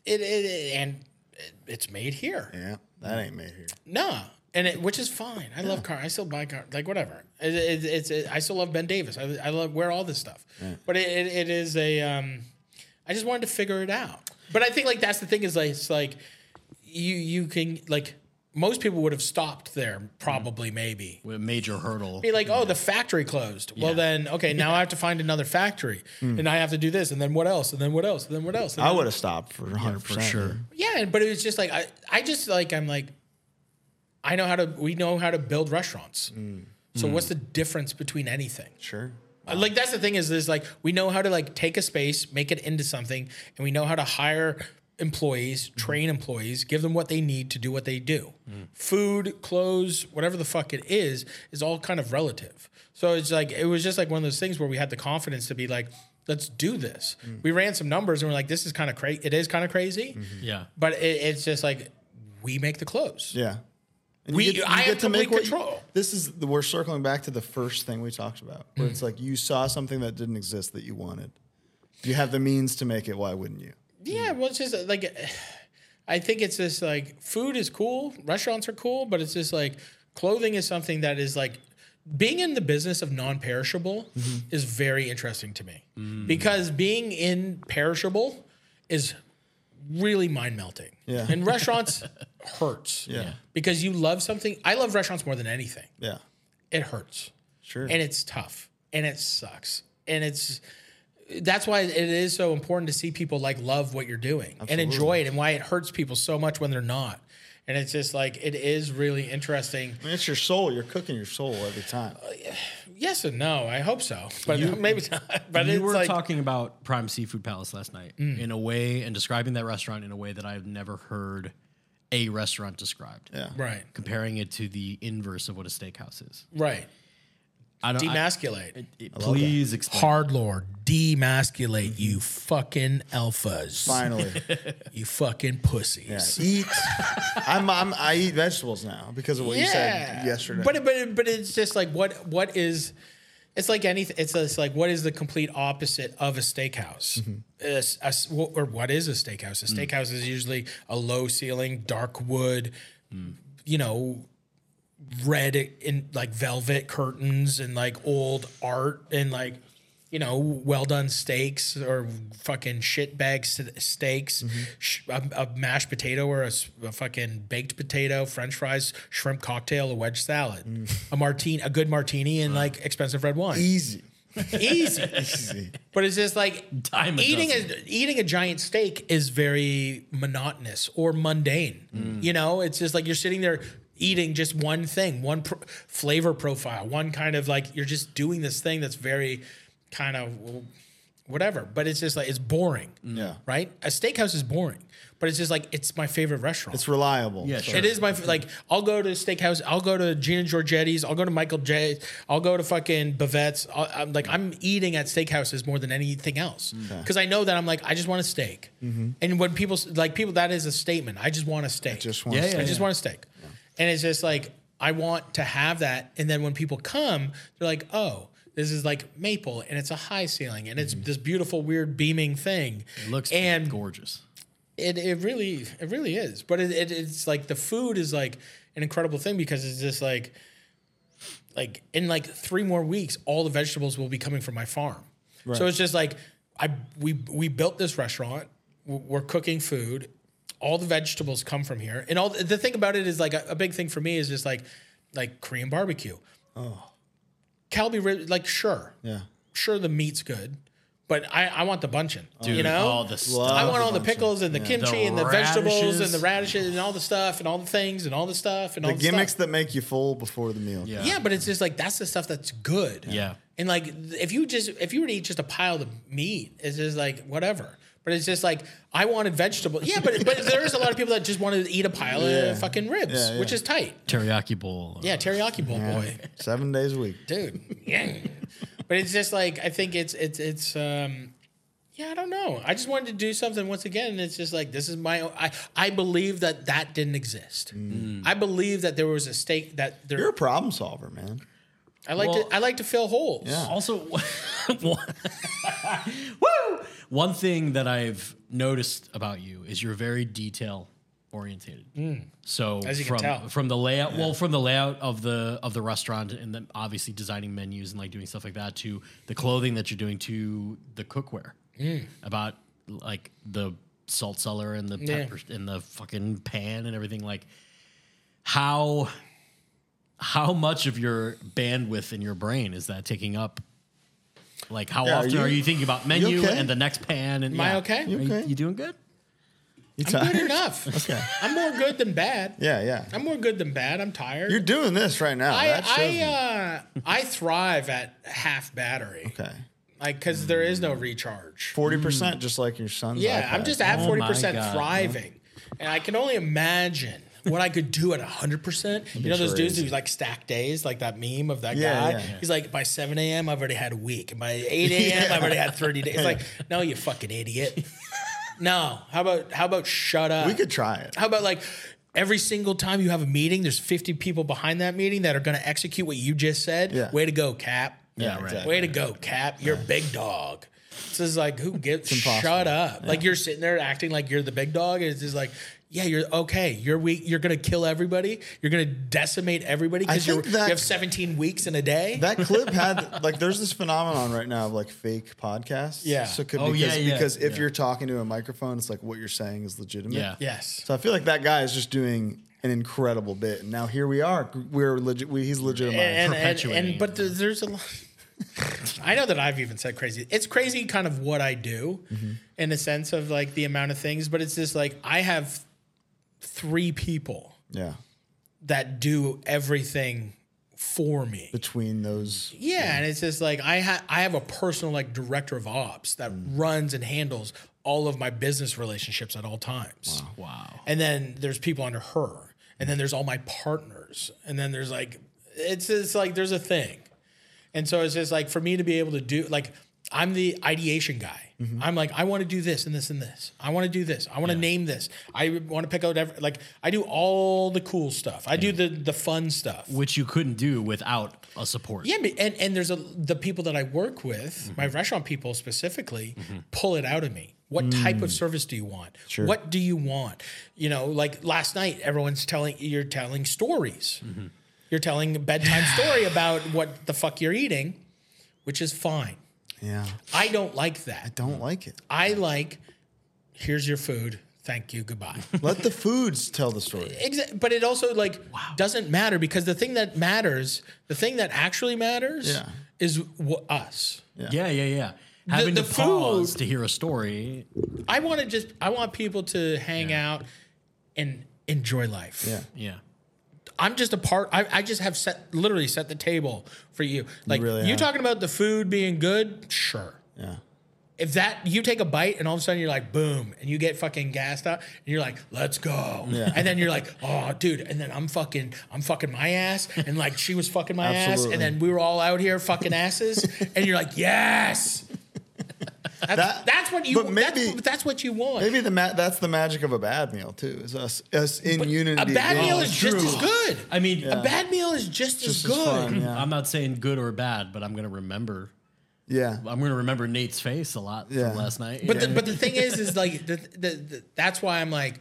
it, it, it- and it- it's made here. yeah, that ain't made here. Nah. And it, which is fine. I love car. I still buy car. Like whatever. It, it, it's it, I still love Ben Davis. I, I love wear all this stuff. But it, it, it is a. Um, I just wanted to figure it out. But I think like that's the thing is like it's like you you can like most people would have stopped there, probably, maybe. with a major hurdle. Be like, oh, the factory closed. Well, then, okay, now I have to find another factory, and I have to do this, and then what else, and then what else, and then what else. And I then- would have stopped for 100 percent. sure. yeah, but it was just like I, I just like I'm like, I know how to. We know how to build restaurants. So what's the difference between anything? Sure. Uh, Like that's the thing is is like we know how to like take a space, make it into something, and we know how to hire employees, train employees, give them what they need to do what they do. Food, clothes, whatever the fuck it is, is all kind of relative. So it's like it was just like one of those things where we had the confidence to be like, let's do this. We ran some numbers and we're like, this is kind of crazy. It is kind of crazy, Yeah. but it, it's just like we make the clothes. Yeah. And We- I have complete what you- control. this is the, we're circling back to the first thing we talked about, where it's like you saw something that didn't exist that you wanted. You have the means to make it. Why wouldn't you? Yeah, well, it's just uh, like *sighs* I think it's just like food is cool, restaurants are cool, but it's just like clothing is something that is like being in the business of non-perishable is very interesting to me because being in perishable is really mind melting. Yeah. And restaurants *laughs* hurts. Yeah. Because you love something. I love restaurants more than anything. Yeah. It hurts Sure. and it's tough and it sucks and it's that's why it is so important to see people like love what you're doing and enjoy it and why it hurts people so much when they're not and it's just like it is really interesting I mean, it's your soul. You're cooking your soul every time. Uh, yes and no i hope so but *laughs* maybe *laughs* not but You it's were like Mm. talking about Prime Seafood Palace last night in a way and describing that restaurant in a way that I've never heard a restaurant described. Yeah. right Comparing it to the inverse of what a steakhouse is. right I don't I, demasculate it- please explain. hard lord demasculate you fucking alphas *laughs* Finally, you fucking pussies eat. I'm, I'm. I eat vegetables now because of what you said yesterday. But it- but it- but it's just like what what is it's like anything. It's just like what is the complete opposite of a steakhouse? Mm-hmm. Is a s- wh- or what is a steakhouse? A Mm. steakhouse is usually a low ceiling, dark wood, you know, red in like velvet curtains and like old art and like you know well done steaks or fucking shit bag s- steaks sh- a, a mashed potato or a, s- a fucking baked potato french fries shrimp cocktail a wedge salad a martini a good martini and like expensive red wine easy. easy *laughs* Easy. but it's just like Dime a eating a eating a giant steak is very monotonous or mundane. Mm. You know, it's just like you're sitting there eating just one thing, one pro- flavor profile, one kind of like you're just doing this thing that's very kind of well, whatever. But it's just like it's boring, Yeah. right? A steakhouse is boring, but it's just like it's my favorite restaurant. It's reliable. Yeah, sure. It is my like. I'll go to steakhouse. I'll go to Gina Giorgetti's. I'll go to Michael J. I'll go to fucking Bavette's. I'll, I'm like I'm eating at steakhouses more than anything else Mm. because I know that I'm like I just want a steak. And when people s- like people, that is a statement. I just want a steak. Just want. to Yeah, yeah. I just want a steak. And it's just like I want to have that. And then when people come, they're like, oh. This is like maple, and it's a high ceiling, and it's this beautiful, weird beaming thing. Mm-hmm. It looks and gorgeous. it, it really it really is but it, it it's like the food is like an incredible thing because it's just like like in like three more weeks all the vegetables will be coming from my farm so it's just like i we we built this restaurant w- we're cooking food all the vegetables come from here and all the thing about it is like a, a big thing for me is just like like korean barbecue oh calby rib like sure Yeah. sure the meat's good but i i want the bunchin you Dude, know all the stuff. I want all the bunch of- pickles and the kimchi The and the vegetables radishes. and the radishes and all the stuff and all the things and all the stuff and all The the gimmicks Stuff. that make you full before the meal. Yeah. yeah, but it's just like that's the stuff that's good. Yeah. And like if you just if you were to eat just a pile of meat, it's just like whatever. But it's just like I wanted vegetables. Yeah, but but there's a lot of people that just wanted to eat a pile Yeah. of fucking ribs, Yeah, yeah. which is tight. Teriyaki bowl. Yeah, teriyaki bowl boy. Seven days a week. dude. Yeah. but it's just like I think it's it's it's um yeah, I don't know. I just wanted to do something once again and it's just like this is my own, I I believe that that didn't exist. I believe that there was a stake that there You're a problem solver, man. I like well- to I like to fill holes. Yeah. Also, *laughs* one- woo! One thing that I've noticed about you is you're very detail orientated. So Mm. As you can from tell. from the layout, well, from the layout of the of the restaurant, and then obviously designing menus and like doing stuff like that, to the clothing that you're doing, to the cookware, Mm. about like the salt cellar and the pepper and the fucking pan and everything. Like how how much of your bandwidth in your brain is that taking up? Like how Yeah, are often you- are you thinking about menu okay? and the next pan? And Am I yeah. okay? Are You, okay? you doing good? You I'm good *laughs* tired? enough. Okay. I'm more good than bad. Yeah, yeah. I'm more good than bad. I'm tired. You're doing this right now. I that shows me. I uh, I thrive at half battery, okay. like because there is no recharge. Forty percent, just like your son's. Yeah, I'm iPad. just at Oh my forty percent God, thriving, and I can only imagine what I could do at hundred percent. You know those dudes who crazy. like stack days, like that meme of that Yeah, yeah. guy. He's like, by seven a.m. I've already had a week, and by *laughs* eight a.m. I've already had thirty days. It's like, no, you *laughs* fucking idiot. no, how about how about shut up? We could try it. How about like every single time you have a meeting, there's 50 people behind that meeting that are going to execute what you just said. Yeah. Way to go, Cap. Yeah, right. exactly. Way to go, Cap. You're a big dog. This is like who gives? impossible. Shut up! Like you're sitting there acting like you're the big dog. It's just like, yeah, you're okay. You're weak. You're gonna kill everybody. You're gonna decimate everybody I because you think that- have 17 weeks in a day. That clip had like there's this phenomenon right now of like fake podcasts. Yeah. So it could Oh, because, yeah, yeah, because if yeah. you're talking to a microphone, it's like what you're saying is legitimate. Yeah. yes. So I feel like that guy is just doing an incredible bit, and now here we are. We're legit. We, he's legitimized. and, and, and, perpetuating and but there's, there's a lot. *laughs* I know that I've even said crazy. It's crazy, kind of what I do, in the sense of like the amount of things. But it's just like I have three people yeah. that do everything for me. Between those, Yeah, and it's just like I ha- I have a personal like director of ops that Mm. runs and handles all of my business relationships at all times. Wow. And then there's people under her. And then there's all my partners. And then there's like, it's just like there's a thing. And so it's just like for me to be able to do, like, I'm the ideation guy. Mm-hmm. I'm like, I want to do this and this and this. I want to do this. I want to name this. I want to pick out every, like, I do all the cool stuff. I do the the fun stuff. Which you couldn't do without a support. Yeah, but- and and there's a the people that I work with, my restaurant people specifically, pull it out of me. What type of service do you want? What do you want? You know, like last night, everyone's telling you're telling stories. You're telling a bedtime story about what the fuck you're eating, which is fine. yeah, I don't like that. don't like it. I like here's your food. Thank you. Goodbye. Let the foods tell the story. Exactly. But it also like doesn't matter because the thing that matters, the thing that actually matters, Yeah. is w- us. Yeah, yeah, yeah. Having the to pause food- to hear a story. I want to just I want people to hang out and enjoy life. Yeah. Yeah. I'm just a part. I, I just have set literally set the table for you. Like you, really have. talking about the food being good, sure. Yeah. If that you take a bite and all of a sudden you're like boom and you get fucking gassed out and you're like let's go and then you're like oh dude and then I'm fucking I'm fucking my ass and like she was fucking my ass Absolutely. and then we were all out here fucking asses and you're *laughs* like yes that's, That- that's what you but maybe- that's, that's what you want Maybe the ma- that's the magic of a bad meal too. Is us us in unity. A bad being- meal is just true. as good. I mean, A bad meal is just, Just as as good. fun, yeah. I'm not saying good or bad, but I'm gonna remember. yeah. I'm gonna remember Nate's face a lot Yeah. from last night. But the, but the thing is, *laughs* is like the, the, the, that's why I'm like,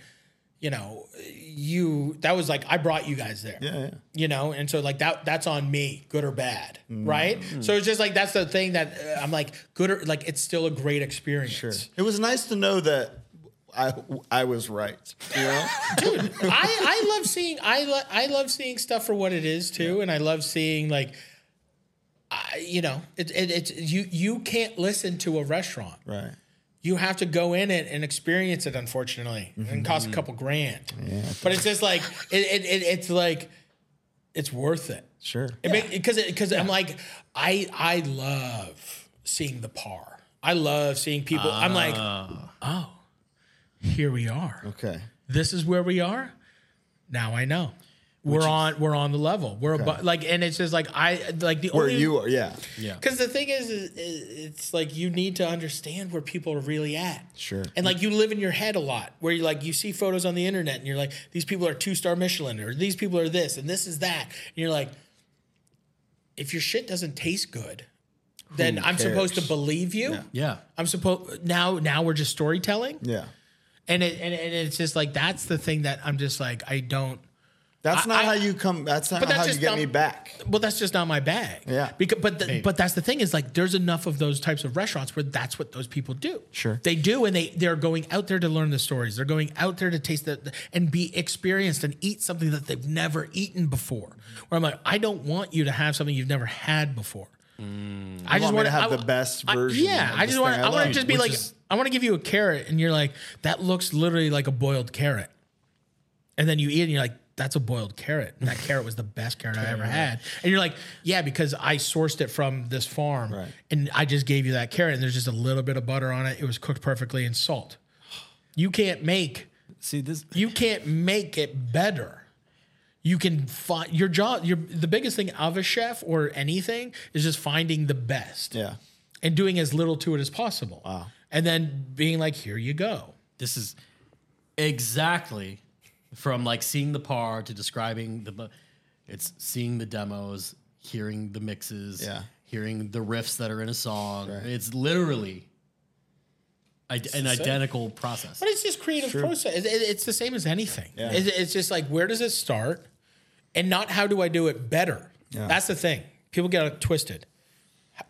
you know, you that was like I brought you guys there. Yeah. Yeah. You know, and so like that that's on me, good or bad, Mm. right? So it's just like that's the thing that uh, I'm like good or like it's still a great experience. Sure. It was nice to know that I I was right. You know? *laughs* dude. *laughs* *laughs* I, I love seeing I lo- I love seeing stuff for what it is too, and I love seeing like, I, you know, it, it it's you you can't listen to a restaurant. right. You have to go in it and experience it. Unfortunately, Mm-hmm. and it costs a couple grand. but it's just like it, it, it it's like it's worth it. Sure. Because because I'm like I I love seeing the par. I love seeing people. I'm like, oh, here we are Ah. Okay. this is where we are. Now I know. We're on we're on the level. We're abo- like and it's just like I like the Where only you are? Yeah. because the thing is, is, is it's like you need to understand where people are really at. Sure. And like you live in your head a lot, where you like you see photos on the internet, and you're like, these people are two star Michelin, or these people are this, and this is that, and you're like, if your shit doesn't taste good, then I'm supposed to cares? believe you. yeah. I'm supposed now. Now we're just storytelling Yeah. and it and, and it's just like that's the thing that I'm just like I don't That's not I- how you come. That's not But that's how you just get dumb- me back. Well, that's just not my bag. Yeah. Because, but the, but that's the thing is like there's enough of those types of restaurants where that's what those people do. Sure. They do, and they they're going out there to learn the stories. They're going out there to taste the, the- and be experienced and eat something that they've never eaten before. Where I'm like, I don't want you to have something you've never had before. I want me wanna- to have I- the best I- version yeah, of I this just want. thing I, I want to love. just be Which like, is- I want to give you a carrot, and you're like, that looks literally like a boiled carrot and then you eat it and you're like that's a boiled carrot and that carrot was the best carrot i ever had and you're like yeah because i sourced it from this farm Right. and i just gave you that carrot and there's just a little bit of butter on it it was cooked perfectly and salt you can't make See this. you can't make it better you can find your job your the biggest thing of a chef or anything is just finding the best Yeah. and doing as little to it as possible wow. and then being like here you go This is exactly from like seeing the par to describing the. bu- It's seeing the demos, hearing the mixes, Yeah. hearing the riffs that are in a song. It's literally id- an identical process. But it's just creative process. It- it- it's the same as anything. It's, it's just like where does it start, and not how do I do it better. That's the thing. People get it twisted. How-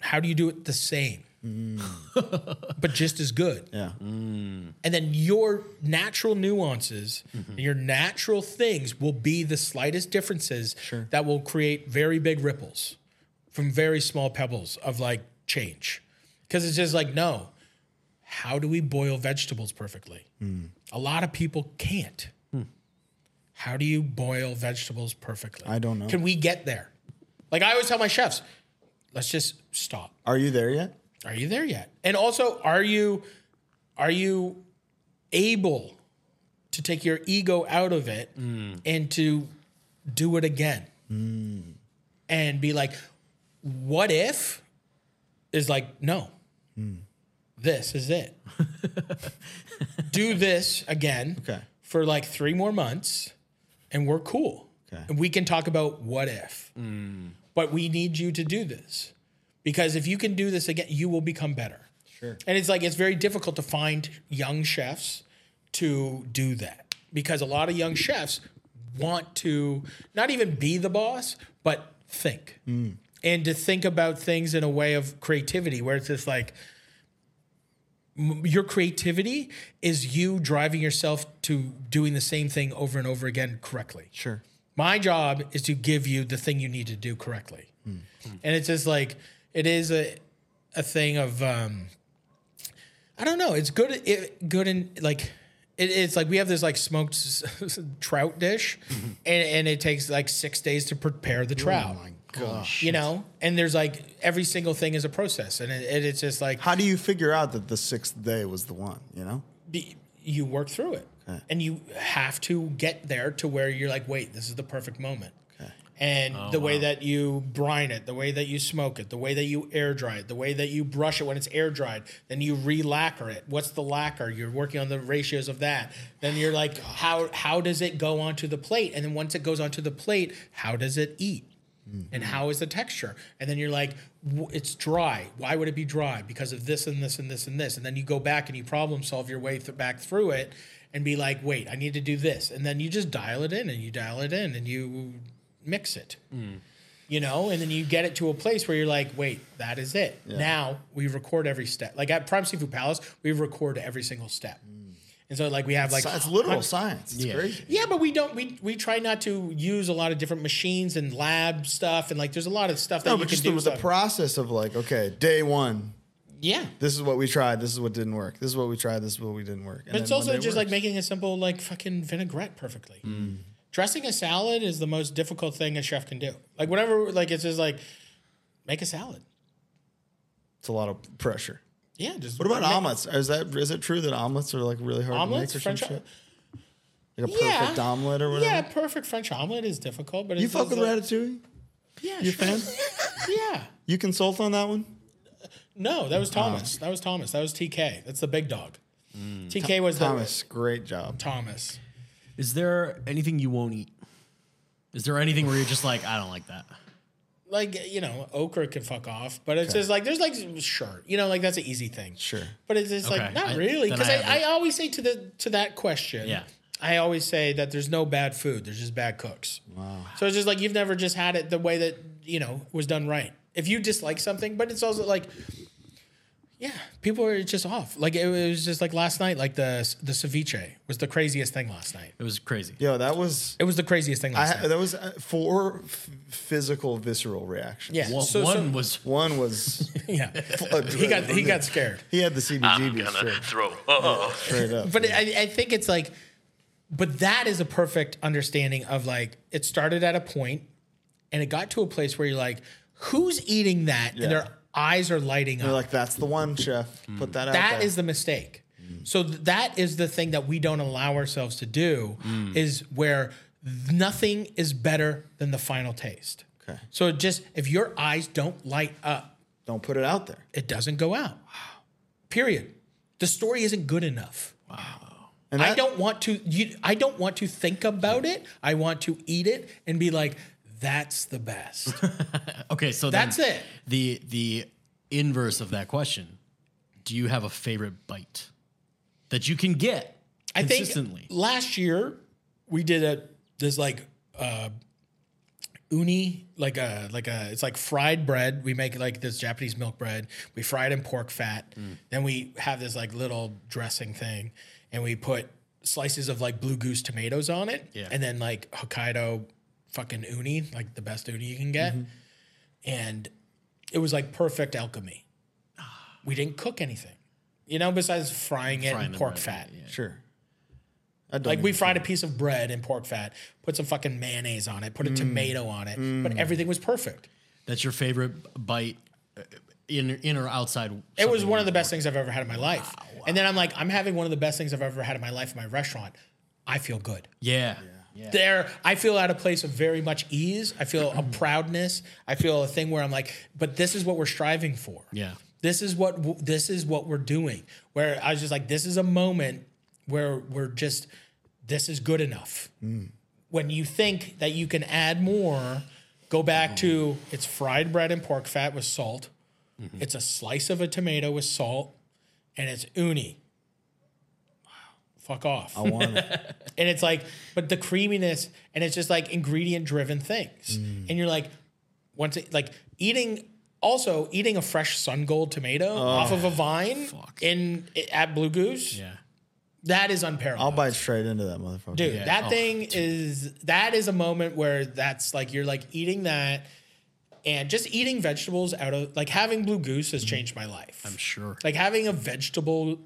How do you do it the same, *laughs* but just as good? Yeah. And then your natural nuances, and your natural things will be the slightest differences that will create very big ripples from very small pebbles of like change. Because it's just like, no, how do we boil vegetables perfectly? Hmm. A lot of people can't. How do you boil vegetables perfectly? I don't know. Can we get there? Like I always tell my chefs, let's just stop Are you there yet? are you there yet and also are you are you able to take your ego out of it and to do it again and be like what if is like no this is it do this again Okay. for like three more months and we're cool Okay. Mm. and we can talk about what if but we need you to do this because if you can do this again you will become better Sure. and it's like it's very difficult to find young chefs to do that because a lot of young chefs want to not even be the boss but think Mm. and to think about things in a way of creativity where it's just like m- your creativity is you driving yourself to doing the same thing over and over again correctly Sure. my job is to give you the thing you need to do correctly. Hmm. And it's just like it is a a thing of um I don't know, it's good it, good in like it, it's like we have this like smoked s- trout dish *laughs* and, and it takes like 6 days to prepare the trout. Oh Gosh. you know, and there's like every single thing is a process and it, it- it's just like How do you figure out that the sixth day was the one? You know. be, you work through it and you have to get there to where you're like wait this is the perfect moment and the way that you brine it the way that you smoke it the way that you air dry it the way that you brush it when it's air dried then you re-lacquer it what's the lacquer you're working on the ratios of that then you're like how how does it go onto the plate and then once it goes onto the plate how does it eat and how is the texture and then you're like w- it's dry why would it be dry because of this and this and this and this and then you go back and you problem solve your way th- back through it and be like wait i need to do this and then you just dial it in and you dial it in and you mix it you know and then you get it to a place where you're like wait that is it now we record every step like at prime seafood palace we record every single step and so like we have like Sci- Mm. it's literal hun- science. It's Yeah. crazy. yeah, but we don't. We we try not to use a lot of different machines and lab stuff, and like there's a lot of stuff that No, you but can just do. the, the stuff. process of like, okay, day one, yeah, this is what we tried, this is what didn't work, this is what we tried, this is what we didn't work. but it's also just like making a simple like fucking vinaigrette perfectly. Hmm. Dressing a salad is the most difficult thing a chef can do. Like whatever, like it's just like make a salad. it's a lot of pressure. Yeah, just What about make- omelets? Is that is it true that omelets are like really hard Omelets, to make or French some o- shit? Like a perfect Yeah. omelet or whatever. Yeah, perfect French omelet is difficult, but you it's fuck just with like, ratatouille? Yeah, You a sure. fan? *laughs* yeah. You consult on that one? No, that was Thomas. That was Thomas. That was TK. That's the big dog. TK was Hmm. Thomas, great job. the Thomas. Is there anything you won't eat? Is there anything where you're just like, I don't like that? like you know, okra can fuck off, but it's just like there's like sure, you know, like that's an easy thing. Sure. but it's just Okay. like not I- really then because I I, haven't- I, always say to the to that question, Yeah. I always say that there's no bad food. There's just bad cooks. Wow. So it's just like you've never just had it the way that you know was done right. If you dislike something, but it's also like, yeah, people are just off. Like it was just like last night. Like the the ceviche was the craziest thing last night. It was crazy. Yo, that was It was the craziest thing I, last ha- night. that was uh, four f- physical visceral reactions. Yeah. One, so, so- one was One was *laughs* *laughs* yeah. he got he got scared. he had the I'm CBGB gonna straight, throw. Oh, straight up. *laughs* But I, I think it's like, but that is a perfect understanding of like it started at a point, and it got to a place where you're like, who's eating that? Yeah. And their eyes are lighting They're up. like, that's the one, chef. Put that out. That there. is the mistake. So th- that is the thing that we don't allow ourselves to do Mm. is where th- nothing is better than the final taste. Okay. So just if your eyes don't light up, Don't put it out there. it doesn't go out. Period. The story isn't good enough. And I that- don't want to. You, I don't want to think about it. I want to eat it and be like, "That's the *laughs* best." Okay, so That's then it. The the inverse of that question: Do you have a favorite bite that you can get I think consistently? last year we did a this like uh, uni like a like a it's like fried bread. We make like this Japanese milk bread. We fry it in pork fat. Mm. Then we have this like little dressing thing, and we put slices of like blue goose tomatoes on it, Yeah. and then like Hokkaido fucking uni, like the best uni you can get, Mm-hmm. and it was like perfect alchemy. We didn't cook anything, you know, besides frying it Ah. Frying in the pork bread, fat. Sure. I don't Like even- we fried a piece of bread in pork fat, put some fucking mayonnaise on it, put Mm. a tomato on it, but everything was perfect. That's your favorite bite uh, in in or outside. It was one of the best things I've ever had in my life. And then I'm like, I'm having one of the best things I've ever had in my life in my restaurant. I feel good. Yeah. yeah. There, I feel at a place of very much ease. I feel Mm. a proudness. I feel a thing where I'm like, but this is what we're striving for. Yeah. This is what w- this is what we're doing. Where I was just like, this is a moment where we're just this is good enough. When you think that you can add more, go back to it's fried bread and pork fat with salt. It's a slice of a tomato with salt, and it's uni. Fuck off. I want it. *laughs* And it's like, but the creaminess, and it's just like ingredient driven things. And you're like, once it, like eating, also eating a fresh sun gold tomato off of a vine in at Blue Goose, Yeah. that is unparalleled. I'll bite straight into that motherfucker. Dude, that Oh, thing is that is a moment where that's like you're like eating that and just eating vegetables out of like having blue goose has changed my life. Mm-hmm. I'm sure. Like having a vegetable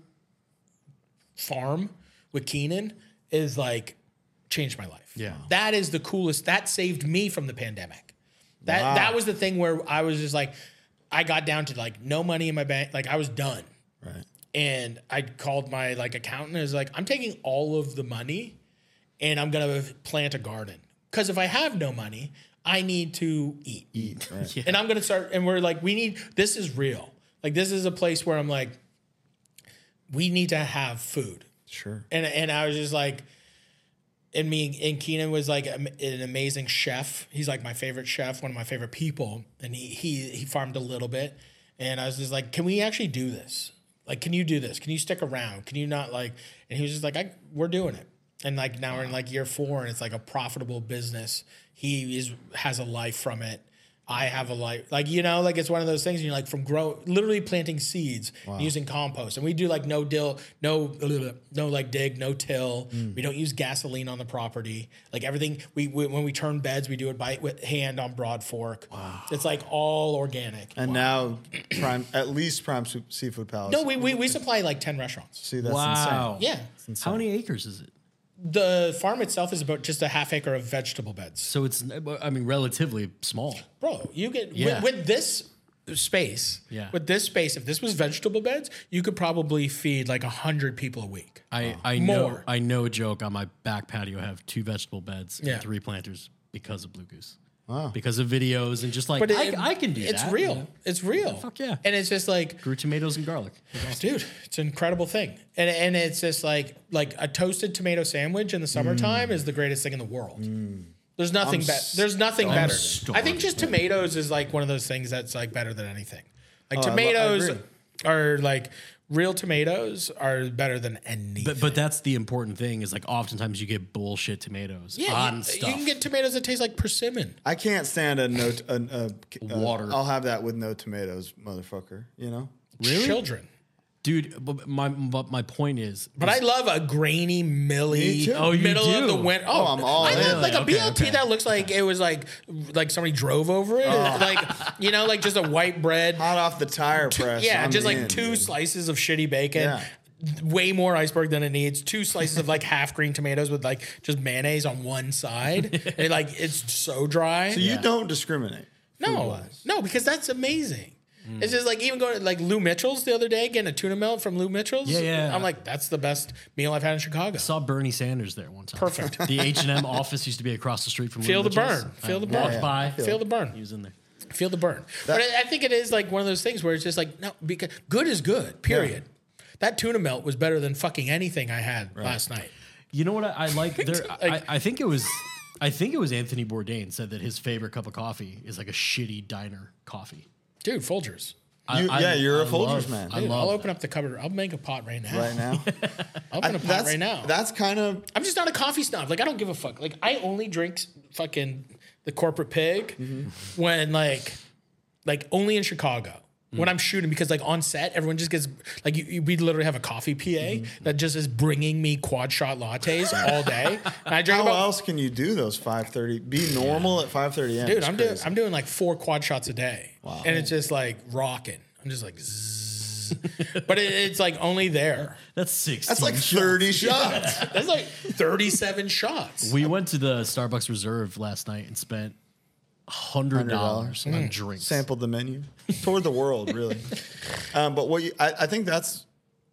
farm with Keenan is like changed my life. Yeah. That is the coolest. That saved me from the pandemic. That Wow. that was the thing where I was just like, I got down to like no money in my bank. Like I was done. Right. And I called my like accountant and was like, I'm taking all of the money and I'm gonna plant a garden. Cause if I have no money, I need to eat. Eat. Right. And I'm gonna start. And we're like, we need this is real. Like this is a place where I'm like, we need to have food. Sure. And and I was just like, and me and Keenan was like am- an amazing chef. He's like my favorite chef, one of my favorite people. And he he he farmed a little bit. And I was just like, can we actually do this? Like, can you do this? Can you stick around? Can you not like? And he was just like, I, we're doing it. And like now we're in like year four, and it's like a profitable business. He is has a life from it. I have a life, like you know, like it's one of those things. And you're like from grow, literally planting seeds and using compost, and we do like no dill, no no like dig, no till. We don't use gasoline on the property. Like everything, we, we when we turn beds, we do it by with hand on broad fork. It's like all organic. And now, prime at least prime soup, seafood palace. No, we, we we supply like ten restaurants. see that's wow. insane. Yeah, How many acres is it? the farm itself is about just a half acre of vegetable beds. So it's I mean relatively small. bro you get Yeah. with, with this space Yeah. with this space if this was vegetable beds you could probably feed like 100 people a week I I know More. I know a joke on my back patio. I have two vegetable beds Yeah. and three planters because of blue goose. Wow. Because of videos and just like but it- I, I can do it's that. real you know? it's real Fuck yeah. and it's just like Grew tomatoes and garlic. dude it's an incredible thing and, and it's just like like a toasted tomato sandwich in the summertime Mm. is the greatest thing in the world there's nothing better there's nothing better i think just Oh, tomatoes is like one of those things that's like better than anything like I lo- I tomatoes agree. are like real tomatoes are better than anything. But, but that's the important thing is like oftentimes you get bullshit tomatoes yeah, on you, stuff. you can get tomatoes that taste like persimmon. I can't stand a no t- an- a, a, Water. I'll have that with no tomatoes, motherfucker. You know, Children. Dude, but my but my point is, But I love a grainy, milly, Me too. Oh, you middle do? of the winter. Oh, Oh, I'm all I love in. like a Okay, BLT okay. that looks like it was like like somebody drove over it. Oh. *laughs* Like you know, like just a white bread. hot off the tire press. yeah, I'm just like in, two dude. slices of shitty bacon. Yeah. Way more iceberg than it needs. Two slices of like *laughs* half green tomatoes with like just mayonnaise on one *laughs* side. it, like it's so dry. So you don't discriminate. No, food-wise. no, because that's amazing. Mm. It's just like even going to like Lou Mitchell's the other day, getting a tuna melt from Lou Mitchell's. Yeah, yeah. I'm like, that's the best meal I've had in Chicago. saw Bernie Sanders there one time. Perfect. *laughs* The H and M office used to be across the street from. Feel the Mitchell's. burn. I Feel the walked burn. by. Feel the He burn. was in there. Feel the burn. but I, I think it is like one of those things where it's just like, no, because good is good, period. That tuna melt was better than fucking anything I had last night. You know what I, I like? *laughs* There, Like- I, I think it was, I think it was Anthony Bourdain said that his favorite cup of coffee is like a shitty diner coffee. Dude, Folgers. I- You- I- yeah, you're a I Folgers love- man. I Dude, love. I'll open up the cupboard. I'll make a pot right now. *laughs* right now. I'll open a pot that's right now. That's kind of I'm just not a coffee snob. Like I don't give a fuck. Like I only drink s- fucking the corporate pig Mm-hmm. when like like only in Chicago Mm. when I'm shooting because like on set everyone just gets like you, you, we literally have a coffee PA Mm-hmm. that just is bringing me quad shot lattes all day. And I drink how about else can you do those five thirty? Be normal at five thirty a.m. dude. It's I'm doing crazy. I'm doing like four quad shots a day, and it's just like rocking. I'm just like. Zzz. but it, it's like only there. That's six. That's *laughs* like thirty shots. That's like 37 shots. We went to the Starbucks Reserve last night and spent hundred dollars on Mm. drinks. Sampled the menu toward the world, really. Um, but what you, I, I think that's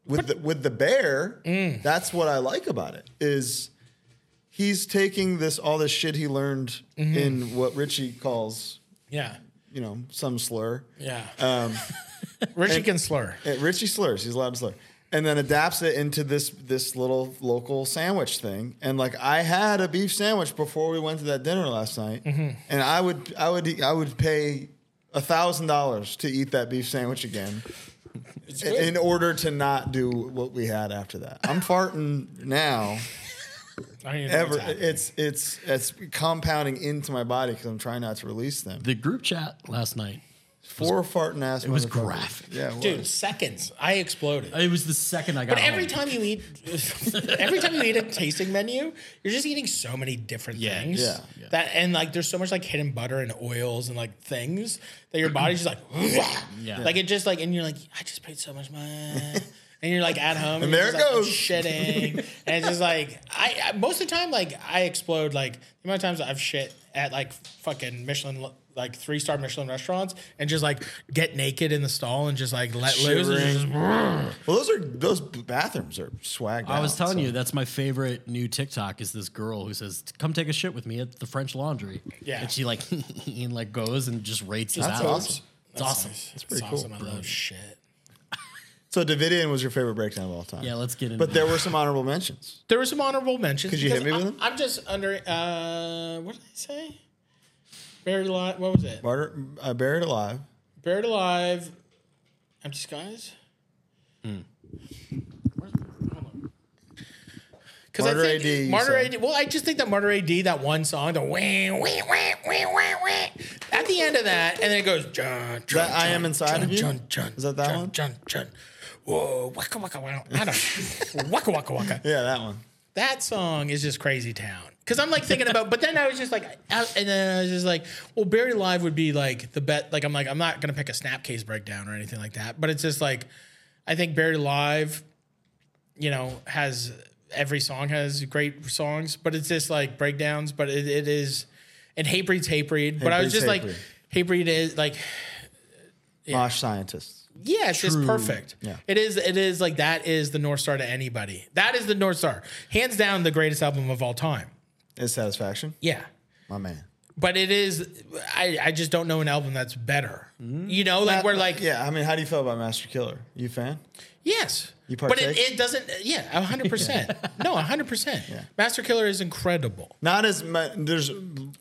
with the, with the bear. That's what I like about it is he's taking this all this shit he learned in what Richie calls Yeah. you know some slur. Yeah. Um, Richie can slur. Uh, Richie slurs. He's allowed to slur, and then adapts it into this this little local sandwich thing. And like I had a beef sandwich before we went to that dinner last night, Mm-hmm. and I would I would eat- I would pay thousand dollars to eat that beef sandwich again. In in order to not do what we had after that, I'm farting now. I don't even know what's Ever, happening. it's it's it's compounding into my body because I'm trying not to release them. The group chat last night. Four farting ass. It was graphic. Yeah, it dude was. seconds. I exploded. It was the second I got. but every home. time you eat, *laughs* every time you eat a tasting menu, you're just eating so many different Yeah, things. yeah, yeah. That and like there's so much like hidden butter and oils and like things that your body's just like, *gasps* Yeah. like it just like and you're like, I just paid so much *laughs* money. And you're like at home, and there you're it just, like, goes. shitting, and it's just like I, I most of the time like I explode like the amount of times I've shit at like fucking Michelin like three star Michelin restaurants and just like get naked in the stall and just like let loose and just Well, those are those bathrooms are swagged. I was out, telling so- you, that's my favorite new TikTok is this girl who says, "Come take a shit with me at the French Laundry." Yeah. and she like *laughs* and like goes and just rates it That's out. awesome. It's awesome. That's pretty it's cool, Awesome. I love shit. So Davidian was your favorite breakdown of all time. Yeah, let's get into. But there were some honorable mentions. There were some honorable mentions. Could you hit because me with I- them? I'm just under. Uh, what did I say? Buried alive. What was it? Martyr, uh, buried alive. Buried alive. Empty skies. Hmm. Because Martyr I think AD, you Martyr said. AD. Well, I just think that Martyr AD, that one song, the wee wee wee wee wee wee, at the end of that, and then it goes. Jun, jun, That I Am jun, Inside jun, of You? Jun, jun, Is that that jun, one? Jun, jun. Whoa, waka waka waka. I don't. waka waka waka Yeah, that one. that song is just crazy town because i'm like thinking about but then i was just like I- and then i was just like well buried alive would be like the bet like i'm like i'm not gonna pick a snapcase breakdown or anything like that but it's just like i think buried alive you know has every song has great songs but it's just like breakdowns but it, it is and hate breed's hate breed but i was Breed's just Hate like Breed. hate breed is like Mosh scientists. yeah, it's just perfect. Yeah. It is it is like that is the North Star to anybody. That is the North Star. Hands down the greatest album of all time. Is satisfaction, Yeah. my man. But it is I, I just don't know an album that's better. You know, like we're like Mm-hmm. yeah. I mean, how do you feel about Master Killer? You fan? yes. You but it, partake? it doesn't yeah, hundred *laughs* percent. No, hundred percent. Master Killer is incredible. Not as much. There's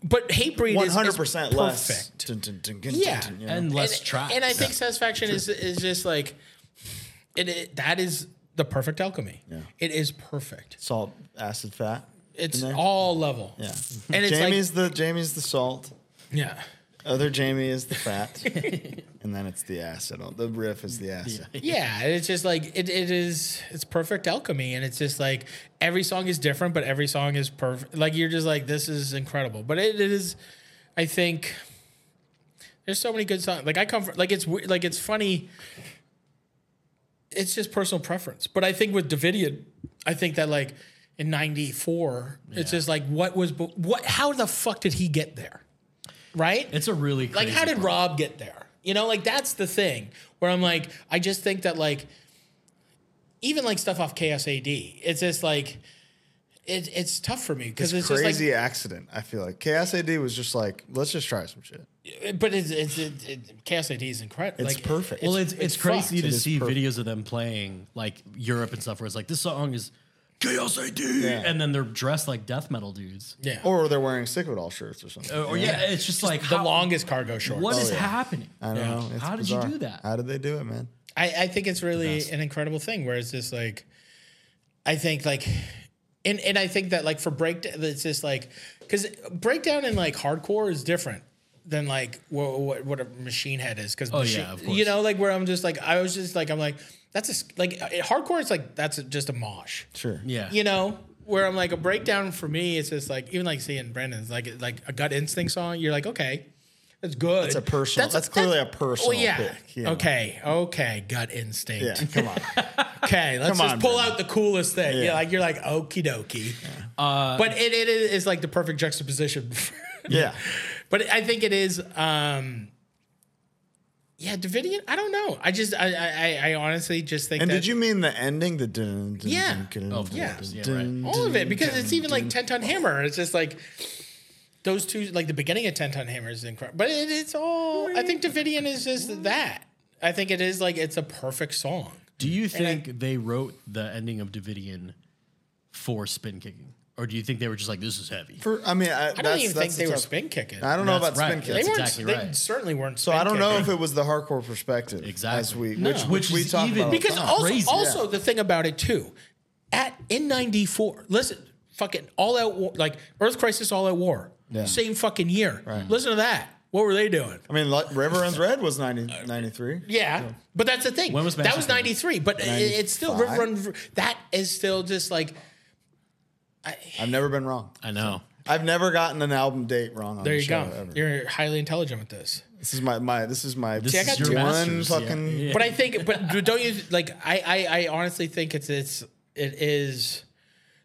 But Hate Breed one is- is hundred percent less. perfect. Dun, dun, dun, dun, Yeah. dun, dun, you know? and less and, tracks. And I think satisfaction is is just like it, it that is the perfect alchemy. Yeah. It is perfect. Salt, acid, fat. It's in there. all level. Yeah. And it's Jamie's the Jamie's the salt. like yeah. Other Jamie is the fat, and then it's the acid. The riff is the acid. Yeah, it's just like it, it is it's perfect alchemy and it's just like every song is different but every song is perfect. Like you're just like this is incredible. But it is I think there's so many good songs. Like I come from like it's we- like it's funny it's just personal preference. But I think with Davidian, I think that like in 94 it's just like what was be- what how the fuck did he get there? Right? It's a really like crazy how did part. rob get there you know like that's the thing where i'm like i just think that like even like stuff off ksad it's just like it, it's tough for me because it's, Crazy accident. I feel like KSAD was just like, let's just try some shit. just like but it's it's it, it, ksad is incredible It's like, *laughs* perfect. Well, it's it's, it's crazy fucked. to It is see perfect. videos of them playing like Europe and stuff, where it's like this song is KSID, Yeah. and then they're dressed like death metal dudes. yeah or Or they're wearing Sickwood shirts or something. Or Oh, yeah, it's just, like the how- longest cargo shorts What is Oh, yeah. happening? I don't know. It's How did you bizarre. do that? How did they do it, man? I, I think it's really an incredible thing where it's just like I think like and and I think that like for breakdown it's just like because breakdown and like hardcore is different than like what what, what a machine head is because Oh, yeah, of course. you know like where I'm just like I was just like I'm like that's a s- like uh, hardcore it's like that's a, just a mosh Sure. Yeah, you know where I'm like a breakdown for me it's just like even like seeing Brendan's like like a gut instinct song you're like okay that's good It's a personal. That's, clearly a personal well, yeah. pick. you know? Okay. Okay. Gut instinct. Yeah. Come on. *laughs* Okay, let's Come just on, pull Brendan. out the coolest thing. Yeah. You're like you're like okie dokie. but it, it is like the perfect juxtaposition. *laughs* yeah. but I think it is. um Yeah, Davidian. I don't know. I just I I, I- I honestly just think. And *laughs* that did you mean the ending? The dun, dun, Yeah. dun, dun, Of dun, course, dun, yeah, dun, all of dun. it because it's even like Ten Ton Hammer. It's just like. Those two, like the beginning of Ten Ton Hammer, is incredible, but it, it's all. I think Davidian is just that. I think it is like it's a perfect song. Do you think they wrote the ending of Davidian for spin kicking, or do you think they were just like, "This is heavy"? For, I mean, I I, don't that's, even that's think they the were tough- spin kicking. I don't know That's about right. spin That's kicks. they weren't. exactly they right. certainly weren't. So I don't know if spin-kicking. it was the hardcore perspective. Exactly. As we, No. which, Which which we is talk even- about. because all the also, crazy. also the thing about it too, at in '94, listen, fucking all out war, like Earth Crisis, all out war, same fucking year. Listen to that. What were they doing? I mean, like, River Runs Red was 90, 93. Yeah, but that's the thing. When was that Master was Plan? '93, but it- it's still River 95? Run. That is still just like I've never been wrong. I know. I've never gotten an album date wrong on there the you show go. ever. You're highly intelligent with this. This is my, my this is my This See, I is got your two. one masters. yeah. fucking Yeah. *laughs* But I think, but don't you like? I, I I honestly think it's it's it is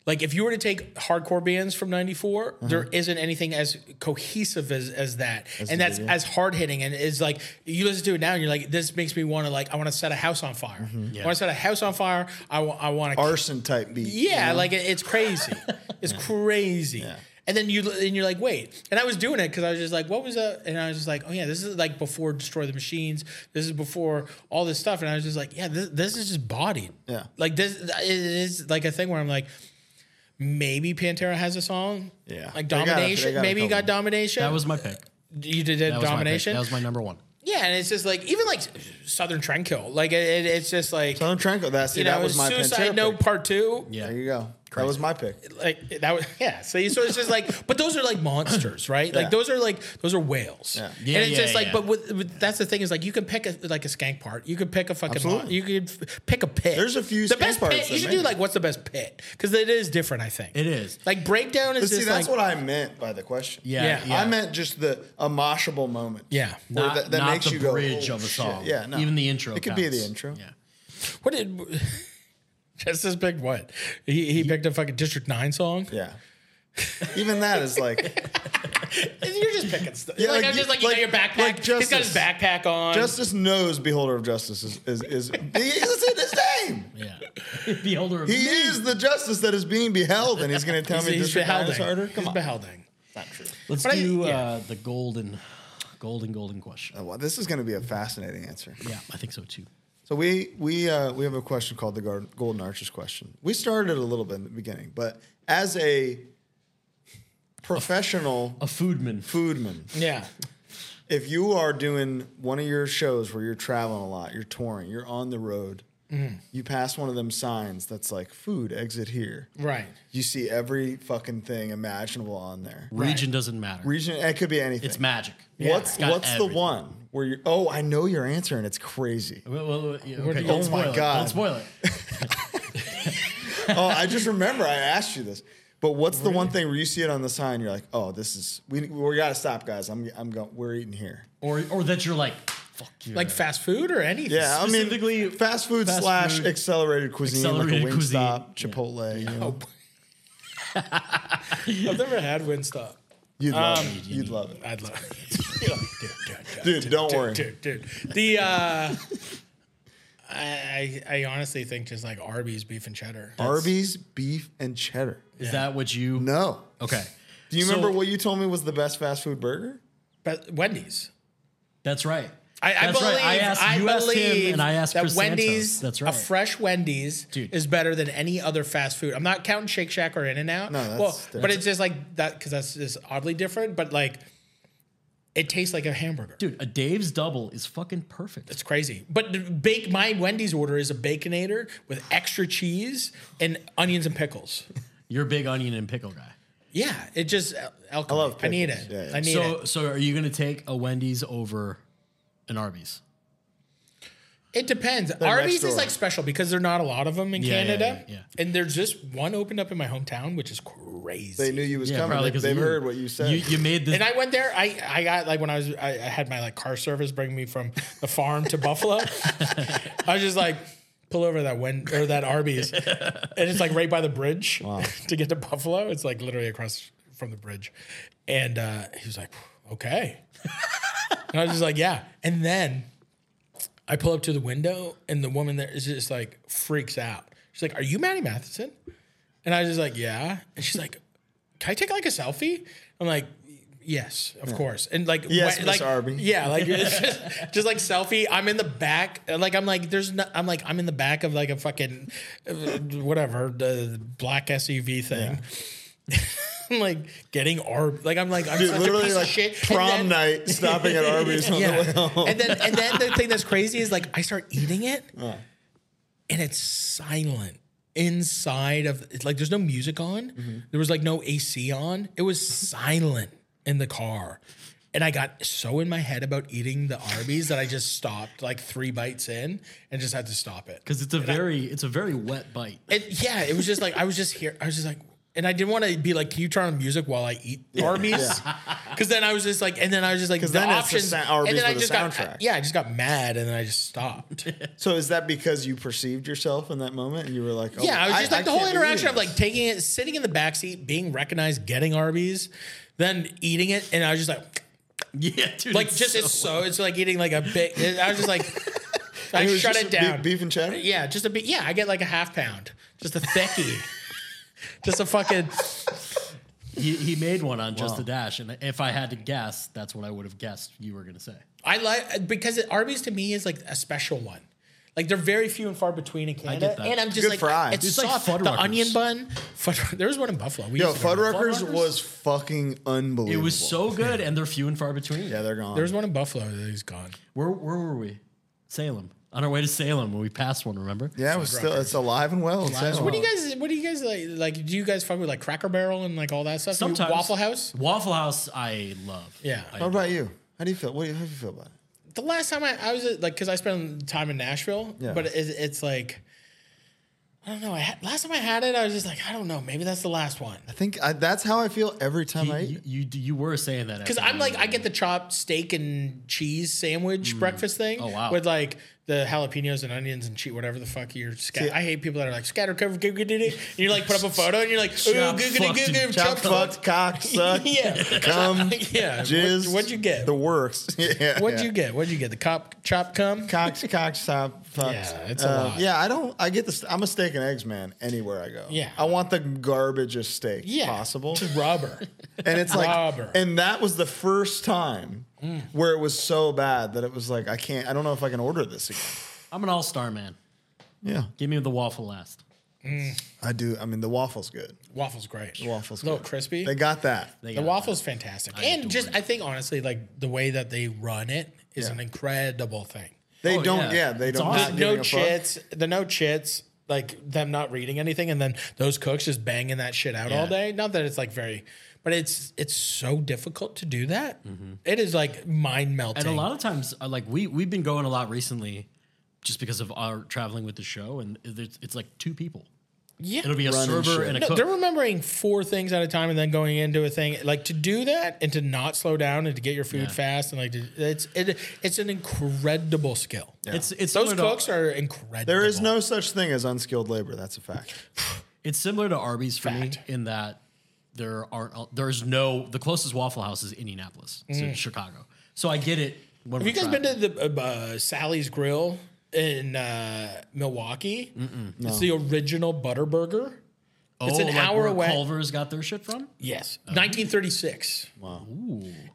like if you were to take hardcore bands from '94, isn't anything as cohesive as as that, and that's as hard hitting and is like you listen to it now and you're like, this makes me want to like I want to set a house on fire. I want to set a house on fire. I want I want to arson type beat. yeah, like it, it's *laughs* crazy. it's crazy. And then you and you're like, wait. And I was doing it because I was just like, what was that? And I was just like, oh yeah, this is like before Destroy the Machines. This is before all this stuff. And I was just like, yeah, this, this is just bodied. Yeah. Like this it is like a thing where I'm like, maybe Pantera has a song. Yeah. Like They got a- they domination. got a maybe you got couple. domination. That was my pick. you did a That was domination. My pick. That was my number one. yeah, and it's just like even like Southern Tranquil. Like it, it- it's just like Don Tranquil. That's see, you know, that was my Suicide Pantera Note pick. Part Two. Yeah. There you go. That was my pick. like that was *laughs* yeah. So you so it's just like, but those are like *clears throat* monsters, right? Yeah. Like those are like those are whales. Yeah. Yeah, and it's yeah, just like, yeah. but with, with, that's the thing is like you can pick a like a skank part. You could pick a fucking. Mon- Absolutely. you could f- pick a pit. There's a few the skank best parts pit. You that should make do it. like what's the best pit because it is different. I think It is. Like breakdown is But just see, that's like what I meant by the question. Yeah, Yeah. yeah. I meant just the a moshable moment. yeah. Or not, that, that not makes the you go, bridge "Oh, of a shit." song. Yeah, no. even the intro. It could be counts. the intro. *laughs* Yeah, What did *laughs* Justice picked? What he he picked a fucking District Nine song. Yeah. Even that *laughs* is like You're just picking stuff. *laughs* Yeah, like, like I'm just you- like you like- got your backpack. like He's got his Justice. backpack on. Justice knows Beholder of Justice is is, is, is in his name. yeah. *laughs* Beholder of He Me. is the justice that is being beheld, and he's going to tell he's, me he's this is harder. behelding. Come He's on, behelding. not true. Let's But I- do yeah. uh, the golden, golden, golden question. Oh, well, this is going to be a fascinating answer. Yeah, I think so too. So we we uh, we have a question called the Gar- Golden Arches question. We started it a little bit in the beginning, but as a professional A foodman. foodman, Yeah. if you are doing one of your shows where you're traveling a lot, you're touring, you're on the road, Mm. You pass one of them signs that's like food exit here. Right. You see every fucking thing imaginable on there. Region doesn't matter. Region it could be anything. it's magic. what's what's the one where you Oh, I know your answer and it's crazy. okay. Don't Don't Oh spoil it. my spoil it. God. Don't Don't spoil it. oh, I just remember I asked you this. But what's the one thing where you see it on the sign, you're like, oh, this is we we gotta stop, guys. I'm I'm going we're eating here. Or or that you're like, fuck you. Like fast food or anything. Yeah, I Specifically, mean, fast food fast slash food- accelerated cuisine, Accelerated like a cuisine. Wingstop, Chipotle. You know, *laughs* I've never had Wingstop. you'd love Um, it. You'd love it, I'd love it. *laughs* dude. don't worry. dude, dude. The uh, I, I I honestly think just like Arby's beef and cheddar. Arby's beef and cheddar. is that what you? No. Okay. Do you So- remember what you told me was the best fast food burger? But Wendy's. That's right. I, I That's believe, right. I I, asked- you asked him, believe and I asked that Chris Santos. Wendy's, That's a right. fresh Wendy's Dude. is better than any other fast food. I'm not counting Shake Shack or In and Out. No, that's- well, that's- but it's just like that because that's just oddly different. But like, it tastes like a hamburger. Dude, a Dave's double is fucking perfect. It's crazy. But the bake my Wendy's order is a baconator with extra cheese and onions and pickles. You're a big onion and pickle guy. Yeah, it just al- alchemy. I love need it. pickles. Yeah, yeah. I need So it. so are you gonna take a Wendy's over an Arby's? It depends. next Arby's is door. like special because there are not a lot of them in Yeah, yeah, Canada. yeah, yeah. And there's just one opened up in my hometown, which is crazy. They knew you was coming. probably They, 'cause they've you- heard what you said. You, you made this. and I went there. I, I got like when I was I, I had my like car service bring me from the farm *laughs* to Buffalo. I was just like pull over that Wen or that Arby's, and it's like right by the bridge *laughs* to get to Buffalo. It's like literally across from the bridge, and uh, he was like, okay, and I was just like, yeah. And then I pull up to the window, and the woman there is just like freaks out. She's like, "Are you Maddie Matheson?" And I was just like, "Yeah." And she's like, "Can I take like a selfie?" I'm like, "Yes, of course." And like, Yes, Miss like, Arby. yeah, like *laughs* it's just, just like selfie. I'm in the back, and, like I'm like, there's no, I'm like I'm in the back of like a fucking uh, whatever the black SUV thing. *laughs* I'm like getting Arby. Like I'm like I'm Dude, such a *laughs* literally piece like *laughs* of shit. And prom then- night, stopping at Arby's *laughs* on the way *laughs* home. and then and then the thing that's crazy is like I start eating it, and it's silent inside of it's like there's no music on. There was like no AC on. It was silent in the car. And I got so in my head about eating the Arby's that I just stopped like three bites in and just had to stop it. Because it's a very it's a very wet bite. *laughs* It, yeah, it was just like I was just here. I was just like, and I didn't want to be like, "Can you turn on music while I eat Arby's?" Because then I was just like, and then I was just like, the then it's the options. sa- Arby's and then I with a just soundtrack. got yeah, I just got mad, and then I just *laughs* stopped. So is that because you perceived yourself in that moment and you were like, oh, yeah, I was just like the whole can't be eating interaction of this. like taking it, sitting in the back seat, being recognized, getting Arby's, then eating it, and I was just like, Yeah, dude. like just it's so it's like eating like a big. I was just *laughs* like, I It was shut just it a beef- down. Beef, and cheddar. Yeah, just a bit. Yeah, I get like a half pound, just a *laughs* thickie, just a fucking. he, he made one on Just a Dash, and if I had to guess, that's what I would have guessed you were gonna say. I like because it, Arby's to me is like a special one. Like they're very few and far between in Canada, that. and I'm just Good like fry. it's, It's like soft. Fuddruckers. the onion bun. Fud, there was one in Buffalo. We Yo, used to go to- Fuddruckers Fuddruckers? was fucking It unbelievable. was so good, and they're few and far between. Yeah, they're gone. There was one in Buffalo that is gone. Where where were we? Salem. On our way to Salem when we passed one, remember? yeah, it was still it's alive and well. It's and alive. What do you guys? What do you guys like? Like, do you guys fuck with like Cracker Barrel and like all that stuff? You- Sometimes Waffle House. Waffle House, I love. Yeah. What about you? How do you feel? What do you, how do you feel about it? The last time I, I was at, like, because I spent time in Nashville, Yeah. but it, it's like, I don't know. I had, last time I had it, I was just like, I don't know. Maybe that's the last one. I think I, that's how I feel every time I eat. You, you you were saying that Because I'm like, I get the chopped steak and cheese Mm. sandwich breakfast thing. Oh, wow. With like the jalapenos and onions and cheese, whatever the fuck you're. Scat- See- I hate people that are like scatter cover goo goo doo doo. And you like *laughs* put up a photo and you're like, ooh Chop goo goo fucked goo and goo chop Chop fucked, *laughs* cock, suck, *laughs* Yeah, cum, yeah. What- jizz. what'd you get? The works. *laughs* yeah, What'd yeah. you get? What'd you get? The cop chop cum. Cox, cock, stop, fucks. Uh, Yeah, it's a lot. Yeah, I don't. I get this. I'm a steak and eggs man anywhere I go. Yeah. I want the garbagest steak Yeah, *laughs* possible. Just rubber. And it's like, Robber. and that was the first time where it was so bad that it was like, I can't, I don't know if I can order this again. I'm an all star man. Yeah. Give me the waffle last. I do. I mean, the waffle's good. Waffle's great. Waffle's a little good. crispy. They got that. They the got waffle's fantastic, and just adore I think honestly, like the way that they run it is Yeah. an incredible thing. They don't. Yeah, yeah. they It's don't. awesome. not no giving a fuck. chits, the no chits, like them not reading anything, and then those cooks just banging that shit out all Yeah. day. Not that it's like very, but it's it's so difficult to do that. Mm-hmm. It is like mind melting. And a lot of times, uh, like we we've been going a lot recently, just because of our traveling with the show, and it's, it's like two people. yeah, It'll be a Running server shit. and a No, cook. they're remembering four things at a time and then going into a thing. Like to do that and to not slow down and to get your food Yeah. fast and like to, it's it, it's an incredible skill. It's it's Those similar to- cooks are incredible. There is no such thing as unskilled labor. That's a fact. It's similar to Arby's for Fact. me in that there aren't there's no the closest Waffle House is Indianapolis, so Chicago. So I get it. When Mm. Have you guys been to the uh, uh, Sally's Grill in uh, Milwaukee? It's the original Butter Burger. Oh, it's an hour away. Culver's got their shit from. Yes, Oh. 1936. Wow.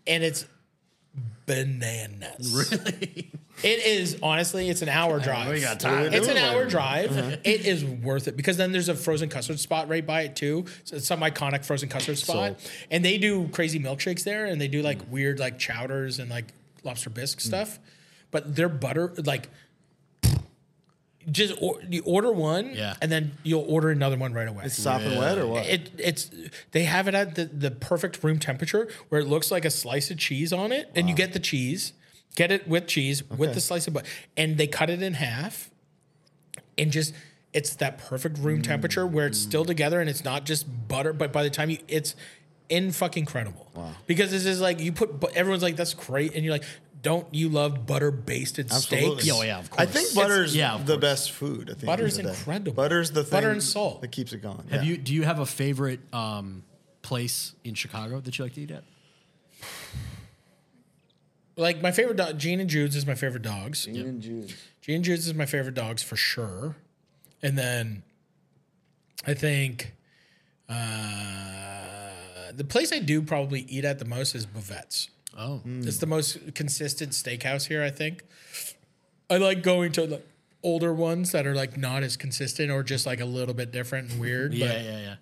And it's bananas. *laughs* Really? It is honestly, it's an hour drive. we got time. Uh-huh. It's an doing hour later. drive. It is worth it because then there's a frozen custard spot right by it too. So it's some iconic frozen custard spot, and they do crazy milkshakes there, and they do like weird like chowders and like lobster bisque Mm. stuff. But their butter like. Just or, you order one, Yeah. and then you'll order another one right away. Sop and wet or what? It it's they have it at the, the perfect room temperature where it looks like a slice of cheese on it, and you get the cheese, get it with cheese with the slice of butter, and they cut it in half, and just it's that perfect Mm. room temperature where it's still together and it's not just butter, but by the time you it's in fucking credible because this is like you put bu- everyone's like that's great, and you're like don't you love butter basted steaks? Absolutely. Yeah, oh yeah, of course. I think butter's yeah, of the course. best food. I think Butter's of the day. incredible. Butter's the thing Butter and salt. that keeps it going. Have yeah. you do you have a favorite um, place in Chicago that you like to eat at? Like my favorite dog, Gene and Jude's is my favorite dogs. Gene and Jude's is my favorite dogs for sure. And then I think uh, the place I do probably eat at the most is Bovette's. Oh, It's the most consistent steakhouse here, I think. I like going to the older ones that are like not as consistent or just like a little bit different and weird. yeah, but yeah, yeah.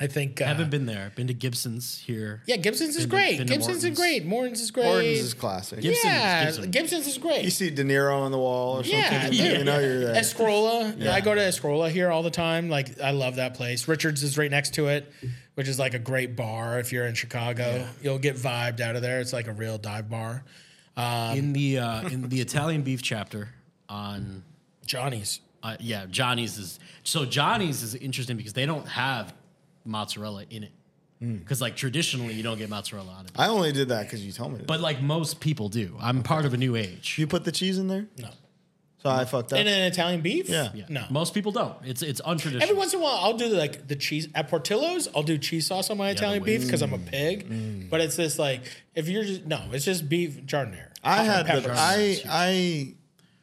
I think uh, Haven't been there. Been to Gibson's here. yeah, Gibson's is Been to- great. been to Gibson's is Morton's. great. Morton's is great. Gordon's is classic. Gibson's, yeah, Gibson. Gibson's is great. You see De Niro on the wall or something. Yeah, and yeah, You know you're there. Escrola. I go to Escrola here all the time. Like I love that place. Richards is right next to it, which is like a great bar if you're in Chicago. You'll get vibed out of there. It's like a real dive bar. in the uh, in the Italian beef chapter on Johnny's. uh, yeah Johnny's is so Johnny's is interesting because they don't have mozzarella in it Mm. because like traditionally you don't get mozzarella on it I only did that because you told me. To. but like most people do I'm part of a new age you put the cheese in there. No. So I fucked up. And an Italian beef? Yeah. yeah. No. most people don't it's it's untraditional Every once in a while, I'll do like the cheese at Portillo's. I'll do cheese sauce on my Italian beef because I'm a pig. Mm. But it's this like if you're just no, it's just beef jardinier. I had the Peppers. I, I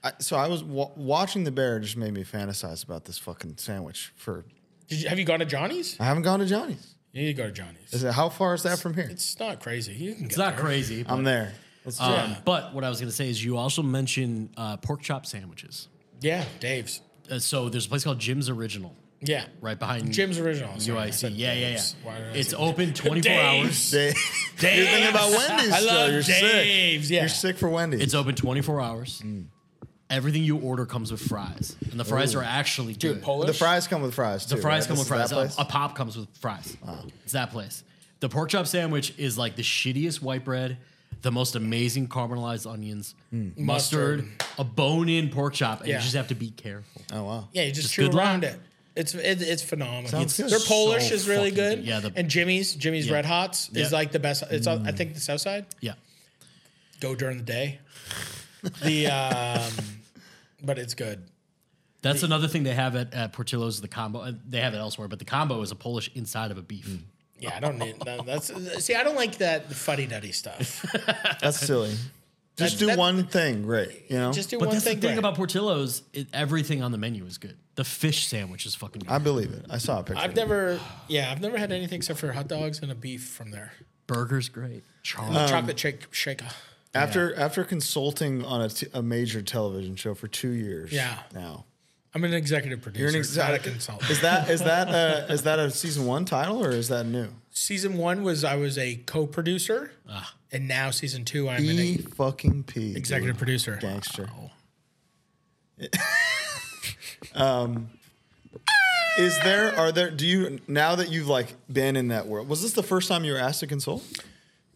I so I was wa- watching the bear just made me fantasize about this fucking sandwich for. Did you, have you gone to Johnny's? I haven't gone to Johnny's. You need to go to Johnny's. Is it how far is that from here? It's not crazy. You can it's go. not crazy Uh, but, I'm there. Let's do it. um, but what I was gonna say is you also mentioned uh, pork chop sandwiches Yeah, Dave's. uh, so there's a place called Jim's Original Yeah. right behind Jim's original. sorry, I UIC said yeah yeah Dave's. Why did yeah I it's say- open 24 hours Dave's. *laughs* Dave, you're thinking about Wendy's. I still. love You're sick. Dave's. Yeah. You're sick for Wendy's. It's open 24 hours. Mm. Everything you order comes with fries, and the fries are actually Dude, good. Polish. the fries come with fries too. the fries right? come This with is fries. that A, place? a Oh, pop comes with fries. It's that place. The pork chop sandwich is like the shittiest white bread, the most amazing caramelized onions, mustard, a bone-in pork chop, and Yeah. you just have to be careful. Oh wow. Yeah, you just, chew good around luck. it. It's it, it's phenomenal. Sounds It's- good. Their Polish So is really fucking good. good. Yeah, the- and Jimmy's Jimmy's Yeah. Red Hots Yeah. Mm. is like the best. It's on, I think the South Side. Yeah, Go during the day. the um, but it's good. that's another thing they have at, at Portillo's. The combo uh, they have it elsewhere, but the combo is a Polish inside of a beef. Yeah, I don't need that, that's see. I don't like that fuddy duddy stuff. That's silly. *laughs* Just do that- one thing, great. You know, Just do But one that's thing. the thing great. about Portillo's. It, everything on the menu is good. The fish sandwich is fucking good. I believe it. I saw a picture. I've never, yeah, I've never had anything except for hot dogs and a beef from there. Burger's great. Charles. Chocolate shake shaker. after after consulting on a, t- a major television show for two years. Yeah. Now I'm an executive producer. you're an not a exotic consultant. Is that is that *laughs* a, is that a season one title or is that new? season one was I was a co-producer, and now season two I'm an E fucking P. executive producer. gangster. *laughs* Um, Is there are there do you now that you've like been in that world? Was this the first time you were asked to consult?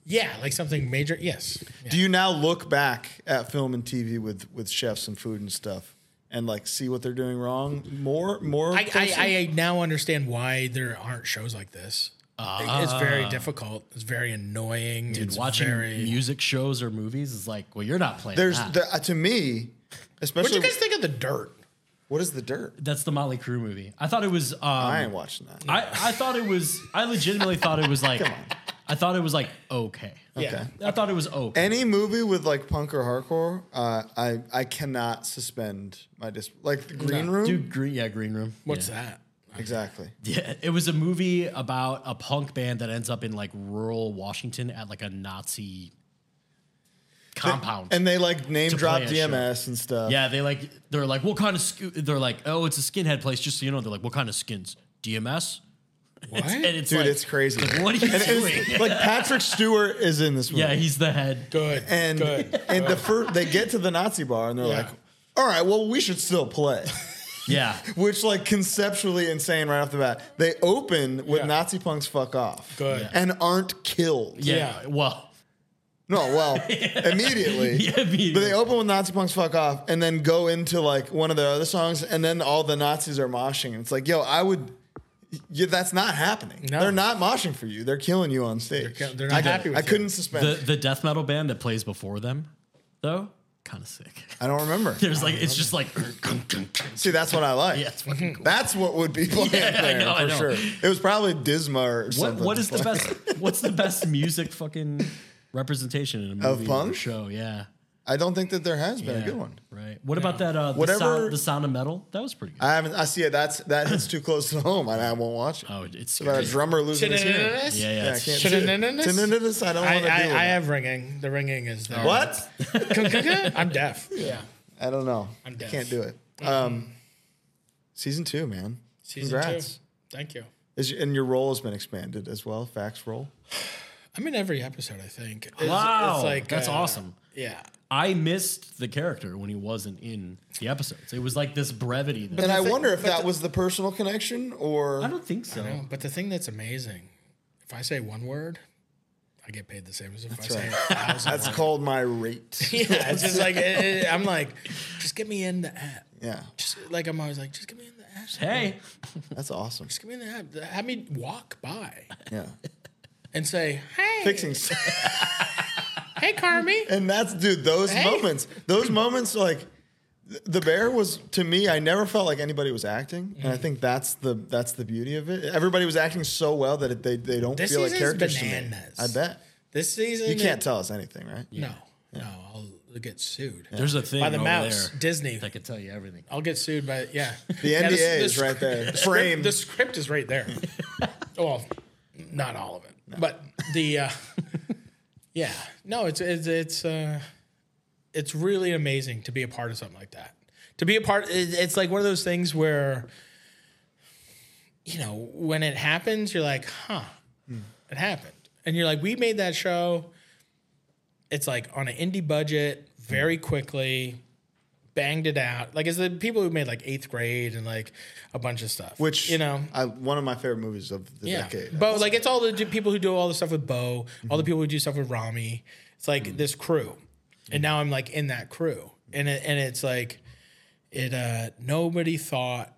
Yeah, like something major. Yes. Do you now look back at film and TV with with chefs and food and stuff and like see what they're doing wrong more more? I, closely? I, I now understand why there aren't shows like this. it's very difficult. It's very annoying. Dude, it's watching very. music shows or movies is like, well, you're not playing. There's that. the, uh, to me, Ah. What'd especially you guys think of the dirt? what is the dirt? That's the Motley Crue movie. I thought it was. Um, I I, ain't watching that. I thought it was. I legitimately thought it was like. I thought it was like okay. Yeah. I thought it was okay. Any movie with like punk or hardcore, uh, I I cannot suspend my dis like the Green Room. Dude, green, yeah, Green Room. What's yeah. that? *laughs* Exactly. Yeah, it was a movie about a punk band that ends up in like rural Washington at like a Nazi compound. And they like name To drop play a DMS and stuff. yeah, they like they're like what kind of sco-? they're like oh it's a skinhead place just so you know they're like what kind of skins DMS What? and it's Dude, like it's crazy. what are you doing? *laughs* It's- *laughs* like Patrick Stewart is in this movie. yeah, he's the head. good. and *laughs* good. and the first they get to the Nazi bar and they're Yeah. like, "All right, well, we should *laughs* still play," *laughs* Yeah, which like conceptually insane right off the bat. They open with Yeah. Nazi punks fuck off Good. Yeah. and aren't killed. yeah. Yeah. Well, No, *laughs* well, immediately. yeah, I mean, But they open with Nazi punks fuck off and then go into like one of their other songs and then all the Nazis are moshing. It's like, yo, I would. Yeah, that's not happening. No. They're not moshing for you. They're killing you on stage. kill- they're not I, happy with I you. couldn't suspend. the the death metal band that plays before them though kind of sick. *laughs* I don't remember. There's like it's just like See, that's what I like. yeah, it's fucking cool. That's what would be playing I there know, I for know. sure. It was probably Disma or What something. what is the best? What's the *laughs* best music fucking representation in a movie punk? or show? Yeah, I don't think that there has been Yeah, a good one. Right. What about that? Uh, the Whatever- sound, the sound of metal. That was pretty good. I haven't. I see it. That's that hits too close to home, and I won't watch it. oh, it's About a scary. drummer losing his hearing. Tinnitus? Yeah, Yeah, yeah. I can't it's- see it. Tinnitus? Tinnitus, I don't I, want to do I, I it. have ringing. The ringing is there. What? I'm deaf. *laughs* Yeah. I don't know. i I'm deaf. Mm-hmm. can't do it. Um, season two, man. Season Congrats. two. Thank you. Is, and your role has been expanded as well. Fax role. I'm in every episode, I think. It's- it's Wow, that's uh, awesome. Yeah. I missed the character when he wasn't in the episodes. It was like this brevity. That, And I wonder if that was the personal connection or I don't think so. No, Um, but the thing that's amazing, if I say one word, I get paid the same as if I say a thousand. that's called my rate. *laughs* yeah, it's just like it- it- I'm like, just get me in the app. yeah, Just like I'm always like, just get me in the app. Just Hey, that's awesome. get me in the app. Have me walk by Yeah, and say, hey, fixing. stuff. hey, Carmi. And that's dude, those Hey. moments, those moments like th- the bear was to me, I never felt like anybody was acting. And I Mm-hmm. think that's the that's the beauty of it. Everybody was acting so well that it, they they don't This feel like season's characters to me. bananas. I bet. This season, You can't tell us anything, right? No, no, I'll get sued there's a thing by the over mouse. there Disney. that could tell you everything. I'll get sued by yeah. *laughs* The Yeah, NDA this- is this- right there. script- Frame. The script is right *laughs* there. well, not all of it, but the uh, *laughs* yeah, no, it's it's it's uh, it's really amazing to be a part of something like that. To be a part, it- it's like one of those things where you know when it happens, you're like, huh, it happened, and you're like, we made that show. It's like on an indie budget, very quickly. Banged it out like it's the people who made like eighth grade and like a bunch of stuff, Which you know I, one of my favorite movies of the yeah. decade. Bo, like it's all the d- people who do all the stuff with Bo, all Mm-hmm. the people who do stuff with Rami. It's like this crew, Mm-hmm. and now I'm like in that crew, and it, and it's like it. uh Nobody thought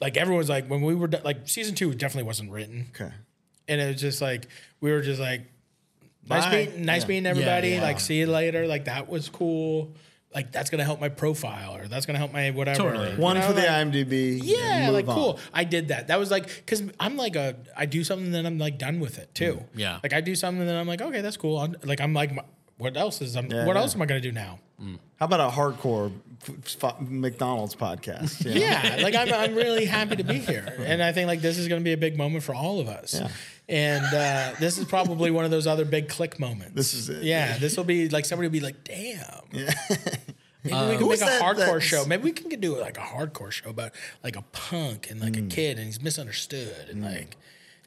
like everyone's like when we were do- like season two definitely wasn't written, okay. and it was just like we were just like nice Bye. being nice Yeah. being everybody. yeah. Like see you later. Like that was cool. Like that's gonna help my profile or that's gonna help my whatever. Totally. You One know, for the like- IMDb. and yeah, move like on. cool. I did that. That was like because I'm like a I do something then I'm like done with it too. Mm, Yeah. like I do something then I'm like okay that's cool. I'm, like I'm like my, what else is I'm what yeah. else am I gonna do now? How about a hardcore f- f- McDonald's *laughs* podcast? you know? *laughs* Yeah, like I'm I'm really happy to be here, and I think like this is gonna be a big moment for all of us. And uh, this is probably one of those other big click moments. This is it. yeah. This will be like somebody will be like, "Damn, maybe we can Who make was a that- hardcore that's- show. Maybe we can Mm. do like a hardcore show about like a punk and like a kid and he's misunderstood and like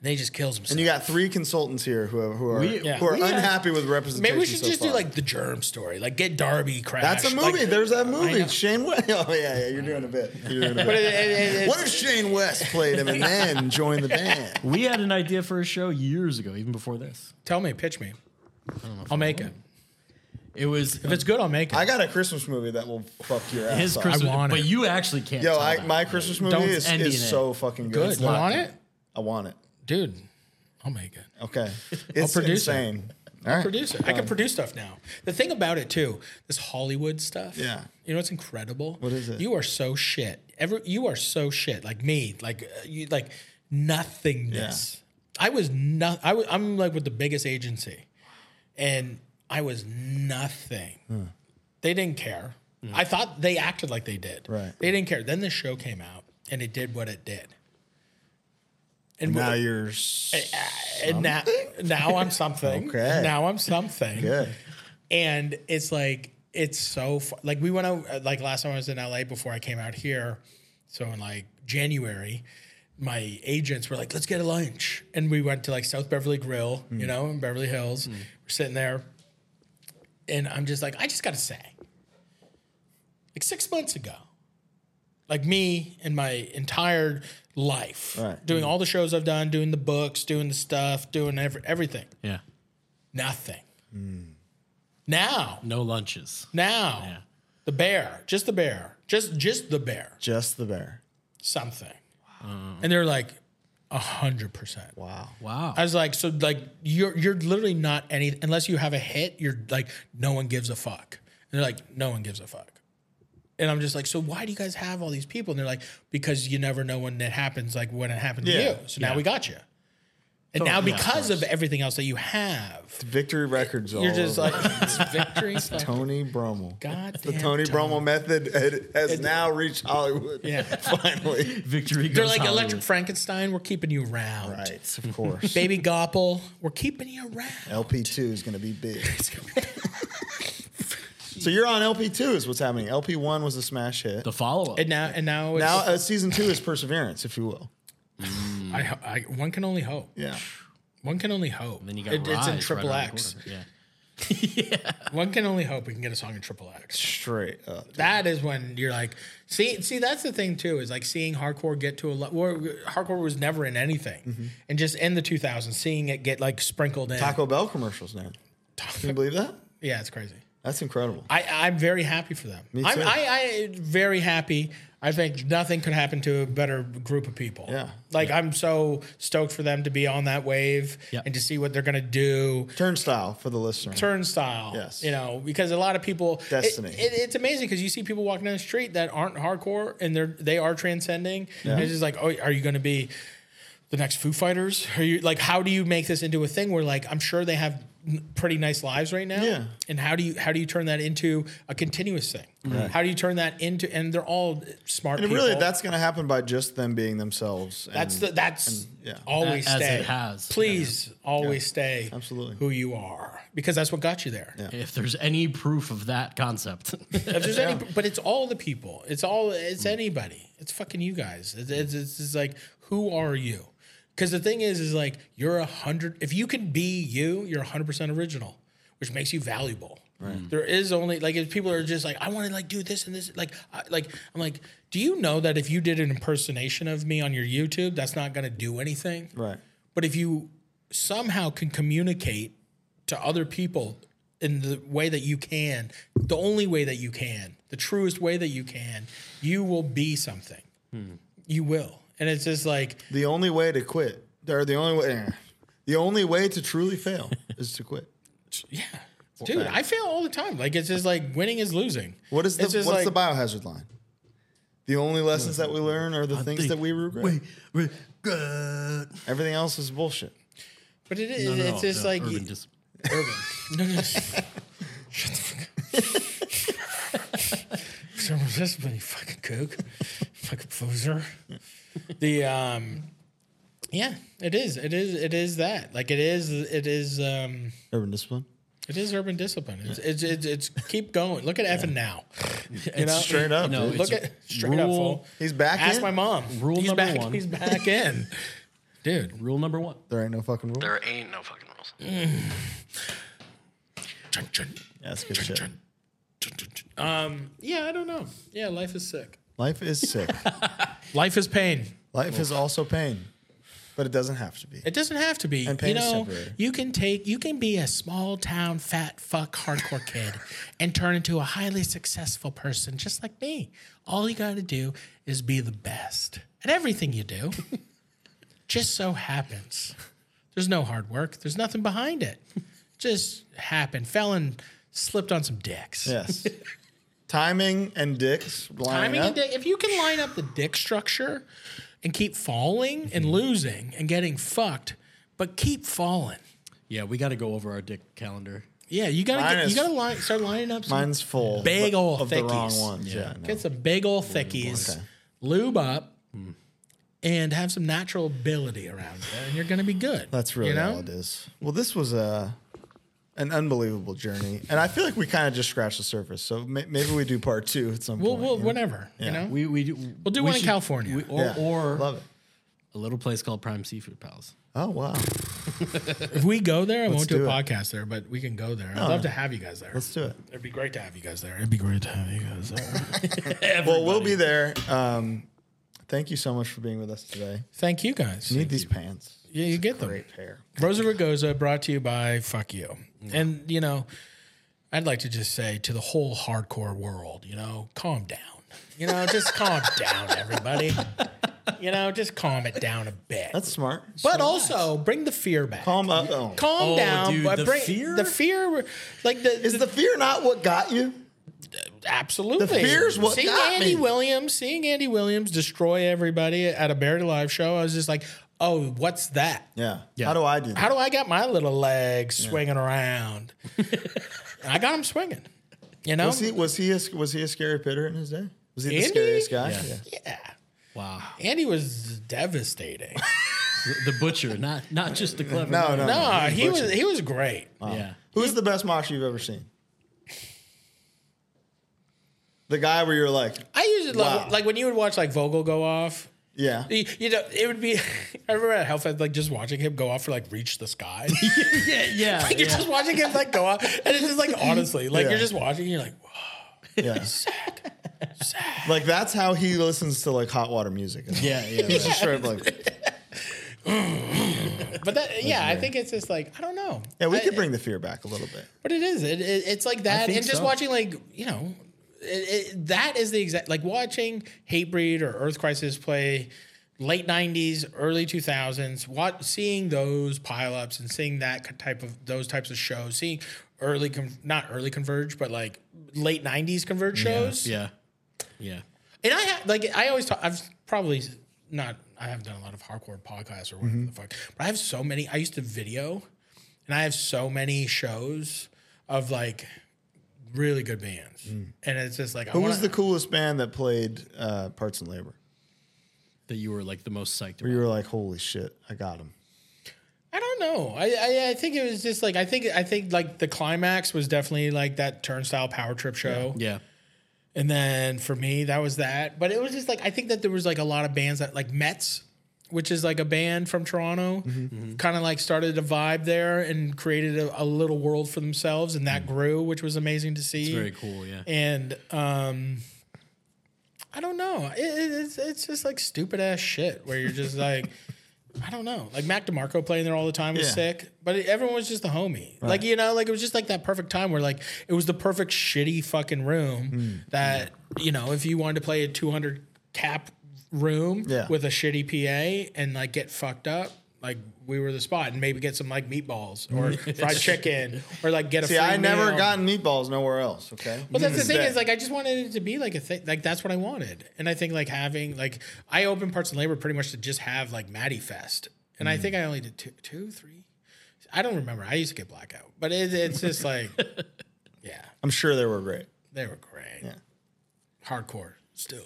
then he just kills himself. And you got three consultants here who are, who are, We- Yeah. who are We have- unhappy with representation. Maybe we should so just do far. like the germ story, like get Darby crash. That's a like- movie. There's that movie. know. Shane West. *laughs* Oh yeah, yeah. You're doing *laughs* a bit. You're doing a But bit. it- it- it- it's- What if Shane West played him and then joined the band? We had an idea for a show years ago, even before this. Tell me, pitch me. I'll make it. It was If it's good, I'll make it. I got a Christmas movie that will fuck your ass. his up. Christmas, want but it. you actually can't. Yo, tell I, that. my Christmas movie Don't is, end is in it. so fucking good. good. It's You not- want it, I want it. dude? I'll make it. *laughs* Okay. It's produce it. insane. All right. Produce it. I can produce stuff now. The thing about it too, this Hollywood stuff. Yeah. You know what's incredible? What is it? You are so shit. Every you are so shit. Like me. Like uh, you. Like nothingness. I was not. I was. I'm like with the biggest agency, and I was nothing. They didn't care. I thought they acted like they did. Hmm. Right. They didn't care. Then the show came out, and it did what it did. And Now what- you're s- and now, now I'm something. *laughs* Okay. Now I'm something. good. And it's like it's so fu- like we went out uh, like last time I was in LA before I came out here. So in like January, my agents were like, "Let's get a lunch," and we went to like South Beverly Grill, you know, in Beverly Hills. We're sitting there, and I'm just like, I just got to say, like six months ago, like me and my entire life, Right. doing all the shows I've done, doing the books, doing the stuff, doing every, everything, yeah, nothing. Now, no lunches. now, the bear, just the bear, just just the bear, Just the bear. something, and they're like a hundred percent. Wow. Wow. I was like, so like you're you're literally not any unless you have a hit, you're like no one gives a fuck. And they're like, no one gives a fuck. And I'm just like, so why do you guys have all these people? And they're like, because you never know when it happens, like when it happened Yeah. to you. So now we got you. And now yeah, of because of everything else that you have, Victory Records. all you're just over. like it's victory. *laughs* fucking- Tony Brummel. *laughs* God the damn Tony Brummel method had- has now reached Hollywood. Yeah. *laughs* Finally. Victory. They're goes like Hollywood. Electric Frankenstein, we're keeping you around. Right. *laughs* Of course. Baby Gopple, we're keeping you around. LP2 is going to *laughs* be big. so you're on LP2 is what's happening. LP1 was a smash hit. The follow up. And now and now it's now uh, season 2 is Perseverance, if you will. I, ho- I one can only hope. Yeah. One can only hope. Then you got It- it's in Rise Triple right around the X. corner. Yeah. *laughs* One can only hope we can get a song in Triple X. Straight up. That is when you're like, see, see, that's the thing too is like seeing hardcore get to a level. Hardcore was never in anything, and just in the 2000s, seeing it get like sprinkled in. Taco Bell commercials now. Can you believe that? yeah, it's crazy. That's incredible. I, I'm very happy for them. I'm too. I, I very happy. I think nothing could happen to a better group of people. Yeah. like I'm so stoked for them to be on that wave Yeah. and to see what they're gonna do. Turnstile for the listener. turnstile. Yes. You know, because a lot of people it- Destiny. It, it's amazing because you see people walking down the street that aren't hardcore and they're they are transcending. And it's just like, oh, are you gonna be the next Foo Fighters? Are you like how do you make this into a thing where like I'm sure they have n- pretty nice lives right now. Yeah. And how do you how do you turn that into a continuous thing? How do you turn that into and they're all smart Mm-hmm. and people. really, that's going to happen by just them being themselves. and- that's the that's yeah. always As it stay. has. Please always stay Absolutely. who you are because that's what got you there. If there's any proof of that *laughs* concept, If there's any, but it's all the people. It's all. It's anybody. It's fucking you guys. It's it's, it's, it's like who are you? Because the thing is, is like you're a hundred. If you can be you, you're a hundred percent original, which makes you valuable. Right. There is only like if people are just like I want to like do this and this like I, like I'm like do you know that if you did an impersonation of me on your YouTube that's not gonna do anything Right. but if you somehow can communicate to other people in the way that you can, the only way that you can, the truest way that you can, you will be something. You will. And it's just like, The only way to quit, or the only way, eh. the only way to *laughs* truly fail is to quit. yeah. Dude, I fail all the time. Like it's just like winning is losing. What is the It's what's just the like- biohazard line? The only lessons that we learn are the things that we regret. good. Everything else is bullshit. But it is. it's just like urban dis- Urban. No, *laughs* no. Shut the fuck up. *laughs* Someone's just been fucking kook. Fucking poser. The um yeah, it is. It is it is that. Like it is it is um Urban discipline. it is urban discipline. It's it's it's, it's keep going. Look at Evan now. You know? Straight up. No, dude. Look It's at straight up rule- fool. He's back Ask in? my mom. Rule he's number back, *laughs* one. He's back in. dude. Rule number one. There ain't no fucking rule. There ain't no fucking rules. Chun, chun, That's good shit. chun, chun, chun, chun. Um, yeah, I don't know. Yeah, life is sick. Life *laughs* is sick. Life is pain. Life is also pain, but it doesn't have to be. It doesn't have to be. And pain you is know, temporary. you can take, you can be a small town fat fuck hardcore kid and turn into a highly successful person, just like me. All you got to do is be the best at everything you do. just so happens. There's no hard work. There's nothing behind it. Just happened. Fell and slipped on some dicks. Yes. *laughs* Timing and dicks lining Timing up. and dick. If you can line up the dick structure and keep falling Mm-hmm. and losing and getting fucked, but keep falling. Yeah, we got to go over our dick calendar. Yeah, you gotta Mine get, is- you gotta line, start lining up some Mine's full. Big but- ol' of the wrong thickies. ones. Yeah. no. get some big old thickies, lube up, Hmm. and have some natural ability around you, and you're gonna be good. That's really you know? all it is. Well, this was a an unbelievable journey, and I feel like we kind of just scratched the surface. So may, maybe we do part two at some We'll, point. we'll you know? whenever you know. We we do, We'll do we one in California. we- or Yeah. or love it. a little place called Prime Seafood Palace. Oh wow, if we go there, I won't do, do a it. Oh, podcast there, but we can go there. I'd love to have you guys there. let's do it. It'd be great to have you guys there. It'd be great to have you guys there. Well, we'll be there. Um, thank you so much for being with us today. Thank you guys. Need these pants. yeah, you get them. Great pair. Rosa Ragosa brought to you by Fuck You. And, you know, I'd like to just say to the whole hardcore world, you know, calm down. You know, just *laughs* calm down, everybody. You know, just calm it down a bit. That's smart. but also bring the fear back. Calm, Palm up. Oh. Oh, down. dude, but the bring, fear? The fear, like the, Is the fear not what got you? Absolutely. The fear's what seeing got Andy me. Williams, seeing Andy Williams destroy everybody at a Buried Alive show, I was just like, oh, what's that? Yeah. How do I do that? How do I get my little legs swinging *laughs* around? I got him swinging. You know? Was he was he a, was he a scary pitter in his day? Was he the Andy? scariest guy? Yeah. yeah. Wow, Andy was *laughs* devastating. the butcher, not not just the clever. No, guy. no, no, no. he was he was great. yeah. Who's the best mosh you've ever seen? The guy where you're like, I usually love Wow. like when you would watch like Vogel go off. yeah, You, you know, it would be. *laughs* I remember at Hellfest, like just watching him go off for like reach the *laughs* sky. yeah, *laughs* yeah, Like, you're just watching him like go off, and it's just like honestly, like Yeah. you're just watching, and you're like, "Whoa." yeah. Like that's how he listens to like hot water music. yeah, yeah. He's just *laughs* straight up like, but that, yeah, I think it's just like I don't know. yeah, we I- could bring the fear back a little bit. But it is. It, it, it's like that, think and just so. watching like you know, it, it, that is the exact like watching Hatebreed or Earth Crisis play late '90s, early 2000s. What seeing those pileups and seeing that type of those types of shows, seeing early con not early converge, but like late '90s converge shows. yeah, yeah. And I have like I always talk. I've probably not. I haven't done a lot of hardcore podcasts or whatever Mm-hmm. the fuck. But I have so many. I used to video, and I have so many shows of like really good bands. And it's just like I Mm. Who wanna, was the coolest band that played uh, Parts and Labor? That you were like the most psyched. About. Where you were like, holy shit, I got him. I don't know. I, I I think it was just like I think I think like the climax was definitely like that Turnstile Power Trip show. Yeah, And then for me, that was that. But it was just like I think that there was like a lot of bands that like Mets, which is like a band from Toronto, Mm-hmm. kind of like started a vibe there and created a, a little world for themselves, and that grew, which was amazing to see. Mm. very cool. Yeah, And um, I don't know. It, it- it's it's just like stupid ass shit where you're just like. *laughs* I don't know. Like Mac DeMarco playing there all the time was Yeah. sick, but it- everyone was just a homie. Like you know, like it was just like that perfect time where like it was the perfect shitty fucking room Hmm. that you know if you wanted to play a 200 cap room Yeah. with a shitty PA and like get fucked up. Like we were the spot, and maybe get some like meatballs *laughs* or fried chicken, or like get a. See, free I never meal. gotten meatballs nowhere else. Okay. Well, that's the thing Instead. is like I just wanted it to be like a thing. Like that's what I wanted, and I think like having like I opened parts and labor pretty much to just have like Maddie Fest, and I think I only did two, two, three. I don't remember. I used to get blackout, but it, it's just like, yeah, I'm sure they were great. they were great. Yeah. Hardcore still.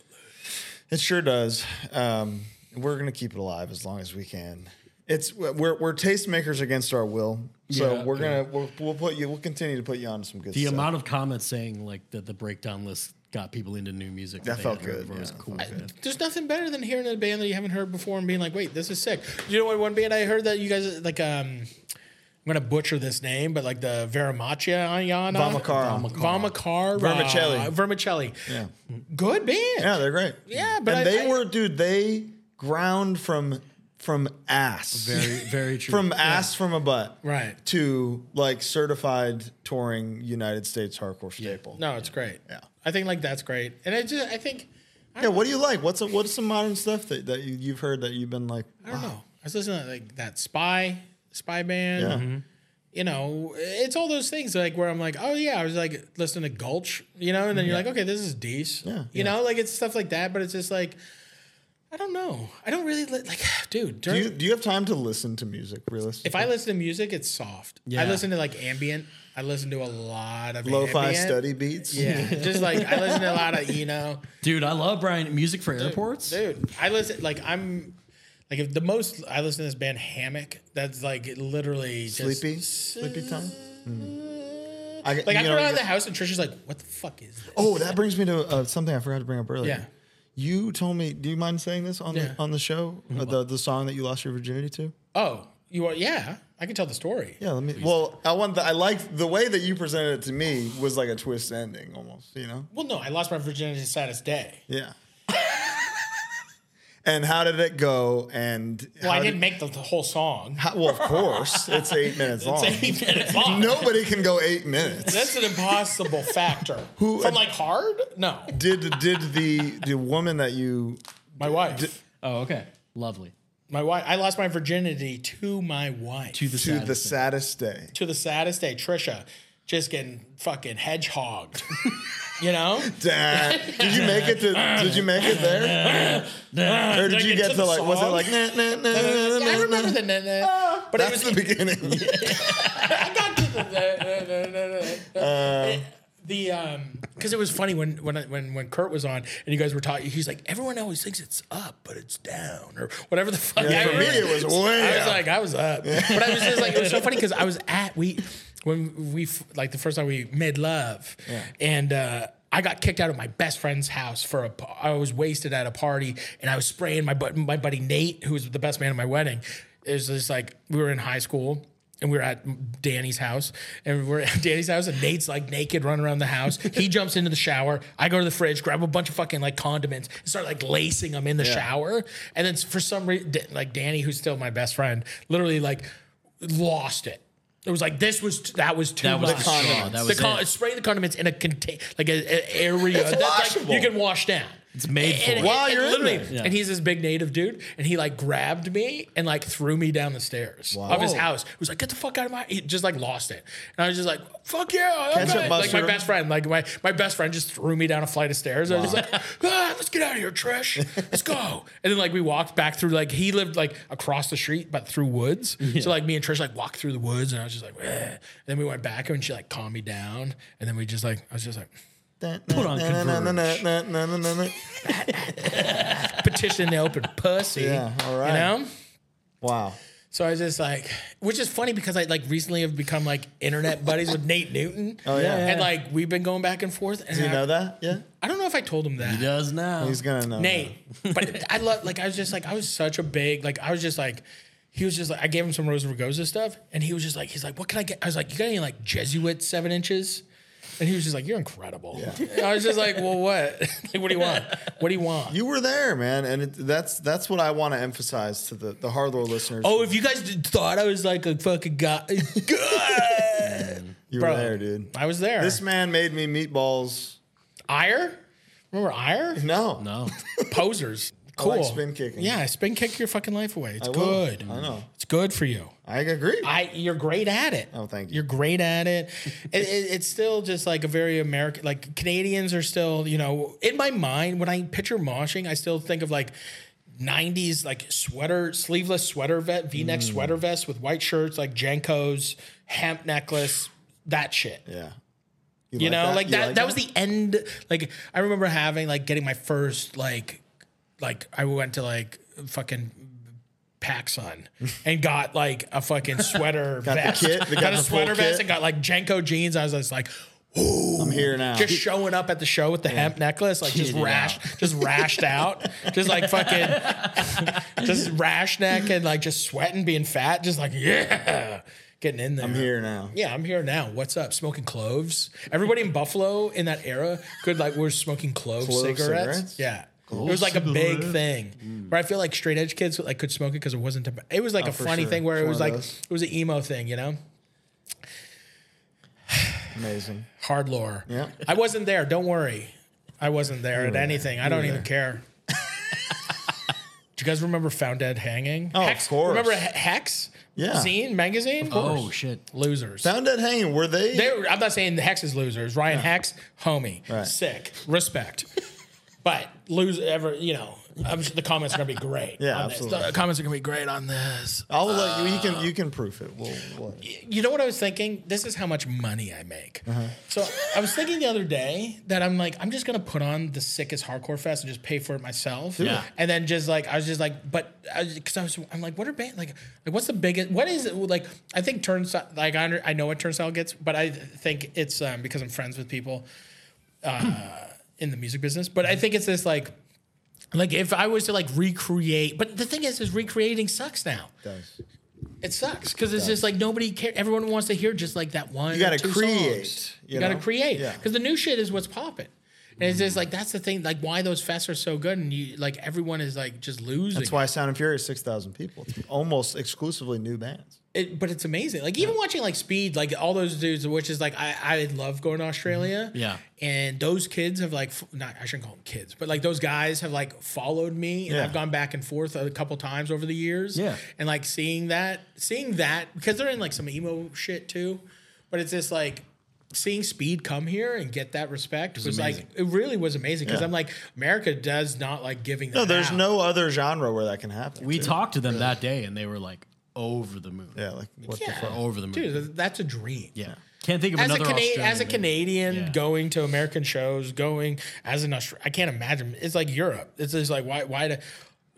It sure does. Um, we're gonna keep it alive as long as we can. it's we're we're tastemakers against our will. So Yeah, we're gonna we'll, we'll put you we'll continue to put you on some good The stuff. amount of comments saying like that the breakdown list got people into new music That they felt hadn't heard good, before was yeah, that cool. felt man. There's nothing better than hearing a band that you haven't heard before and being like, "Wait, this is sick." You know what? One band I heard that you guys like. um I'm gonna butcher this name, but like the Vermaccia Ayana, Vamakara. Vamakara, Vermicelli. Vermicelli. yeah. Good band. yeah, they're great. Yeah, but and I- they I- were dude. They ground from from ass. Very *laughs* very true. from ass from a butt Right. to like certified touring United States hardcore staple. No, it's great. Yeah. I think like that's great, and I just I think Yeah, what do you like? What's a, what's some modern stuff that, that you, you've heard that you've been like? I don't know. I was listening to like that spy spy band. Yeah, You know, it's all those things like where I'm like, oh yeah, I was like listening to Gulch, you know, and then you're like, okay, this is decent. Yeah. You know, like it's stuff like that, but it's just like, I don't know. I don't really li- like, *sighs* dude. do During, you do you have time to listen to music? Realistically, if I listen to music, it's soft. I Yeah. listen to like ambient. I listen to a lot of lo-fi ambient. study beats. Yeah, just like I listen to a lot of you *laughs* know. Dude, I love Brian music for airports. dude. I listen like I'm like if the most I listen to this band Hammock. That's like literally just, Mm. sleepy, sleepy time. I, Like I you put know, it on the house and Trisha's like, "What the fuck is this?" Oh, that brings me to uh, something I forgot to bring up earlier. Yeah. You told me. Do you mind saying this on Yeah. Mm-hmm. the on the show? Uh, the the song that you lost your virginity to. Oh, you are yeah. I can tell the story. Yeah. Let me. Well, I want. The, I like the way that you presented it to me was like a twist ending almost. You know. Well, no, I lost my virginity to saddest day. *laughs* Yeah. and how did it go? And Well, how I did- didn't make the, the whole song. *laughs* how- well, of course, it's eight minutes long. Eight *laughs* minutes long. Nobody can go eight minutes. That's an impossible factor. *laughs* Who- From like hard? No, Did did the the woman that you my wife. Oh, okay. Lovely. my wife. I lost my virginity to my wife. To the to the saddest. saddest day? *laughs* to the saddest day, Trisha, just getting fucking *laughs* hedgehogged. you know? Dad, did you make it to? Did you make it there? or did I you get get to to, the like? Was it song? like? Nah, nah, nah, nah, nah, I nah, remember nah. the na- na- but it Uh, That's was *laughs* the beginning. I got to the *laughs* the um because it was funny when when I- when when Kurt was on and you guys were talking. He's like, everyone always thinks it's up, but it's down or whatever the fuck. I for me, remember. it was way I was up. like, I was up, but I was just like, it was so funny because I was at we when we f- like the first time we made love, and. uh I got kicked out of my best friend's house for a. pa- I was wasted at a party, and I was spraying my bu- my buddy Nate, who was the best man at my wedding. It was just like we were in high school, and we were at Danny's house, and we're at Danny's house, and Nate's like naked running around the house. He jumps into the shower. I go to the fridge, grab a bunch of fucking like condiments, and start like lacing them in the shower. And then for some reason, like Danny, who's still my best friend, literally like lost it. It was like this was that was too That was much. the straw. That was the con- it. spray the condiments in a contain like an area that like, washable. you can wash down. It's made for it. While you're in there. Yeah. and he's this big native dude, and he like grabbed me and like threw me down the stairs of his house. He was like, "Get the fuck out of my!" He just like lost it, and I was just like, "Fuck yeah!" Ketchup okay." Like my mustard. best friend, like my my best friend just threw me down a flight of stairs. I was just like, ah, "Let's get out of here, Trish. Let's go!" and then like we walked back through like he lived like across the street, but through woods. So like me and Trish like walked through the woods, and I was just like, "Eh." and then we went back, and she like calmed me down, and then we just like I was just like. Put on petition to open pussy. Yeah, all right. You know? Wow. So I was just like, which is funny because I like recently have become like internet buddies with Nate *laughs* Newton. Oh yeah. And like we've been going back and forth. And Do you I, know that? Yeah. I don't know if I told him that. He does now. He's gonna know. Nate. Oh, But *laughs* I love like I was just like I was such a big like I was just like he was just like I gave him some Rosa Ragosa stuff and he was just like he's like what can I get I was like you got any like Jesuit seven inches and he was just like you're incredible I was just like well what *laughs* like what do you want what do you want You were there, man, and it, that's that's what I want to emphasize to the the hardcore listeners. Oh, if you guys d- thought I was like a fucking guy, *laughs* God. you bro. were there, dude. I was there. This man made me meatballs. Ire, remember *laughs* Ire? No, no. Posers. Cool. like spin kicking. Yeah, spin kick your fucking life away. It's I will. good. I know. It's good for you. I agree. I you're great at it. Oh, thank you. You're great at *laughs* it. it, it- it's still just like a very American. Like Canadians are still, you know, in my mind when I picture moshing, I still think of like. 90s like sweater sleeveless sweater vest v-neck Mm. sweater vest with white shirts like jankos hemp necklace that shit yeah. you know like You that that was the end like i remember having like getting my first like like i went to like fucking pack *laughs* sun and got like a fucking sweater the vest. kit, they got, *laughs* got a the full sweater vest kit. and got like Jenko jeans. I was just like, I'm here now. just showing up at the show with the hemp necklace, like just Kitted rash, just rashed out, just like fucking, *laughs* *laughs* just rash neck and like just sweating, being fat, just like yeah, getting in there. I'm here now. Yeah, I'm here now. What's up? Smoking cloves. Everybody in Buffalo in that era could like we're smoking clove, Clove cigarettes. cigarettes? Mm. Yeah. it was like a big thing, where I feel like straight edge kids like could smoke it because it wasn't. Tobacco. It was like a Oh, for funny sure. thing where It's it one was of like those. it was an emo thing, you know. Amazing. Hard lore. Yeah. I wasn't there. Don't worry. I wasn't there at anything. I don't even *laughs* care. Do you guys remember Found Dead Hanging? Oh, of Hex. course. Remember He- Hex? Yeah. Zine magazine? Oh shit. Losers. Found Dead Hanging, were they? They were- I'm not saying the Hex is losers. Ryan Hex, homie. Right. Sick. Respect. but lose ever, you know, I'm sure the comments are going to be great. Yeah, on this. absolutely. The comments are going to be great on this. I'll let you. You can you can proof it. We'll, we'll you know what I was thinking? This is how much money I make. So I was thinking the other day that I'm like, I'm just gonna put on the sickest hardcore fest and just pay for it myself. Yeah. it. And then just like I was just like, but because I, was, I'm like, what are band like? Like, what's the biggest? What is it? like? I think turnstile. Like I, under, I know what turnstile gets, but I think it's um, because I'm friends with people uh, *clears throat* in the music business, but I think it's this like, like if I was to like recreate, but the thing is, is recreating sucks now. does. It sucks because it's just like nobody cares. Everyone wants to hear just like that one. You gotta two create, songs. You, you gotta know? create Yeah. because the new shit is what's popping. And it's just like that's the thing, like why those fests are so good, and you like everyone is like just losing. That's why Sound and Fury is six thousand people. It's almost exclusively new bands. It, but it's amazing. Like even watching like Speed, like all those dudes, which is like I, I love going to Australia. Yeah. And those kids have like f- not I shouldn't call them kids, but like those guys have like followed me, and Yeah. I've gone back and forth a couple times over the years. Yeah. And like seeing that, seeing that because they're in like some emo shit too, but it's just like. Seeing Speed come here and get that respect was, like amazing. it really was amazing because Yeah. I'm like America does not like giving. No, that there's out. no other genre where that can happen. We talked to them that day and they were like over the moon. yeah, like what Yeah. the fuck? Over the moon. dude. That's a dream. Yeah. Can't think of as a, another Cana- Australian as a band. Canadian Yeah. going to American shows, going as an Austra- I can't imagine. It's like Europe. It's just like why why do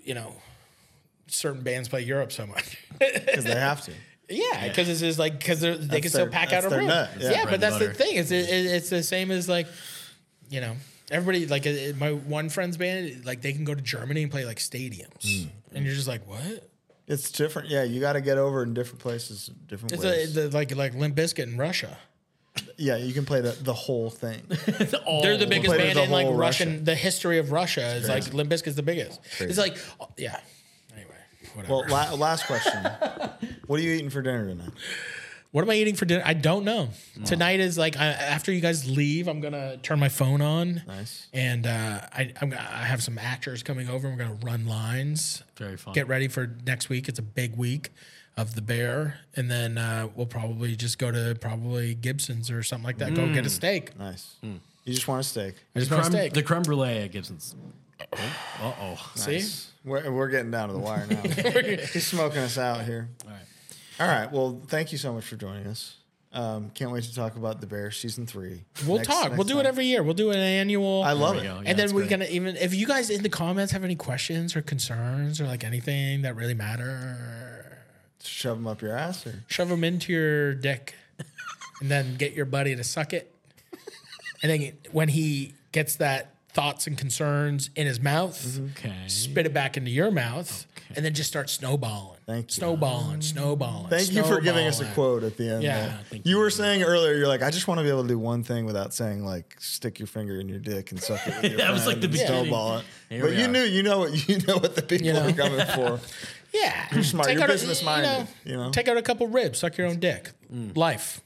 you know certain bands play Europe so much? *laughs* Because they have to. yeah, because it's just like because they can That's still their- pack out that's a their room. nut. Yeah, Yeah. but Bread that's and the butter. thing. It's it, it- it's the same as like you know everybody like it, it- my one friend's band like they can go to Germany and play like stadiums, and you're just like what? It's different. Yeah, you got to get over in different places, different It's a, ways. the, like like Limp Bizkit in Russia. yeah, you can play the, the whole *laughs* thing. They're the biggest Played band the in like whole Russian. Russia. The history of Russia is like Limp Bizkit's the biggest. It's like, oh, yeah. Anyway, whatever. Well, la- last question. what are you eating for dinner tonight? what am I eating for dinner? I don't know. Tonight is like I, after you guys leave, I'm gonna turn my phone on. Nice. And uh, I, I'm gonna, I have some actors coming over. and We're gonna run lines. Very fun. Get ready for next week. It's a big week of the bear, and then uh, we'll probably just go to probably Gibson's or something like that. Go Mm. get a steak. Nice. You just want a steak. I just the, want a creme, steak. the creme brulee at Gibson's. Uh oh. See? We're, we're getting down to the wire *laughs* now. He's smoking us out here. All right. All right. Well, thank you so much for joining us. Um, can't wait to talk about The Bear season three. We'll next- talk. next we'll do it time. every year. We'll do an annual. I love There we it. go. Oh, Yeah, and then that's we're great. gonna even if you guys in the comments have any questions or concerns or like anything that really matter, Shove them up your ass. Or shove them into your dick, *laughs* and then get your buddy to suck it. And then when he gets that thoughts and concerns in his mouth, Okay. spit it back into your mouth, and then just start snowballing. Thank you. snowballing, snowballing. Thank you for giving us a snowballing. quote at the end. Yeah, there. thank you you. were saying earlier, you're like, I just want to be able to do one thing without saying like, stick your finger in your dick and suck it. With *laughs* your That was, like, friend the and beginning. Snowball it. Here But we you are. knew, you know what, *laughs* you know what the people know. *laughs* are coming for. Yeah, smart. Take You're out a- business minded, you know? take out a couple ribs, suck your own dick. Mm. Life.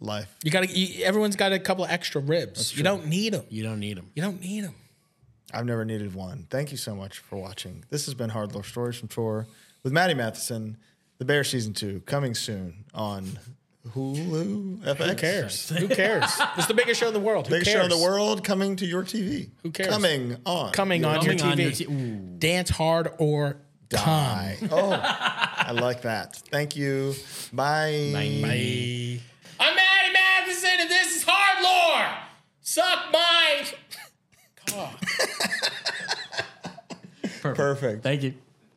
Life. You gotta. You, everyone's got a couple of extra ribs. You don't need them. You don't need them. You don't need them. I've never needed one. Thank you so much for watching. This has been Hard Lore Stories from Tour with Maddie Matheson. The Bear season two coming soon on Hulu FX. Who cares? Who *laughs* cares? It's the biggest show in the world. Who Biggest cares? show in the world coming to your TV. Who cares? Coming on. Coming on your Coming TV. on your t- Ooh. Dance hard or die. Bye. Oh, I like that. Thank you. Bye. Bye. I'm Maddie Matheson, and this is Hard Lore. Suck my. Perfect. Thank you.